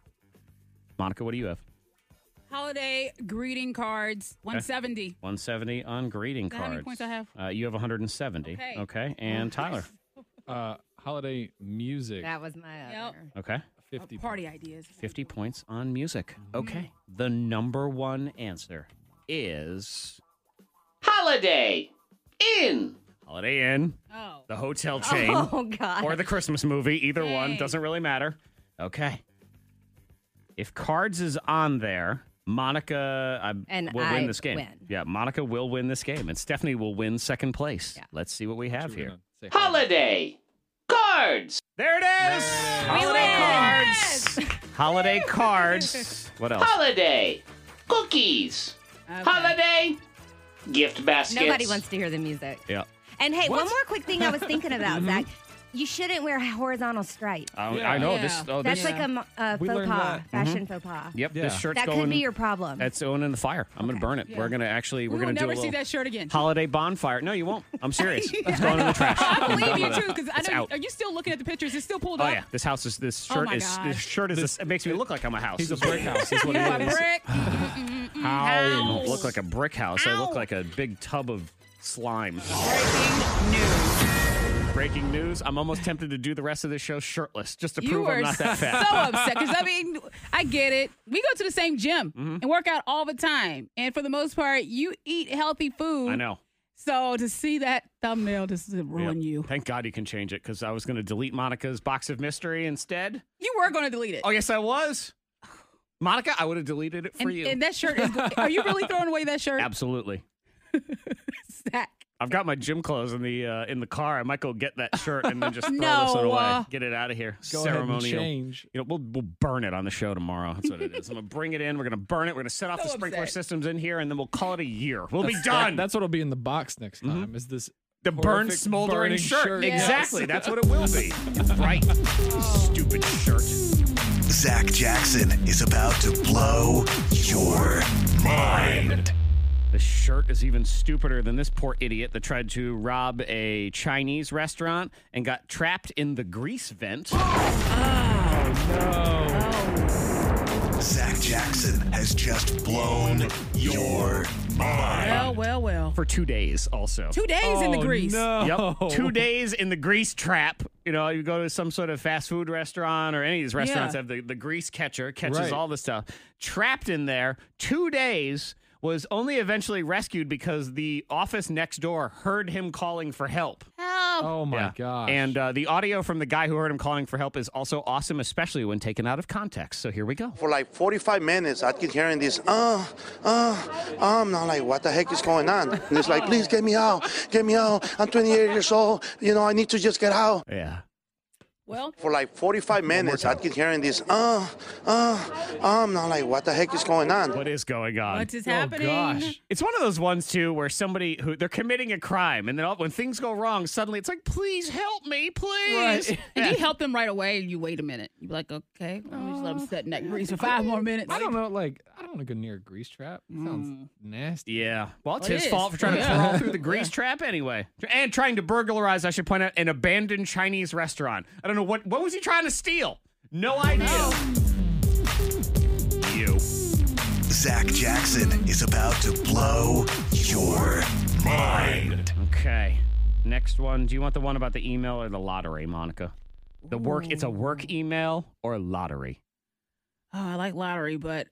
Speaker 2: Monica, what do you have?
Speaker 4: Holiday greeting cards, 170.
Speaker 2: 170 on greeting
Speaker 4: Now,
Speaker 2: cards.
Speaker 4: how many points I have?
Speaker 2: Uh, you have 170.
Speaker 4: Okay.
Speaker 2: And Tyler.
Speaker 5: Uh, holiday music.
Speaker 15: That was my other.
Speaker 4: Yep.
Speaker 2: Okay.
Speaker 5: 50.
Speaker 4: Party ideas.
Speaker 2: 50 points on music.
Speaker 5: Mm-hmm.
Speaker 2: Okay. The number one answer is
Speaker 10: Holiday. In.
Speaker 2: Holiday Inn,
Speaker 4: Oh.
Speaker 2: the hotel chain,
Speaker 15: Oh, God.
Speaker 2: or the Christmas movie. Either one.
Speaker 4: Dang.
Speaker 2: Doesn't really matter. Okay. If cards is on there, Monica I
Speaker 15: And
Speaker 2: will
Speaker 15: I
Speaker 2: win this game.
Speaker 15: win.
Speaker 2: Yeah, Monica will win this game, and Stephanie will win second place. Let's see what we have here.
Speaker 5: Say
Speaker 10: Holiday. Cards.
Speaker 2: There it is. Holiday cards. Holiday cards. What else?
Speaker 10: Holiday. Cookies. Holiday. Gift baskets.
Speaker 15: Nobody wants to hear the music.
Speaker 2: Yeah.
Speaker 15: And hey, one more quick thing I was thinking about, Zach. You shouldn't wear horizontal stripe.
Speaker 2: I, I know this.
Speaker 4: Yeah.
Speaker 2: Mm-hmm. Oh,
Speaker 15: That's
Speaker 2: this. Mm-hmm.
Speaker 15: like a, mo- a
Speaker 5: We
Speaker 15: faux
Speaker 5: learned
Speaker 15: pas,
Speaker 5: that.
Speaker 15: fashion faux pas.
Speaker 2: yep. This
Speaker 5: Yeah.
Speaker 2: shirt's
Speaker 15: That
Speaker 2: going.
Speaker 15: could be your problem.
Speaker 2: That's going in the fire. I'm going to burn it. We're going to actually. We're
Speaker 4: We will
Speaker 2: going to do a
Speaker 4: never see
Speaker 2: little
Speaker 4: that shirt again.
Speaker 2: holiday bonfire. No, you won't. I'm serious. It's going in the trash.
Speaker 4: I
Speaker 2: I'm done
Speaker 4: believe you
Speaker 2: with it.
Speaker 4: too, because I
Speaker 2: It's
Speaker 4: know. You,
Speaker 2: out.
Speaker 4: are you still looking at the pictures? It's still pulled
Speaker 2: Oh
Speaker 4: up.
Speaker 2: yeah, this house is. This
Speaker 4: Oh
Speaker 2: shirt
Speaker 4: my
Speaker 2: is.
Speaker 4: God.
Speaker 2: This shirt is. it makes me look like I'm a house.
Speaker 5: He's a brick house. Is what
Speaker 4: You
Speaker 5: it
Speaker 4: a
Speaker 5: is.
Speaker 4: brick.
Speaker 2: I
Speaker 4: Ow.
Speaker 2: don't look like a brick house. I look
Speaker 4: Ow.
Speaker 2: like a big tub of slime.
Speaker 4: Breaking news.
Speaker 2: Breaking news. I'm almost tempted to do the rest of the show shirtless just to
Speaker 4: You
Speaker 2: prove I'm
Speaker 4: are
Speaker 2: not that
Speaker 4: so
Speaker 2: fat.
Speaker 4: upset because I mean, I get it. We go to the
Speaker 2: Mm-hmm.
Speaker 4: same gym and work out all the time, and for the most part, you eat healthy food.
Speaker 2: I know.
Speaker 4: So to see that thumbnail, this is ruin
Speaker 2: Yep.
Speaker 4: you.
Speaker 2: Thank God you can change it because I was going to delete Monica's box of mystery instead.
Speaker 4: You were going to delete it.
Speaker 2: Oh, yes, I was. Monica, I would have deleted it for
Speaker 4: and,
Speaker 2: you.
Speaker 4: and that shirt is. go- Are you really throwing away that shirt?
Speaker 2: Absolutely.
Speaker 4: That-
Speaker 2: I've got my gym clothes in the uh, in the car. I might go get that shirt and then just throw this one
Speaker 4: No,
Speaker 2: away.
Speaker 4: uh,
Speaker 2: Get it out of here.
Speaker 5: Go ahead and
Speaker 2: Ceremonial.
Speaker 5: change.
Speaker 2: You know, we'll we'll burn it on the show tomorrow. That's what it is. I'm gonna bring it in. We're gonna burn it. We're gonna set off
Speaker 4: So
Speaker 2: the sprinkler
Speaker 4: upset.
Speaker 2: systems in here, and then we'll call it a year. We'll be
Speaker 5: That's- that-
Speaker 2: done. Mm-hmm.
Speaker 5: that's what'll be in the box next time. Is this
Speaker 2: the burned,
Speaker 5: horrific
Speaker 2: smoldering
Speaker 5: burning
Speaker 2: shirt.
Speaker 5: Yes.
Speaker 2: Exactly. That's what it will be. right. Stupid shirt.
Speaker 3: Zach Jackson is about to blow your mind.
Speaker 2: The shirt is even stupider than this poor idiot that tried to rob a Chinese restaurant and got trapped in the grease vent.
Speaker 3: Zach Jackson has just blown your mind.
Speaker 4: well, well, well.
Speaker 2: For two days, also.
Speaker 4: Two days in the
Speaker 5: Oh,
Speaker 4: grease.
Speaker 5: No.
Speaker 2: Yep. Two days in the grease trap. You know, you go to some sort of fast food restaurant or any of these restaurants
Speaker 4: Yeah.
Speaker 2: have the, the grease catcher, catches
Speaker 5: Right.
Speaker 2: all the stuff. Trapped in there, two days, was only eventually rescued because the office next door heard him calling for help.
Speaker 4: Help.
Speaker 5: Oh my
Speaker 2: Yeah.
Speaker 5: god. gosh.
Speaker 2: And uh, the audio from the guy who heard him calling for help is also awesome, especially when taken out of context. So here we go.
Speaker 16: For like 45 minutes, I keep hearing this, uh, uh, um, and I'm like, what the heck is going on? And it's like, please get me out, get me out. I'm 28 years old. You know, I need to just get out.
Speaker 2: Yeah.
Speaker 4: Well,
Speaker 16: For like 45 minutes, I keep hearing this, uh, uh, um, and I'm like, what the heck is going on?
Speaker 2: What is going on? Oh,
Speaker 4: what
Speaker 5: Oh,
Speaker 4: is happening?
Speaker 2: It's one of those ones too where somebody who they're committing a crime and then all, when things go wrong, suddenly it's like, please help me, please.
Speaker 4: And you help them right away, and you wait a minute. You're like, okay, let me just let them sit in that grease for five more minutes. Mm.
Speaker 5: I don't know. Like I don't want to go near a grease trap. It sounds nasty.
Speaker 2: Yeah. Well, it's
Speaker 4: Well, it
Speaker 2: his
Speaker 4: is.
Speaker 2: fault for trying to
Speaker 4: Yeah.
Speaker 2: crawl through the grease trap anyway. And trying to burglarize, I should point out, an abandoned Chinese restaurant. I don't know what what was he trying to steal? No idea. You.
Speaker 3: Zach Jackson is about to blow your mind.
Speaker 2: Okay. Next one. Do you want the one about the email or the lottery, Monica? The work it's a work email or lottery.
Speaker 4: Oh, I like lottery, but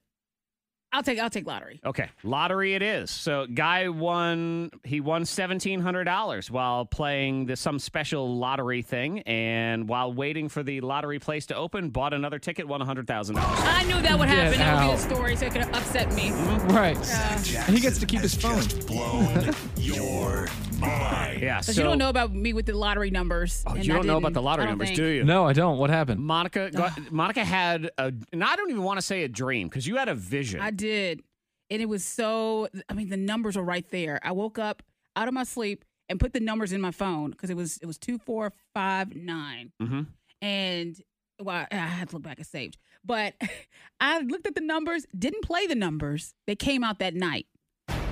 Speaker 4: I'll take I'll take lottery.
Speaker 2: Okay, lottery it is. So, guy won. He won seventeen hundred dollars while playing the, some special lottery thing, and while waiting for the lottery place to open, bought another ticket, won hundred thousand dollars.
Speaker 4: I knew that would
Speaker 5: Get
Speaker 4: happen. That would be
Speaker 5: out.
Speaker 4: the story, so it could upset me.
Speaker 5: Right.
Speaker 3: Jackson
Speaker 5: And he gets to keep his phone.
Speaker 3: just blown your mind.
Speaker 2: Yeah.
Speaker 4: Because
Speaker 2: So
Speaker 4: you don't know about me with the lottery numbers.
Speaker 2: Oh,
Speaker 4: and
Speaker 2: you
Speaker 4: I
Speaker 2: don't know about
Speaker 4: didn't-
Speaker 2: the
Speaker 4: I
Speaker 2: lottery
Speaker 4: don't
Speaker 2: numbers,
Speaker 4: think.
Speaker 2: do you?
Speaker 5: No, I don't. What happened?
Speaker 2: Monica, go, Monica had a. And I don't even want to say a dream because you had a vision.
Speaker 4: I did. And it was so, I mean, the numbers are right there. I woke up out of my sleep and put the numbers in my phone because it was it was two four five nine,
Speaker 2: Mhm.
Speaker 4: and well, I had to look back. It saved, but I looked at the numbers. Didn't play the numbers. They came out that night.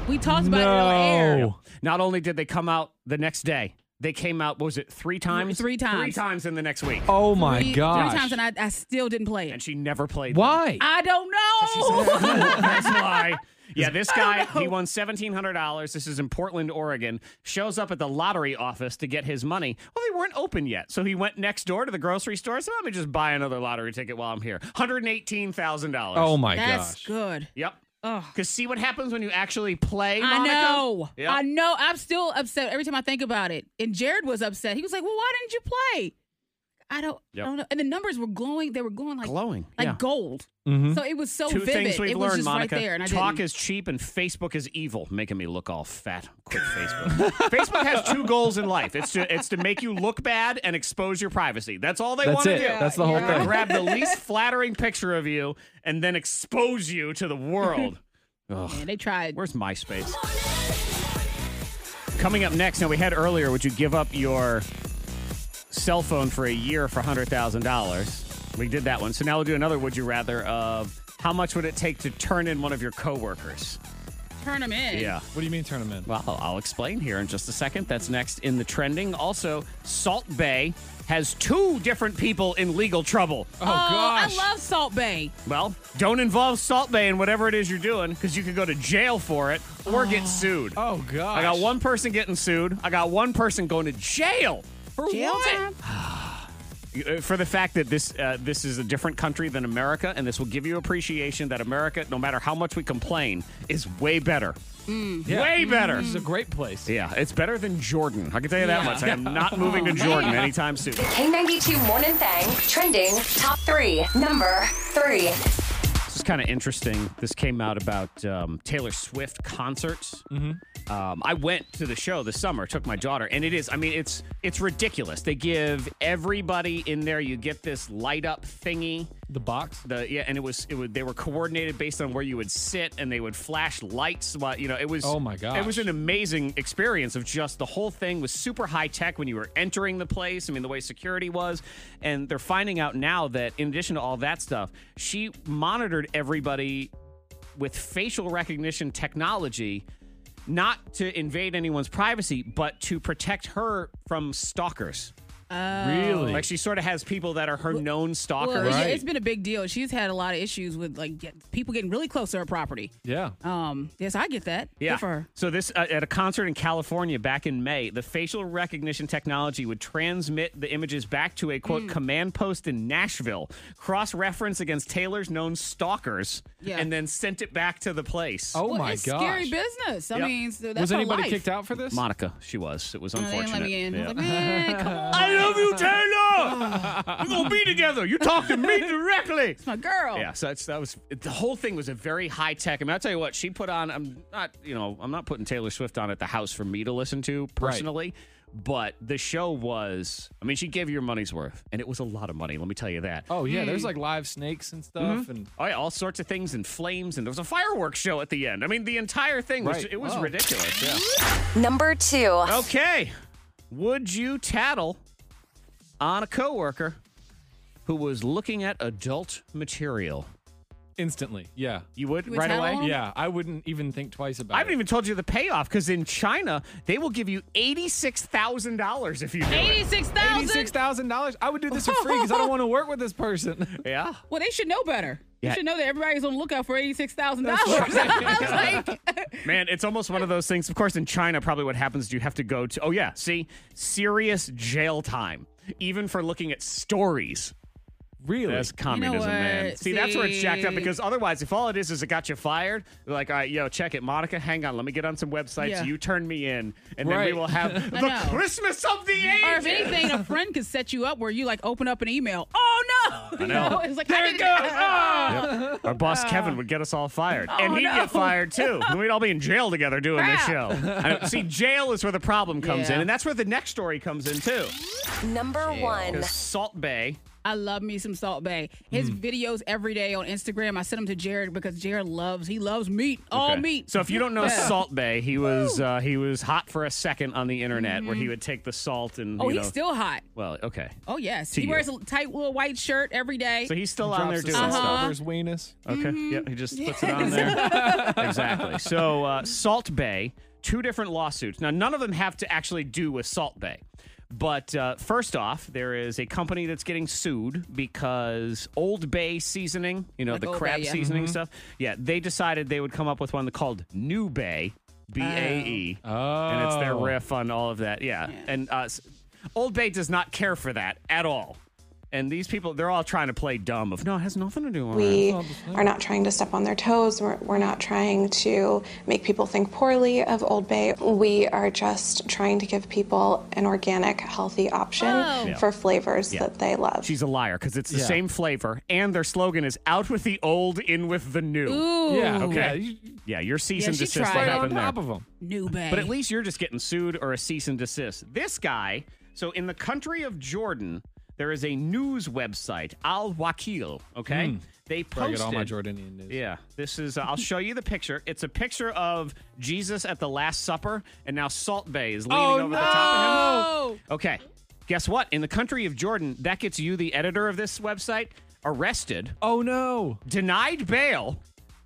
Speaker 4: We talked about it on air.
Speaker 5: No.
Speaker 2: Not only did they come out the next day, they came out. What was it three times?
Speaker 4: Three times.
Speaker 2: Three times in the next week,
Speaker 5: Oh my
Speaker 4: three,
Speaker 5: gosh.
Speaker 4: three times, and I, I still didn't play
Speaker 2: and
Speaker 4: it.
Speaker 2: she never played. them.
Speaker 5: Why?
Speaker 4: I don't know.
Speaker 2: That's why. Yeah, this guy, he won $1,700. This is in Portland, Oregon. Shows up at the lottery office to get his money. Well, they weren't open yet. So he went next door to the grocery store. So let me just buy another lottery ticket while I'm here. $118,000.
Speaker 5: oh my
Speaker 4: That's
Speaker 5: gosh.
Speaker 4: good.
Speaker 2: Yep.
Speaker 4: Ugh.
Speaker 2: Because see what happens when you actually play,
Speaker 4: I
Speaker 2: Monica?
Speaker 4: know.
Speaker 2: Yep.
Speaker 4: I know. I'm still upset every time I think about it. And Jared was upset. He was like, "Well, why didn't you play?" I don't.
Speaker 2: Yep.
Speaker 4: I don't know. And the numbers were glowing. They were glowing like
Speaker 2: Glowing.
Speaker 4: like
Speaker 2: yeah.
Speaker 4: gold.
Speaker 5: Mhm.
Speaker 4: So it was so
Speaker 2: Two
Speaker 4: vivid.
Speaker 2: things we've
Speaker 4: it was
Speaker 2: learned,
Speaker 4: just
Speaker 2: Monica.
Speaker 4: right there. And I
Speaker 2: Talk
Speaker 4: didn't.
Speaker 2: is cheap and Facebook is evil, making me look all fat. Quit Facebook. Facebook has two goals in life. It's to it's to make you look bad and expose your privacy. That's all they
Speaker 5: That's
Speaker 2: want to
Speaker 5: it.
Speaker 2: do.
Speaker 5: That's the whole
Speaker 2: They're gonna
Speaker 5: thing.
Speaker 2: Grab the least flattering picture of you and then expose you to the world. Ugh.
Speaker 4: Man, they tried.
Speaker 2: Where's MySpace? Coming up next, now we had earlier, would you give up your cell phone for a year for $100,000? We did that one. So now we'll do another would you rather of how much would it take to turn in one of your coworkers?
Speaker 4: Turn them in.
Speaker 2: Yeah.
Speaker 5: What do you mean turn him in?
Speaker 2: Well, I'll- I'll explain here in just a second. That's next in the trending. Also, Salt Bay has two different people in legal trouble.
Speaker 5: Oh,
Speaker 4: Oh,
Speaker 5: gosh.
Speaker 4: I love Salt Bay.
Speaker 2: Well, don't involve Salt Bay in whatever it is you're doing because you could go to jail for it or get sued.
Speaker 5: oh gosh.
Speaker 2: I got one person getting sued. I got one person going to jail. For
Speaker 4: Jail time.
Speaker 2: uh, for the fact that this uh, this is a different country than America, and this will give you appreciation that America, no matter how much we complain, is way better.
Speaker 6: Mm.
Speaker 5: Yeah.
Speaker 2: Way better.
Speaker 5: It's a great place.
Speaker 2: Yeah, it's better than Jordan. I can tell you that
Speaker 5: Yeah.
Speaker 2: much. I am not moving to
Speaker 5: Oh,
Speaker 2: Jordan
Speaker 5: man.
Speaker 2: anytime soon.
Speaker 6: The K92 Morning Thang trending top three. Number three.
Speaker 2: This is kind of interesting. This came out about um, Taylor Swift concerts.
Speaker 5: Mm-hmm.
Speaker 2: Um, I went to the show this summer. Took my daughter, and it is. I mean, it's it's ridiculous. They give everybody in there. You get this light up thingy.
Speaker 5: The box.
Speaker 2: The yeah, and it was it would they were coordinated based on where you would sit, and they would flash lights. while- You know, it was.
Speaker 5: Oh my
Speaker 2: It was
Speaker 5: gosh.
Speaker 2: an amazing experience of just the whole thing was super high tech when you were entering the place. I mean, the way security was. And they're finding out now that in addition to all that stuff, she monitored everybody with facial recognition technology, not to invade anyone's privacy, but to protect her from stalkers.
Speaker 4: Oh.
Speaker 5: Really?
Speaker 2: Like she sort of has people that are her known stalkers.
Speaker 4: Well, yeah, it's been a big deal. She's had a lot of issues with like get, people getting really close to her property.
Speaker 5: Yeah.
Speaker 4: Um. Yes, I get that. Good
Speaker 2: Yeah.
Speaker 4: for her.
Speaker 2: So this uh, at a concert in California back in May, the facial recognition technology would transmit the images back to a
Speaker 4: Mm.
Speaker 2: quote command post in Nashville, cross-reference against Taylor's known stalkers,
Speaker 4: Yeah.
Speaker 2: and then sent it back to the place.
Speaker 5: Oh
Speaker 4: Well,
Speaker 5: my
Speaker 4: it's
Speaker 5: gosh.
Speaker 4: Scary business. I
Speaker 2: Yep.
Speaker 4: mean, so that's
Speaker 2: Was
Speaker 4: her
Speaker 2: anybody
Speaker 4: life.
Speaker 5: kicked out for this?
Speaker 2: Monica, she was. It was
Speaker 4: No, they
Speaker 2: unfortunate.
Speaker 4: didn't let me in. I
Speaker 2: Yeah.
Speaker 4: was like, man, come on.
Speaker 2: I love you, Taylor. We're gonna be together. You talk to me directly.
Speaker 4: It's my
Speaker 5: Oh.
Speaker 4: girl.
Speaker 2: Yeah, so that's, that was the whole thing was a very high tech. I mean, I'll tell you what, she put on. I'm not, you know, I'm not putting Taylor Swift on at the house for me to listen to personally, but the show was. I mean, she gave you your money's worth, and it was a lot of money. Let me tell you that.
Speaker 5: Oh yeah,
Speaker 15: Mm.
Speaker 5: there's like live snakes and stuff,
Speaker 2: Mhm.
Speaker 5: and
Speaker 2: Oh, yeah, all sorts of things and flames, and there was a fireworks show at the end. I mean, the entire thing was
Speaker 5: Right.
Speaker 2: it was
Speaker 5: Wow.
Speaker 2: ridiculous. Yeah.
Speaker 6: Number two.
Speaker 2: Okay. Would you tattle on a coworker who was looking at adult material?
Speaker 5: instantly, yeah,
Speaker 2: You would
Speaker 5: You would
Speaker 2: right
Speaker 5: tell
Speaker 2: away?
Speaker 5: on 'em? Yeah, I wouldn't even think twice about
Speaker 2: I
Speaker 5: it.
Speaker 2: haven't even told you the payoff because in China they will give you eighty-six thousand dollars if you do it.
Speaker 4: $86,000?
Speaker 5: Eighty-six thousand dollars. I would do this for free because I don't want to work with this person.
Speaker 2: Yeah.
Speaker 4: Well, they should know better.
Speaker 2: Yeah.
Speaker 4: You should know that everybody's on the lookout for eighty-six thousand dollars. I was like,
Speaker 2: Man, it's almost one of those things. Of course, in China, probably what happens is you have to go to. Oh yeah, see, serious jail time, even for looking at stories.
Speaker 5: Really?
Speaker 2: That's communism, man.
Speaker 4: what?
Speaker 2: See, that's where it's jacked up
Speaker 4: See?
Speaker 2: because otherwise, if all it is is it got you fired, they're like, all right, yo, check it, Monica, hang on, let me get on some websites.
Speaker 4: Yeah.
Speaker 2: You turn me in, and then we
Speaker 5: Right.
Speaker 2: will have
Speaker 4: I
Speaker 2: the
Speaker 4: know.
Speaker 2: Christmas of the ages.
Speaker 4: or if anything, a friend could set you up where you like open up an email. Oh no!
Speaker 2: I know.
Speaker 4: You It's like
Speaker 2: There
Speaker 4: I
Speaker 2: it
Speaker 4: didn't-
Speaker 2: goes. Ah. Yep. Our boss Kevin would get us all fired, and
Speaker 4: Ah. Oh,
Speaker 2: he'd
Speaker 4: no.
Speaker 2: get fired too. And we'd all be in jail together doing this show.
Speaker 4: Crap.
Speaker 2: I know. See, jail is where the problem comes in,
Speaker 4: Yeah.
Speaker 2: and that's where the next story comes in too.
Speaker 6: Number one.
Speaker 2: 'Cause Salt Bay. Mm.
Speaker 4: I love me some Salt Bay. His videos every day on Instagram. I send them to Jared because Jared loves. He loves meat, all
Speaker 2: Okay.
Speaker 4: meat.
Speaker 2: So if you don't know
Speaker 4: Yeah.
Speaker 2: Salt Bay, he was uh, he was hot for a second on the internet, where he would take the salt and
Speaker 4: Mm-hmm. oh,
Speaker 2: you
Speaker 4: he's
Speaker 2: know,
Speaker 4: still hot.
Speaker 2: well, okay.
Speaker 4: Oh yes,
Speaker 2: To
Speaker 4: he
Speaker 2: you.
Speaker 4: wears a tight little white shirt every day.
Speaker 2: So he's still on there
Speaker 5: Drops the
Speaker 2: doing
Speaker 4: Uh-huh.
Speaker 5: salt
Speaker 2: stuff.
Speaker 5: over his weenus.
Speaker 2: Okay. Yep.
Speaker 4: Mm-hmm.
Speaker 2: He just puts it on there. exactly. So uh, Salt Bay, two different lawsuits. Now none of them have to actually do with Salt Bay. But uh, first off, there is a company that's getting sued because Old Bay seasoning, you know,
Speaker 4: Like
Speaker 2: the
Speaker 4: Old Bay,
Speaker 2: crab
Speaker 4: yeah. Mm-hmm.
Speaker 2: seasoning stuff. Yeah, they decided they would come up with one called New Bay, B A E. And it's their
Speaker 5: Oh.
Speaker 2: riff on all of that. Yeah. And uh, s- Old Bay does not care for that at all. And these people, they're all trying to play dumb of, no, it has nothing to do with it."
Speaker 17: We are not trying to step on their toes. We're, we're not trying to make people think poorly of Old Bay. We are just trying to give people an organic, healthy option
Speaker 4: Oh.
Speaker 17: for flavors
Speaker 2: Yeah.
Speaker 17: that they love.
Speaker 2: She's a liar because it's the
Speaker 5: Yeah.
Speaker 2: same flavor, and their slogan is "Out with the old, in with the new."
Speaker 4: Ooh.
Speaker 5: Yeah.
Speaker 2: Okay.
Speaker 5: Yeah, you-
Speaker 2: Yeah, your cease
Speaker 4: Yeah,
Speaker 2: and
Speaker 4: she
Speaker 2: desist
Speaker 4: tried.
Speaker 2: will
Speaker 5: right
Speaker 4: Right
Speaker 5: on
Speaker 2: happen there.
Speaker 5: top of him.
Speaker 4: New Bay.
Speaker 2: But at least you're just getting sued or a cease and desist. This guy, so in the country of Jordan, there is a news website, Al Wakil. Okay,
Speaker 5: Mm.
Speaker 2: they
Speaker 5: Where I
Speaker 2: posted.
Speaker 5: get all my Jordanian news.
Speaker 2: Yeah, this is. Uh, I'll show you the picture. It's a picture of Jesus at the Last Supper, and now Salt Bay is leaning
Speaker 5: Oh,
Speaker 2: over the top of him.
Speaker 4: oh,
Speaker 2: Okay. Guess what? In the country of Jordan, that gets you, the editor of this website, arrested,
Speaker 5: Oh no.
Speaker 2: denied bail,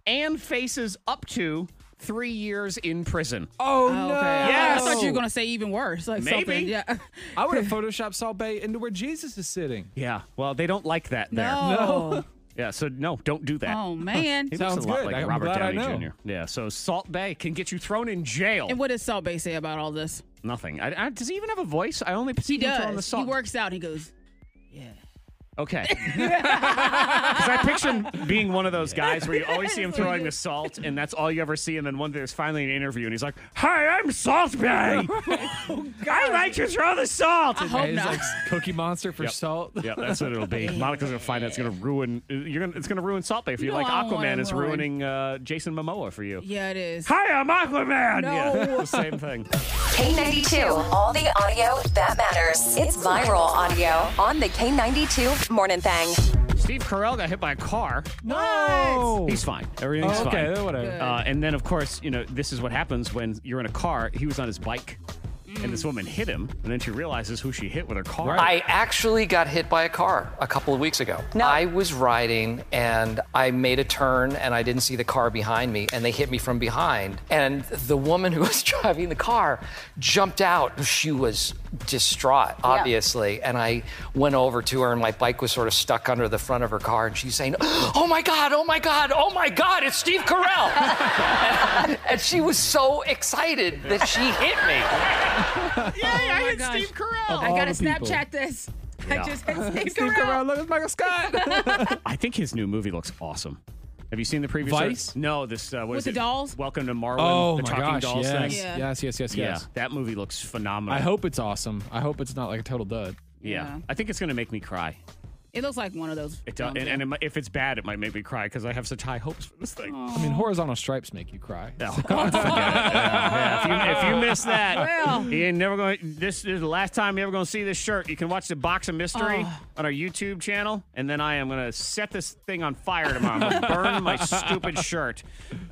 Speaker 2: and faces up to three years in prison.
Speaker 5: Oh,
Speaker 4: okay.
Speaker 5: no.
Speaker 4: I thought you were gonna say even worse. Like
Speaker 2: Maybe.
Speaker 4: something. Yeah.
Speaker 5: I would have photoshopped Salt Bay into where Jesus is sitting.
Speaker 2: Yeah. Well, they don't like that there.
Speaker 4: No.
Speaker 2: Yeah. So no, don't do that.
Speaker 4: Oh man.
Speaker 2: He
Speaker 5: Sounds
Speaker 2: looks a lot
Speaker 5: good.
Speaker 2: like
Speaker 5: I'm
Speaker 2: Robert
Speaker 5: glad I
Speaker 2: Downey
Speaker 5: know.
Speaker 2: Jr. Yeah. So Salt Bay can get you thrown in jail.
Speaker 4: And what does Salt Bay say about all this?
Speaker 2: Nothing. I, I, does he even have a voice? I only
Speaker 4: He
Speaker 2: see him throwing the
Speaker 4: does. He
Speaker 2: salt.
Speaker 4: works out. He goes.
Speaker 2: Okay. Because I picture him being one of those guys where you always see him throwing the salt, and that's all you ever see. And then one day there's finally an interview, and he's like, "Hi, I'm Salt Bay. I like to throw the salt."
Speaker 5: I hope It's not. like Cookie Monster for salt.
Speaker 2: Yeah, that's what it'll be. Monica's gonna find out it's gonna ruin. You're gonna. It's gonna ruin Salt Bay for you,
Speaker 4: No,
Speaker 2: like
Speaker 4: I don't want
Speaker 2: Aquaman
Speaker 4: it
Speaker 2: is
Speaker 4: ruined.
Speaker 2: ruining uh, Jason Momoa for you.
Speaker 4: Yeah, it is.
Speaker 2: Hi, I'm Aquaman. Yeah,
Speaker 4: No.
Speaker 2: the same thing.
Speaker 6: K92, all the audio that matters. It's viral audio on the K92 Morning Thing.
Speaker 2: Steve Carell got hit by a car.
Speaker 5: No.
Speaker 2: He's fine. Everything's
Speaker 5: Oh, okay,
Speaker 2: fine.
Speaker 5: then whatever. Good.
Speaker 2: Uh, and then, of course, you know, this is what happens when you're in a car. He was on his bike, and this woman hit him, and then she realizes who she hit with her car.
Speaker 14: I actually got hit by a car a couple of weeks ago. I was riding and I made a turn and I didn't see the car behind me and they hit me from behind. And the woman who was driving the car jumped out. She was distraught, obviously. And I went over to her and my bike was sort of stuck under the front of her car and she's saying, Oh my God, oh my God, oh my God, it's Steve Carell. and, and she was so excited that she hit me.
Speaker 4: Yay, I hit Steve
Speaker 2: Of
Speaker 4: Carell.
Speaker 2: all
Speaker 4: Oh, I gotta
Speaker 2: the people.
Speaker 4: Snapchat this.
Speaker 2: Yeah.
Speaker 4: I just hit Steve,
Speaker 2: Steve
Speaker 4: Carell.
Speaker 2: Look at Michael Scott. I think his new movie looks awesome. Have you seen the previous
Speaker 5: Vice?
Speaker 2: one? No, this uh, what
Speaker 4: With
Speaker 2: is
Speaker 4: the
Speaker 2: it?
Speaker 4: dolls?
Speaker 2: Welcome to Marlin.
Speaker 5: Oh
Speaker 2: the
Speaker 5: my
Speaker 2: talking
Speaker 5: gosh,
Speaker 2: dolls
Speaker 5: yes.
Speaker 2: thing.
Speaker 5: Yeah. Yes, yes, yes,
Speaker 2: Yeah,
Speaker 5: yes.
Speaker 2: that movie looks phenomenal.
Speaker 5: I hope it's awesome. I hope it's not like a total dud.
Speaker 2: Yeah. I think it's gonna make me cry.
Speaker 4: It looks like one of those.
Speaker 2: It does, and, and it, mi- if it's bad, it might make me cry because I have such high hopes for this thing.
Speaker 5: I mean, horizontal stripes make you cry.
Speaker 2: No. Yeah, if, you, if you miss that,
Speaker 5: Well.
Speaker 2: you ain't never going. This is the last time you're ever going to see this shirt. You can watch the box of mystery
Speaker 5: Oh.
Speaker 2: on our YouTube channel, and then I am going to set this thing on fire tomorrow. I'm gonna burn my stupid shirt.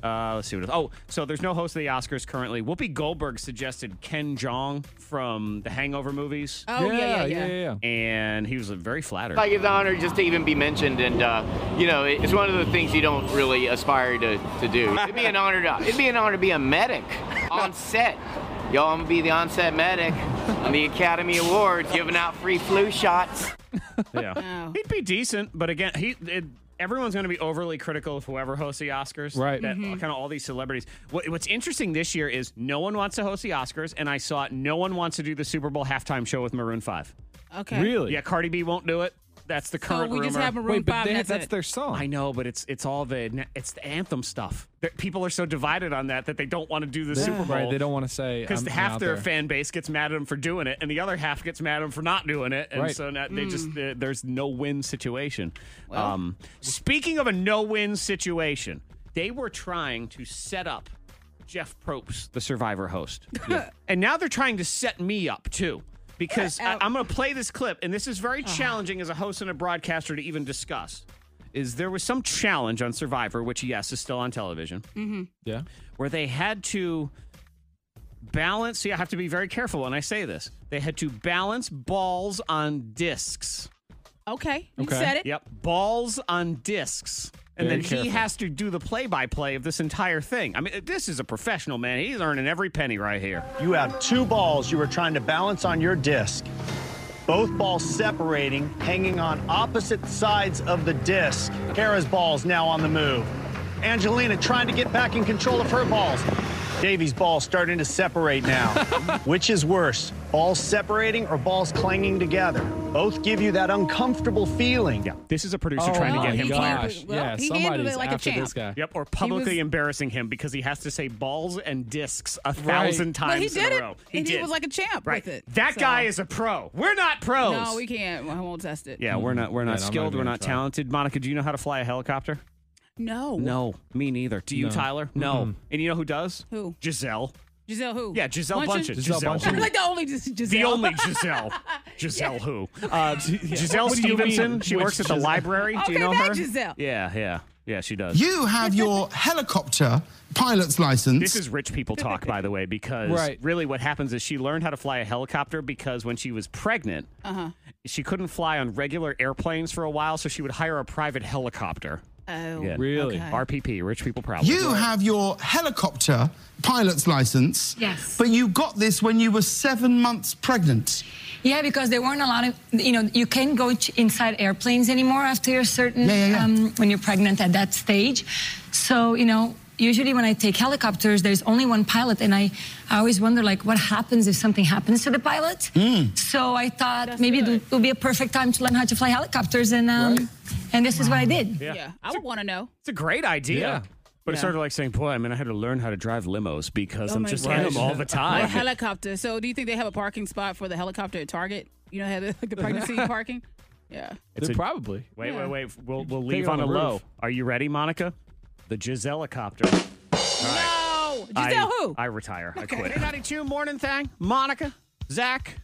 Speaker 2: Uh, let's see what. It is. Oh, so there's no host of the Oscars currently. Whoopi Goldberg suggested Ken Jong from the Hangover movies.
Speaker 18: Oh, yeah, Yeah, yeah, yeah. yeah,
Speaker 2: And he was uh, very flattered.
Speaker 18: Like it's an honor just to even be mentioned, and uh, you know, it's one of the things you don't really aspire to, to do. It'd be an honor to it'd be an honor to be a medic on set. Yo, I'm gonna be the on-set medic on the Academy Awards, giving out free flu shots.
Speaker 2: yeah.
Speaker 4: Oh.
Speaker 2: He'd be decent, but again, he it, everyone's going to be overly critical of whoever hosts the Oscars.
Speaker 5: Right.
Speaker 2: That,
Speaker 4: Mm-hmm.
Speaker 5: Mhm.
Speaker 2: Kind of all these celebrities. What, what's interesting this year is no one wants to host the Oscars, and I saw no one wants to do the Super Bowl halftime show with Maroon 5.
Speaker 4: Okay. Oh,
Speaker 2: Yeah, Cardi B won't do it. That's the current
Speaker 4: we just
Speaker 2: rumor.
Speaker 4: have Maroon Wait, but 5, they- that's that's it.
Speaker 2: their song. I know, but it's it's all the it's the anthem stuff. That people are so divided on that that they don't want to do the
Speaker 5: Yeah.
Speaker 2: Super Bowl.
Speaker 5: Right, they don't wanna say, um,
Speaker 2: because
Speaker 5: "I'm- I'm
Speaker 2: half
Speaker 5: out
Speaker 2: their
Speaker 5: there."
Speaker 2: fan base gets mad at them for doing it, and the other half gets mad at them for not doing it, and
Speaker 5: Right.
Speaker 2: so now they
Speaker 4: Hmm. Mm.
Speaker 2: just uh, there's no win situation.
Speaker 5: Well.
Speaker 2: um, speaking of a no win situation, they were trying to set up Jeff Probst, the Survivor host, and now they're trying to set me up too. Because I, I'm going to play this clip, and this is very challenging as a host and a broadcaster to even discuss. Is there was some challenge on Survivor, which yes is still on television,
Speaker 5: Mm-hmm. Yeah.
Speaker 2: where they had to balance. See, I have to be very careful when I say this. They had to balance balls on discs.
Speaker 4: Okay, you said it.
Speaker 2: Yep, balls on discs. And then
Speaker 5: Very
Speaker 2: he
Speaker 5: careful.
Speaker 2: has to do the play-by-play of this entire thing. I mean, this is a professional man. He's earning every penny right here.
Speaker 12: You have two balls you were trying to balance on your disc. Both balls separating, hanging on opposite sides of the disc. Kara's ball's now on the move. Angelina trying to get back in control of her balls. Davy's ball's starting to separate now. Which is worse, balls separating or balls clanging together? Both give you that uncomfortable feeling. Yeah,
Speaker 2: this is a producer
Speaker 4: Oh,
Speaker 2: trying to get him
Speaker 12: fired.
Speaker 2: fired. Yep, or publicly
Speaker 12: was-
Speaker 2: embarrassing him because he has to say balls and discs a
Speaker 4: Right.
Speaker 2: thousand times
Speaker 4: But he did
Speaker 2: in a
Speaker 4: it,
Speaker 2: row.
Speaker 4: and he was like a champ
Speaker 2: Right.
Speaker 4: with it.
Speaker 2: That
Speaker 4: So-
Speaker 2: guy is a pro. We're not pros.
Speaker 4: No, we can't. I won't test it.
Speaker 2: Yeah, we're not. We're not
Speaker 5: Yeah, no, I'm not
Speaker 2: skilled.
Speaker 5: even
Speaker 2: We're
Speaker 5: gonna
Speaker 2: not
Speaker 5: try.
Speaker 2: talented. Monica, do you know how to fly a helicopter?
Speaker 4: No.
Speaker 2: No, me neither. Do you,
Speaker 5: No.
Speaker 2: Tyler? No.
Speaker 5: Mm-mm.
Speaker 2: And you know who does?
Speaker 4: Who?
Speaker 2: Giselle.
Speaker 4: Giselle who?
Speaker 2: Yeah, Giselle Bundchen. Giselle Bundchen.
Speaker 4: I'm like the only Gis- Giselle.
Speaker 2: The only Giselle. Giselle who? Uh, Giselle
Speaker 8: What do you mean,
Speaker 2: Stevenson. She
Speaker 8: which
Speaker 2: works at the
Speaker 8: Giselle?
Speaker 2: library. Do you
Speaker 8: Okay,
Speaker 2: know
Speaker 8: that
Speaker 2: her?
Speaker 8: Giselle.
Speaker 2: Yeah, yeah, yeah. She does.
Speaker 8: You have your helicopter pilot's license.
Speaker 2: This is rich people talk, by the way, because
Speaker 8: Right.
Speaker 2: really what happens is she learned how to fly a helicopter because when she was pregnant,
Speaker 4: Uh huh.
Speaker 2: she couldn't fly on regular airplanes for a while, so she would hire a private helicopter.
Speaker 4: Oh.
Speaker 2: Yeah.
Speaker 4: okay.
Speaker 2: RPP, rich people problem.
Speaker 8: You have your helicopter pilot's license.
Speaker 19: Yes.
Speaker 8: But you got this when you were seven months pregnant.
Speaker 19: Yeah, because they weren't allowed. You know, you can't go ch- inside airplanes anymore after you're certain um, when you're pregnant at that stage. So you know, usually when I take helicopters, there's only one pilot, and I, I always wonder like what happens if something happens to the pilot.
Speaker 8: Mm.
Speaker 19: So I thought maybe it would- it would be a perfect time to learn how to fly helicopters, and um, and this is what I did.
Speaker 4: Yeah, I would want to know.
Speaker 2: It's a great idea.
Speaker 4: Yeah.
Speaker 2: But it's
Speaker 4: Yeah.
Speaker 2: sort of like saying, boy, I mean, I had to learn how to drive limos because
Speaker 4: Oh
Speaker 2: I'm
Speaker 4: my
Speaker 2: just
Speaker 4: gosh.
Speaker 2: in them all the
Speaker 4: Or
Speaker 2: time.
Speaker 4: helicopter. So, do you think they have a parking spot for the helicopter at Target? You know, how they- like the pregnancy parking. Yeah.
Speaker 5: probably.
Speaker 2: Wait,
Speaker 4: Yeah.
Speaker 2: wait, wait. We'll, we'll
Speaker 5: Take
Speaker 2: leave
Speaker 5: it
Speaker 2: on,
Speaker 5: on
Speaker 2: a
Speaker 5: the
Speaker 2: low.
Speaker 5: roof.
Speaker 2: Are you ready, Monica? The Giselle copter.
Speaker 20: No!
Speaker 2: I, I retire. I quit.
Speaker 20: 92 morning thing.
Speaker 2: Monica, Zach.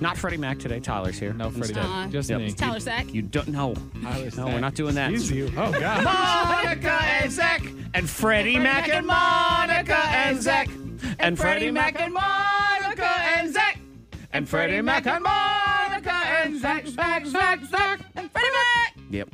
Speaker 2: Not Freddie Mac today. Tyler's here. No,
Speaker 4: Freddie Mac. Aw. Just me. It's Tyler Sack.
Speaker 2: You don't know. No, we're not doing that.
Speaker 5: He's you. Oh, God.
Speaker 2: Monica and Zach and Freddie Mac and Monica and Zach and Freddie Mac and
Speaker 20: Monica and Zach.
Speaker 2: and Freddie Mac and
Speaker 20: Monica and Zach, Zach, Zach, Zach, and Freddie Mac.
Speaker 2: Yep.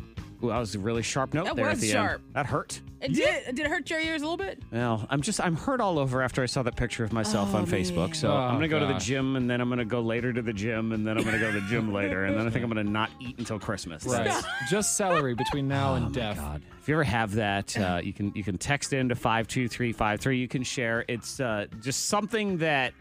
Speaker 2: Ooh, that was a really sharp note
Speaker 4: That
Speaker 2: there
Speaker 4: was
Speaker 2: at the
Speaker 4: sharp.
Speaker 2: end. That hurt.
Speaker 4: It did. Did it hurt your ears a little bit?
Speaker 2: Well, I'm just I'm hurt all over after I saw that picture of myself
Speaker 4: Oh,
Speaker 2: on Facebook. So
Speaker 5: man.
Speaker 2: I'm gonna
Speaker 5: Oh,
Speaker 2: go to the
Speaker 5: gosh.
Speaker 2: gym and then I'm gonna go later to the gym and then I'm gonna go to the gym later and then I think I'm gonna not eat until Christmas.
Speaker 5: Right. Just celery between now
Speaker 2: Oh
Speaker 5: and death.
Speaker 2: If you ever have that, uh, you can you can text in to five two three five three. You can share. It's uh, just something that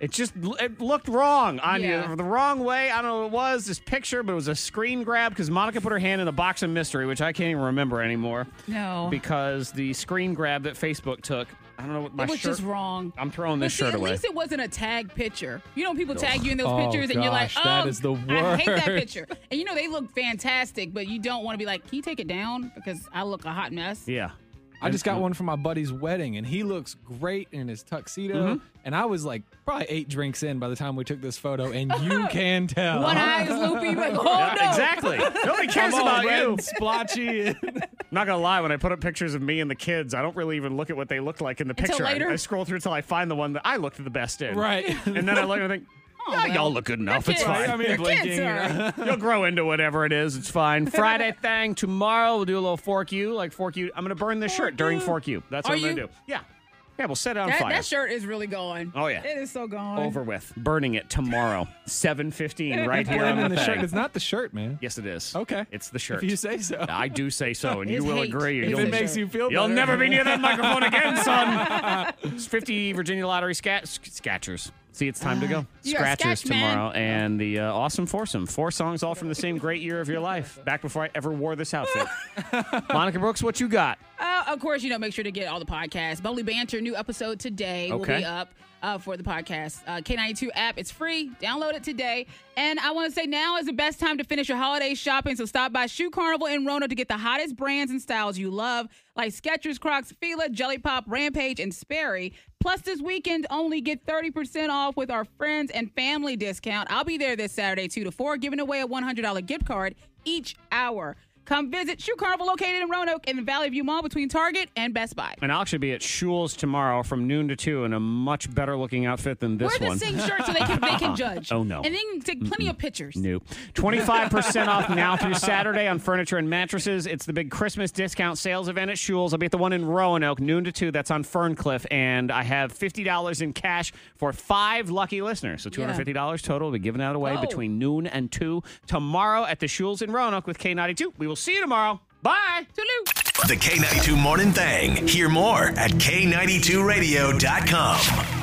Speaker 2: it just l- it looked wrong on
Speaker 20: Yeah.
Speaker 2: you the wrong way. I don't know what it was this picture, but it was a screen grab because Monica put her hand in a box of mystery, which I can't even remember anymore.
Speaker 4: No.
Speaker 2: because the screen grab that Facebook took. I don't know what my
Speaker 4: it was
Speaker 2: shirt.
Speaker 4: just wrong.
Speaker 2: I'm throwing this
Speaker 4: But see,
Speaker 2: shirt
Speaker 4: at
Speaker 2: away.
Speaker 4: least it wasn't a tag picture. You know, people tag you in those
Speaker 2: Oh,
Speaker 4: pictures, and you're like, "Oh,
Speaker 2: gosh, that is the
Speaker 4: I hate that
Speaker 2: worst."
Speaker 4: picture." And you know, they look fantastic, but you don't want to be like, "Can you take it down?" Because I look a hot mess.
Speaker 2: Yeah. uh,
Speaker 5: I just got one from my buddy's wedding, and he looks great in his tuxedo.
Speaker 2: Mm-hmm.
Speaker 4: Mhm.
Speaker 5: And I was like probably eight drinks in by the time we took this photo, and you can tell.
Speaker 4: One eye is loopy, like, oh
Speaker 2: Yeah,
Speaker 4: no.
Speaker 2: Exactly. Nobody cares
Speaker 5: I'm all
Speaker 2: about
Speaker 5: red
Speaker 2: you.
Speaker 5: and splotchy. I'm
Speaker 2: not gonna lie. When I put up pictures of me and the kids, I don't really even look at what they look like in the
Speaker 4: Until
Speaker 2: picture. I-
Speaker 4: later.
Speaker 2: I, scroll through until I find the one that I looked the best in.
Speaker 5: Right.
Speaker 2: and then I look and think,
Speaker 4: Oh,
Speaker 2: "Yeah,
Speaker 4: well.
Speaker 2: y'all look good enough.
Speaker 4: They're
Speaker 2: It's
Speaker 4: kids.
Speaker 2: fine.
Speaker 4: I mean, They're kids, blinking, you know.
Speaker 2: You'll grow into whatever it is. It's fine. Friday thing tomorrow. We'll do a little fork you like fork you. I'm gonna burn this shirt during fork you. That's
Speaker 4: Are
Speaker 2: what I'm
Speaker 4: you?
Speaker 2: gonna do. Yeah. Yeah. We'll set it on
Speaker 4: That,
Speaker 2: fire.
Speaker 4: that shirt is really gone.
Speaker 2: Oh, yeah.
Speaker 4: it is so gone.
Speaker 2: Over with. Burning it tomorrow, seven fifteen, right here on
Speaker 5: blaming
Speaker 2: the,
Speaker 5: the
Speaker 2: thing.
Speaker 5: shirt. It's not the shirt, man.
Speaker 2: Yes, it is.
Speaker 5: Okay.
Speaker 2: It's the shirt.
Speaker 5: If you say so.
Speaker 2: I do say so, and you
Speaker 5: His
Speaker 2: will
Speaker 5: hate
Speaker 2: agree.
Speaker 5: is
Speaker 2: You'll-
Speaker 5: his It makes shirt. you feel
Speaker 2: You'll
Speaker 5: better.
Speaker 2: never be near that microphone again, son. It's 50 Virginia Lottery scat- scatchers. See, it's time to go.
Speaker 20: You got
Speaker 2: Scratchers
Speaker 20: scratch, man.
Speaker 2: tomorrow, and the uh, awesome foursome. Four songs, all from the same great year of your life. Back before I ever wore this outfit. Monica Brooks, what you got?
Speaker 4: Uh, of course, you know, make sure to get all the podcasts. Bubbly Banter, new episode today will
Speaker 2: Okay.
Speaker 4: be up uh, for the podcast. Uh, K92 app, it's free. Download it today. And I want to say now is the best time to finish your holiday shopping. So stop by Shoe Carnival in Roanoke to get the hottest brands and styles you love, like Skechers, Crocs, Fila, Jelly Pop, Rampage, and Sperry. Plus, this weekend only get 30% off with our friends and family discount. I'll be there this Saturday, 2 to 4, giving away a $100 gift card each hour. Come visit Shoe Carnival located in Roanoke in the Valley View Mall between Target and Best Buy.
Speaker 2: And I'll actually be at Shule's tomorrow from noon to 2 in a much better looking outfit than this
Speaker 4: Wear the
Speaker 2: one.
Speaker 4: same shirt so they can they can judge.
Speaker 2: Oh, no.
Speaker 4: And they can take plenty of pictures.
Speaker 2: New. 25% off now through Saturday on furniture and mattresses. It's the big Christmas discount sales event at Shules. I'll be at the one in Roanoke, noon to 2. That's on Ferncliff. And I have $50 in cash for five lucky listeners. So
Speaker 20: Yeah.
Speaker 2: $250 total will be given out away
Speaker 20: Oh.
Speaker 2: between noon and 2 tomorrow at the Shules in Roanoke with K92. We will see you tomorrow. Bye.
Speaker 3: The K92 Morning Thing. Hear more at K92Radio.com.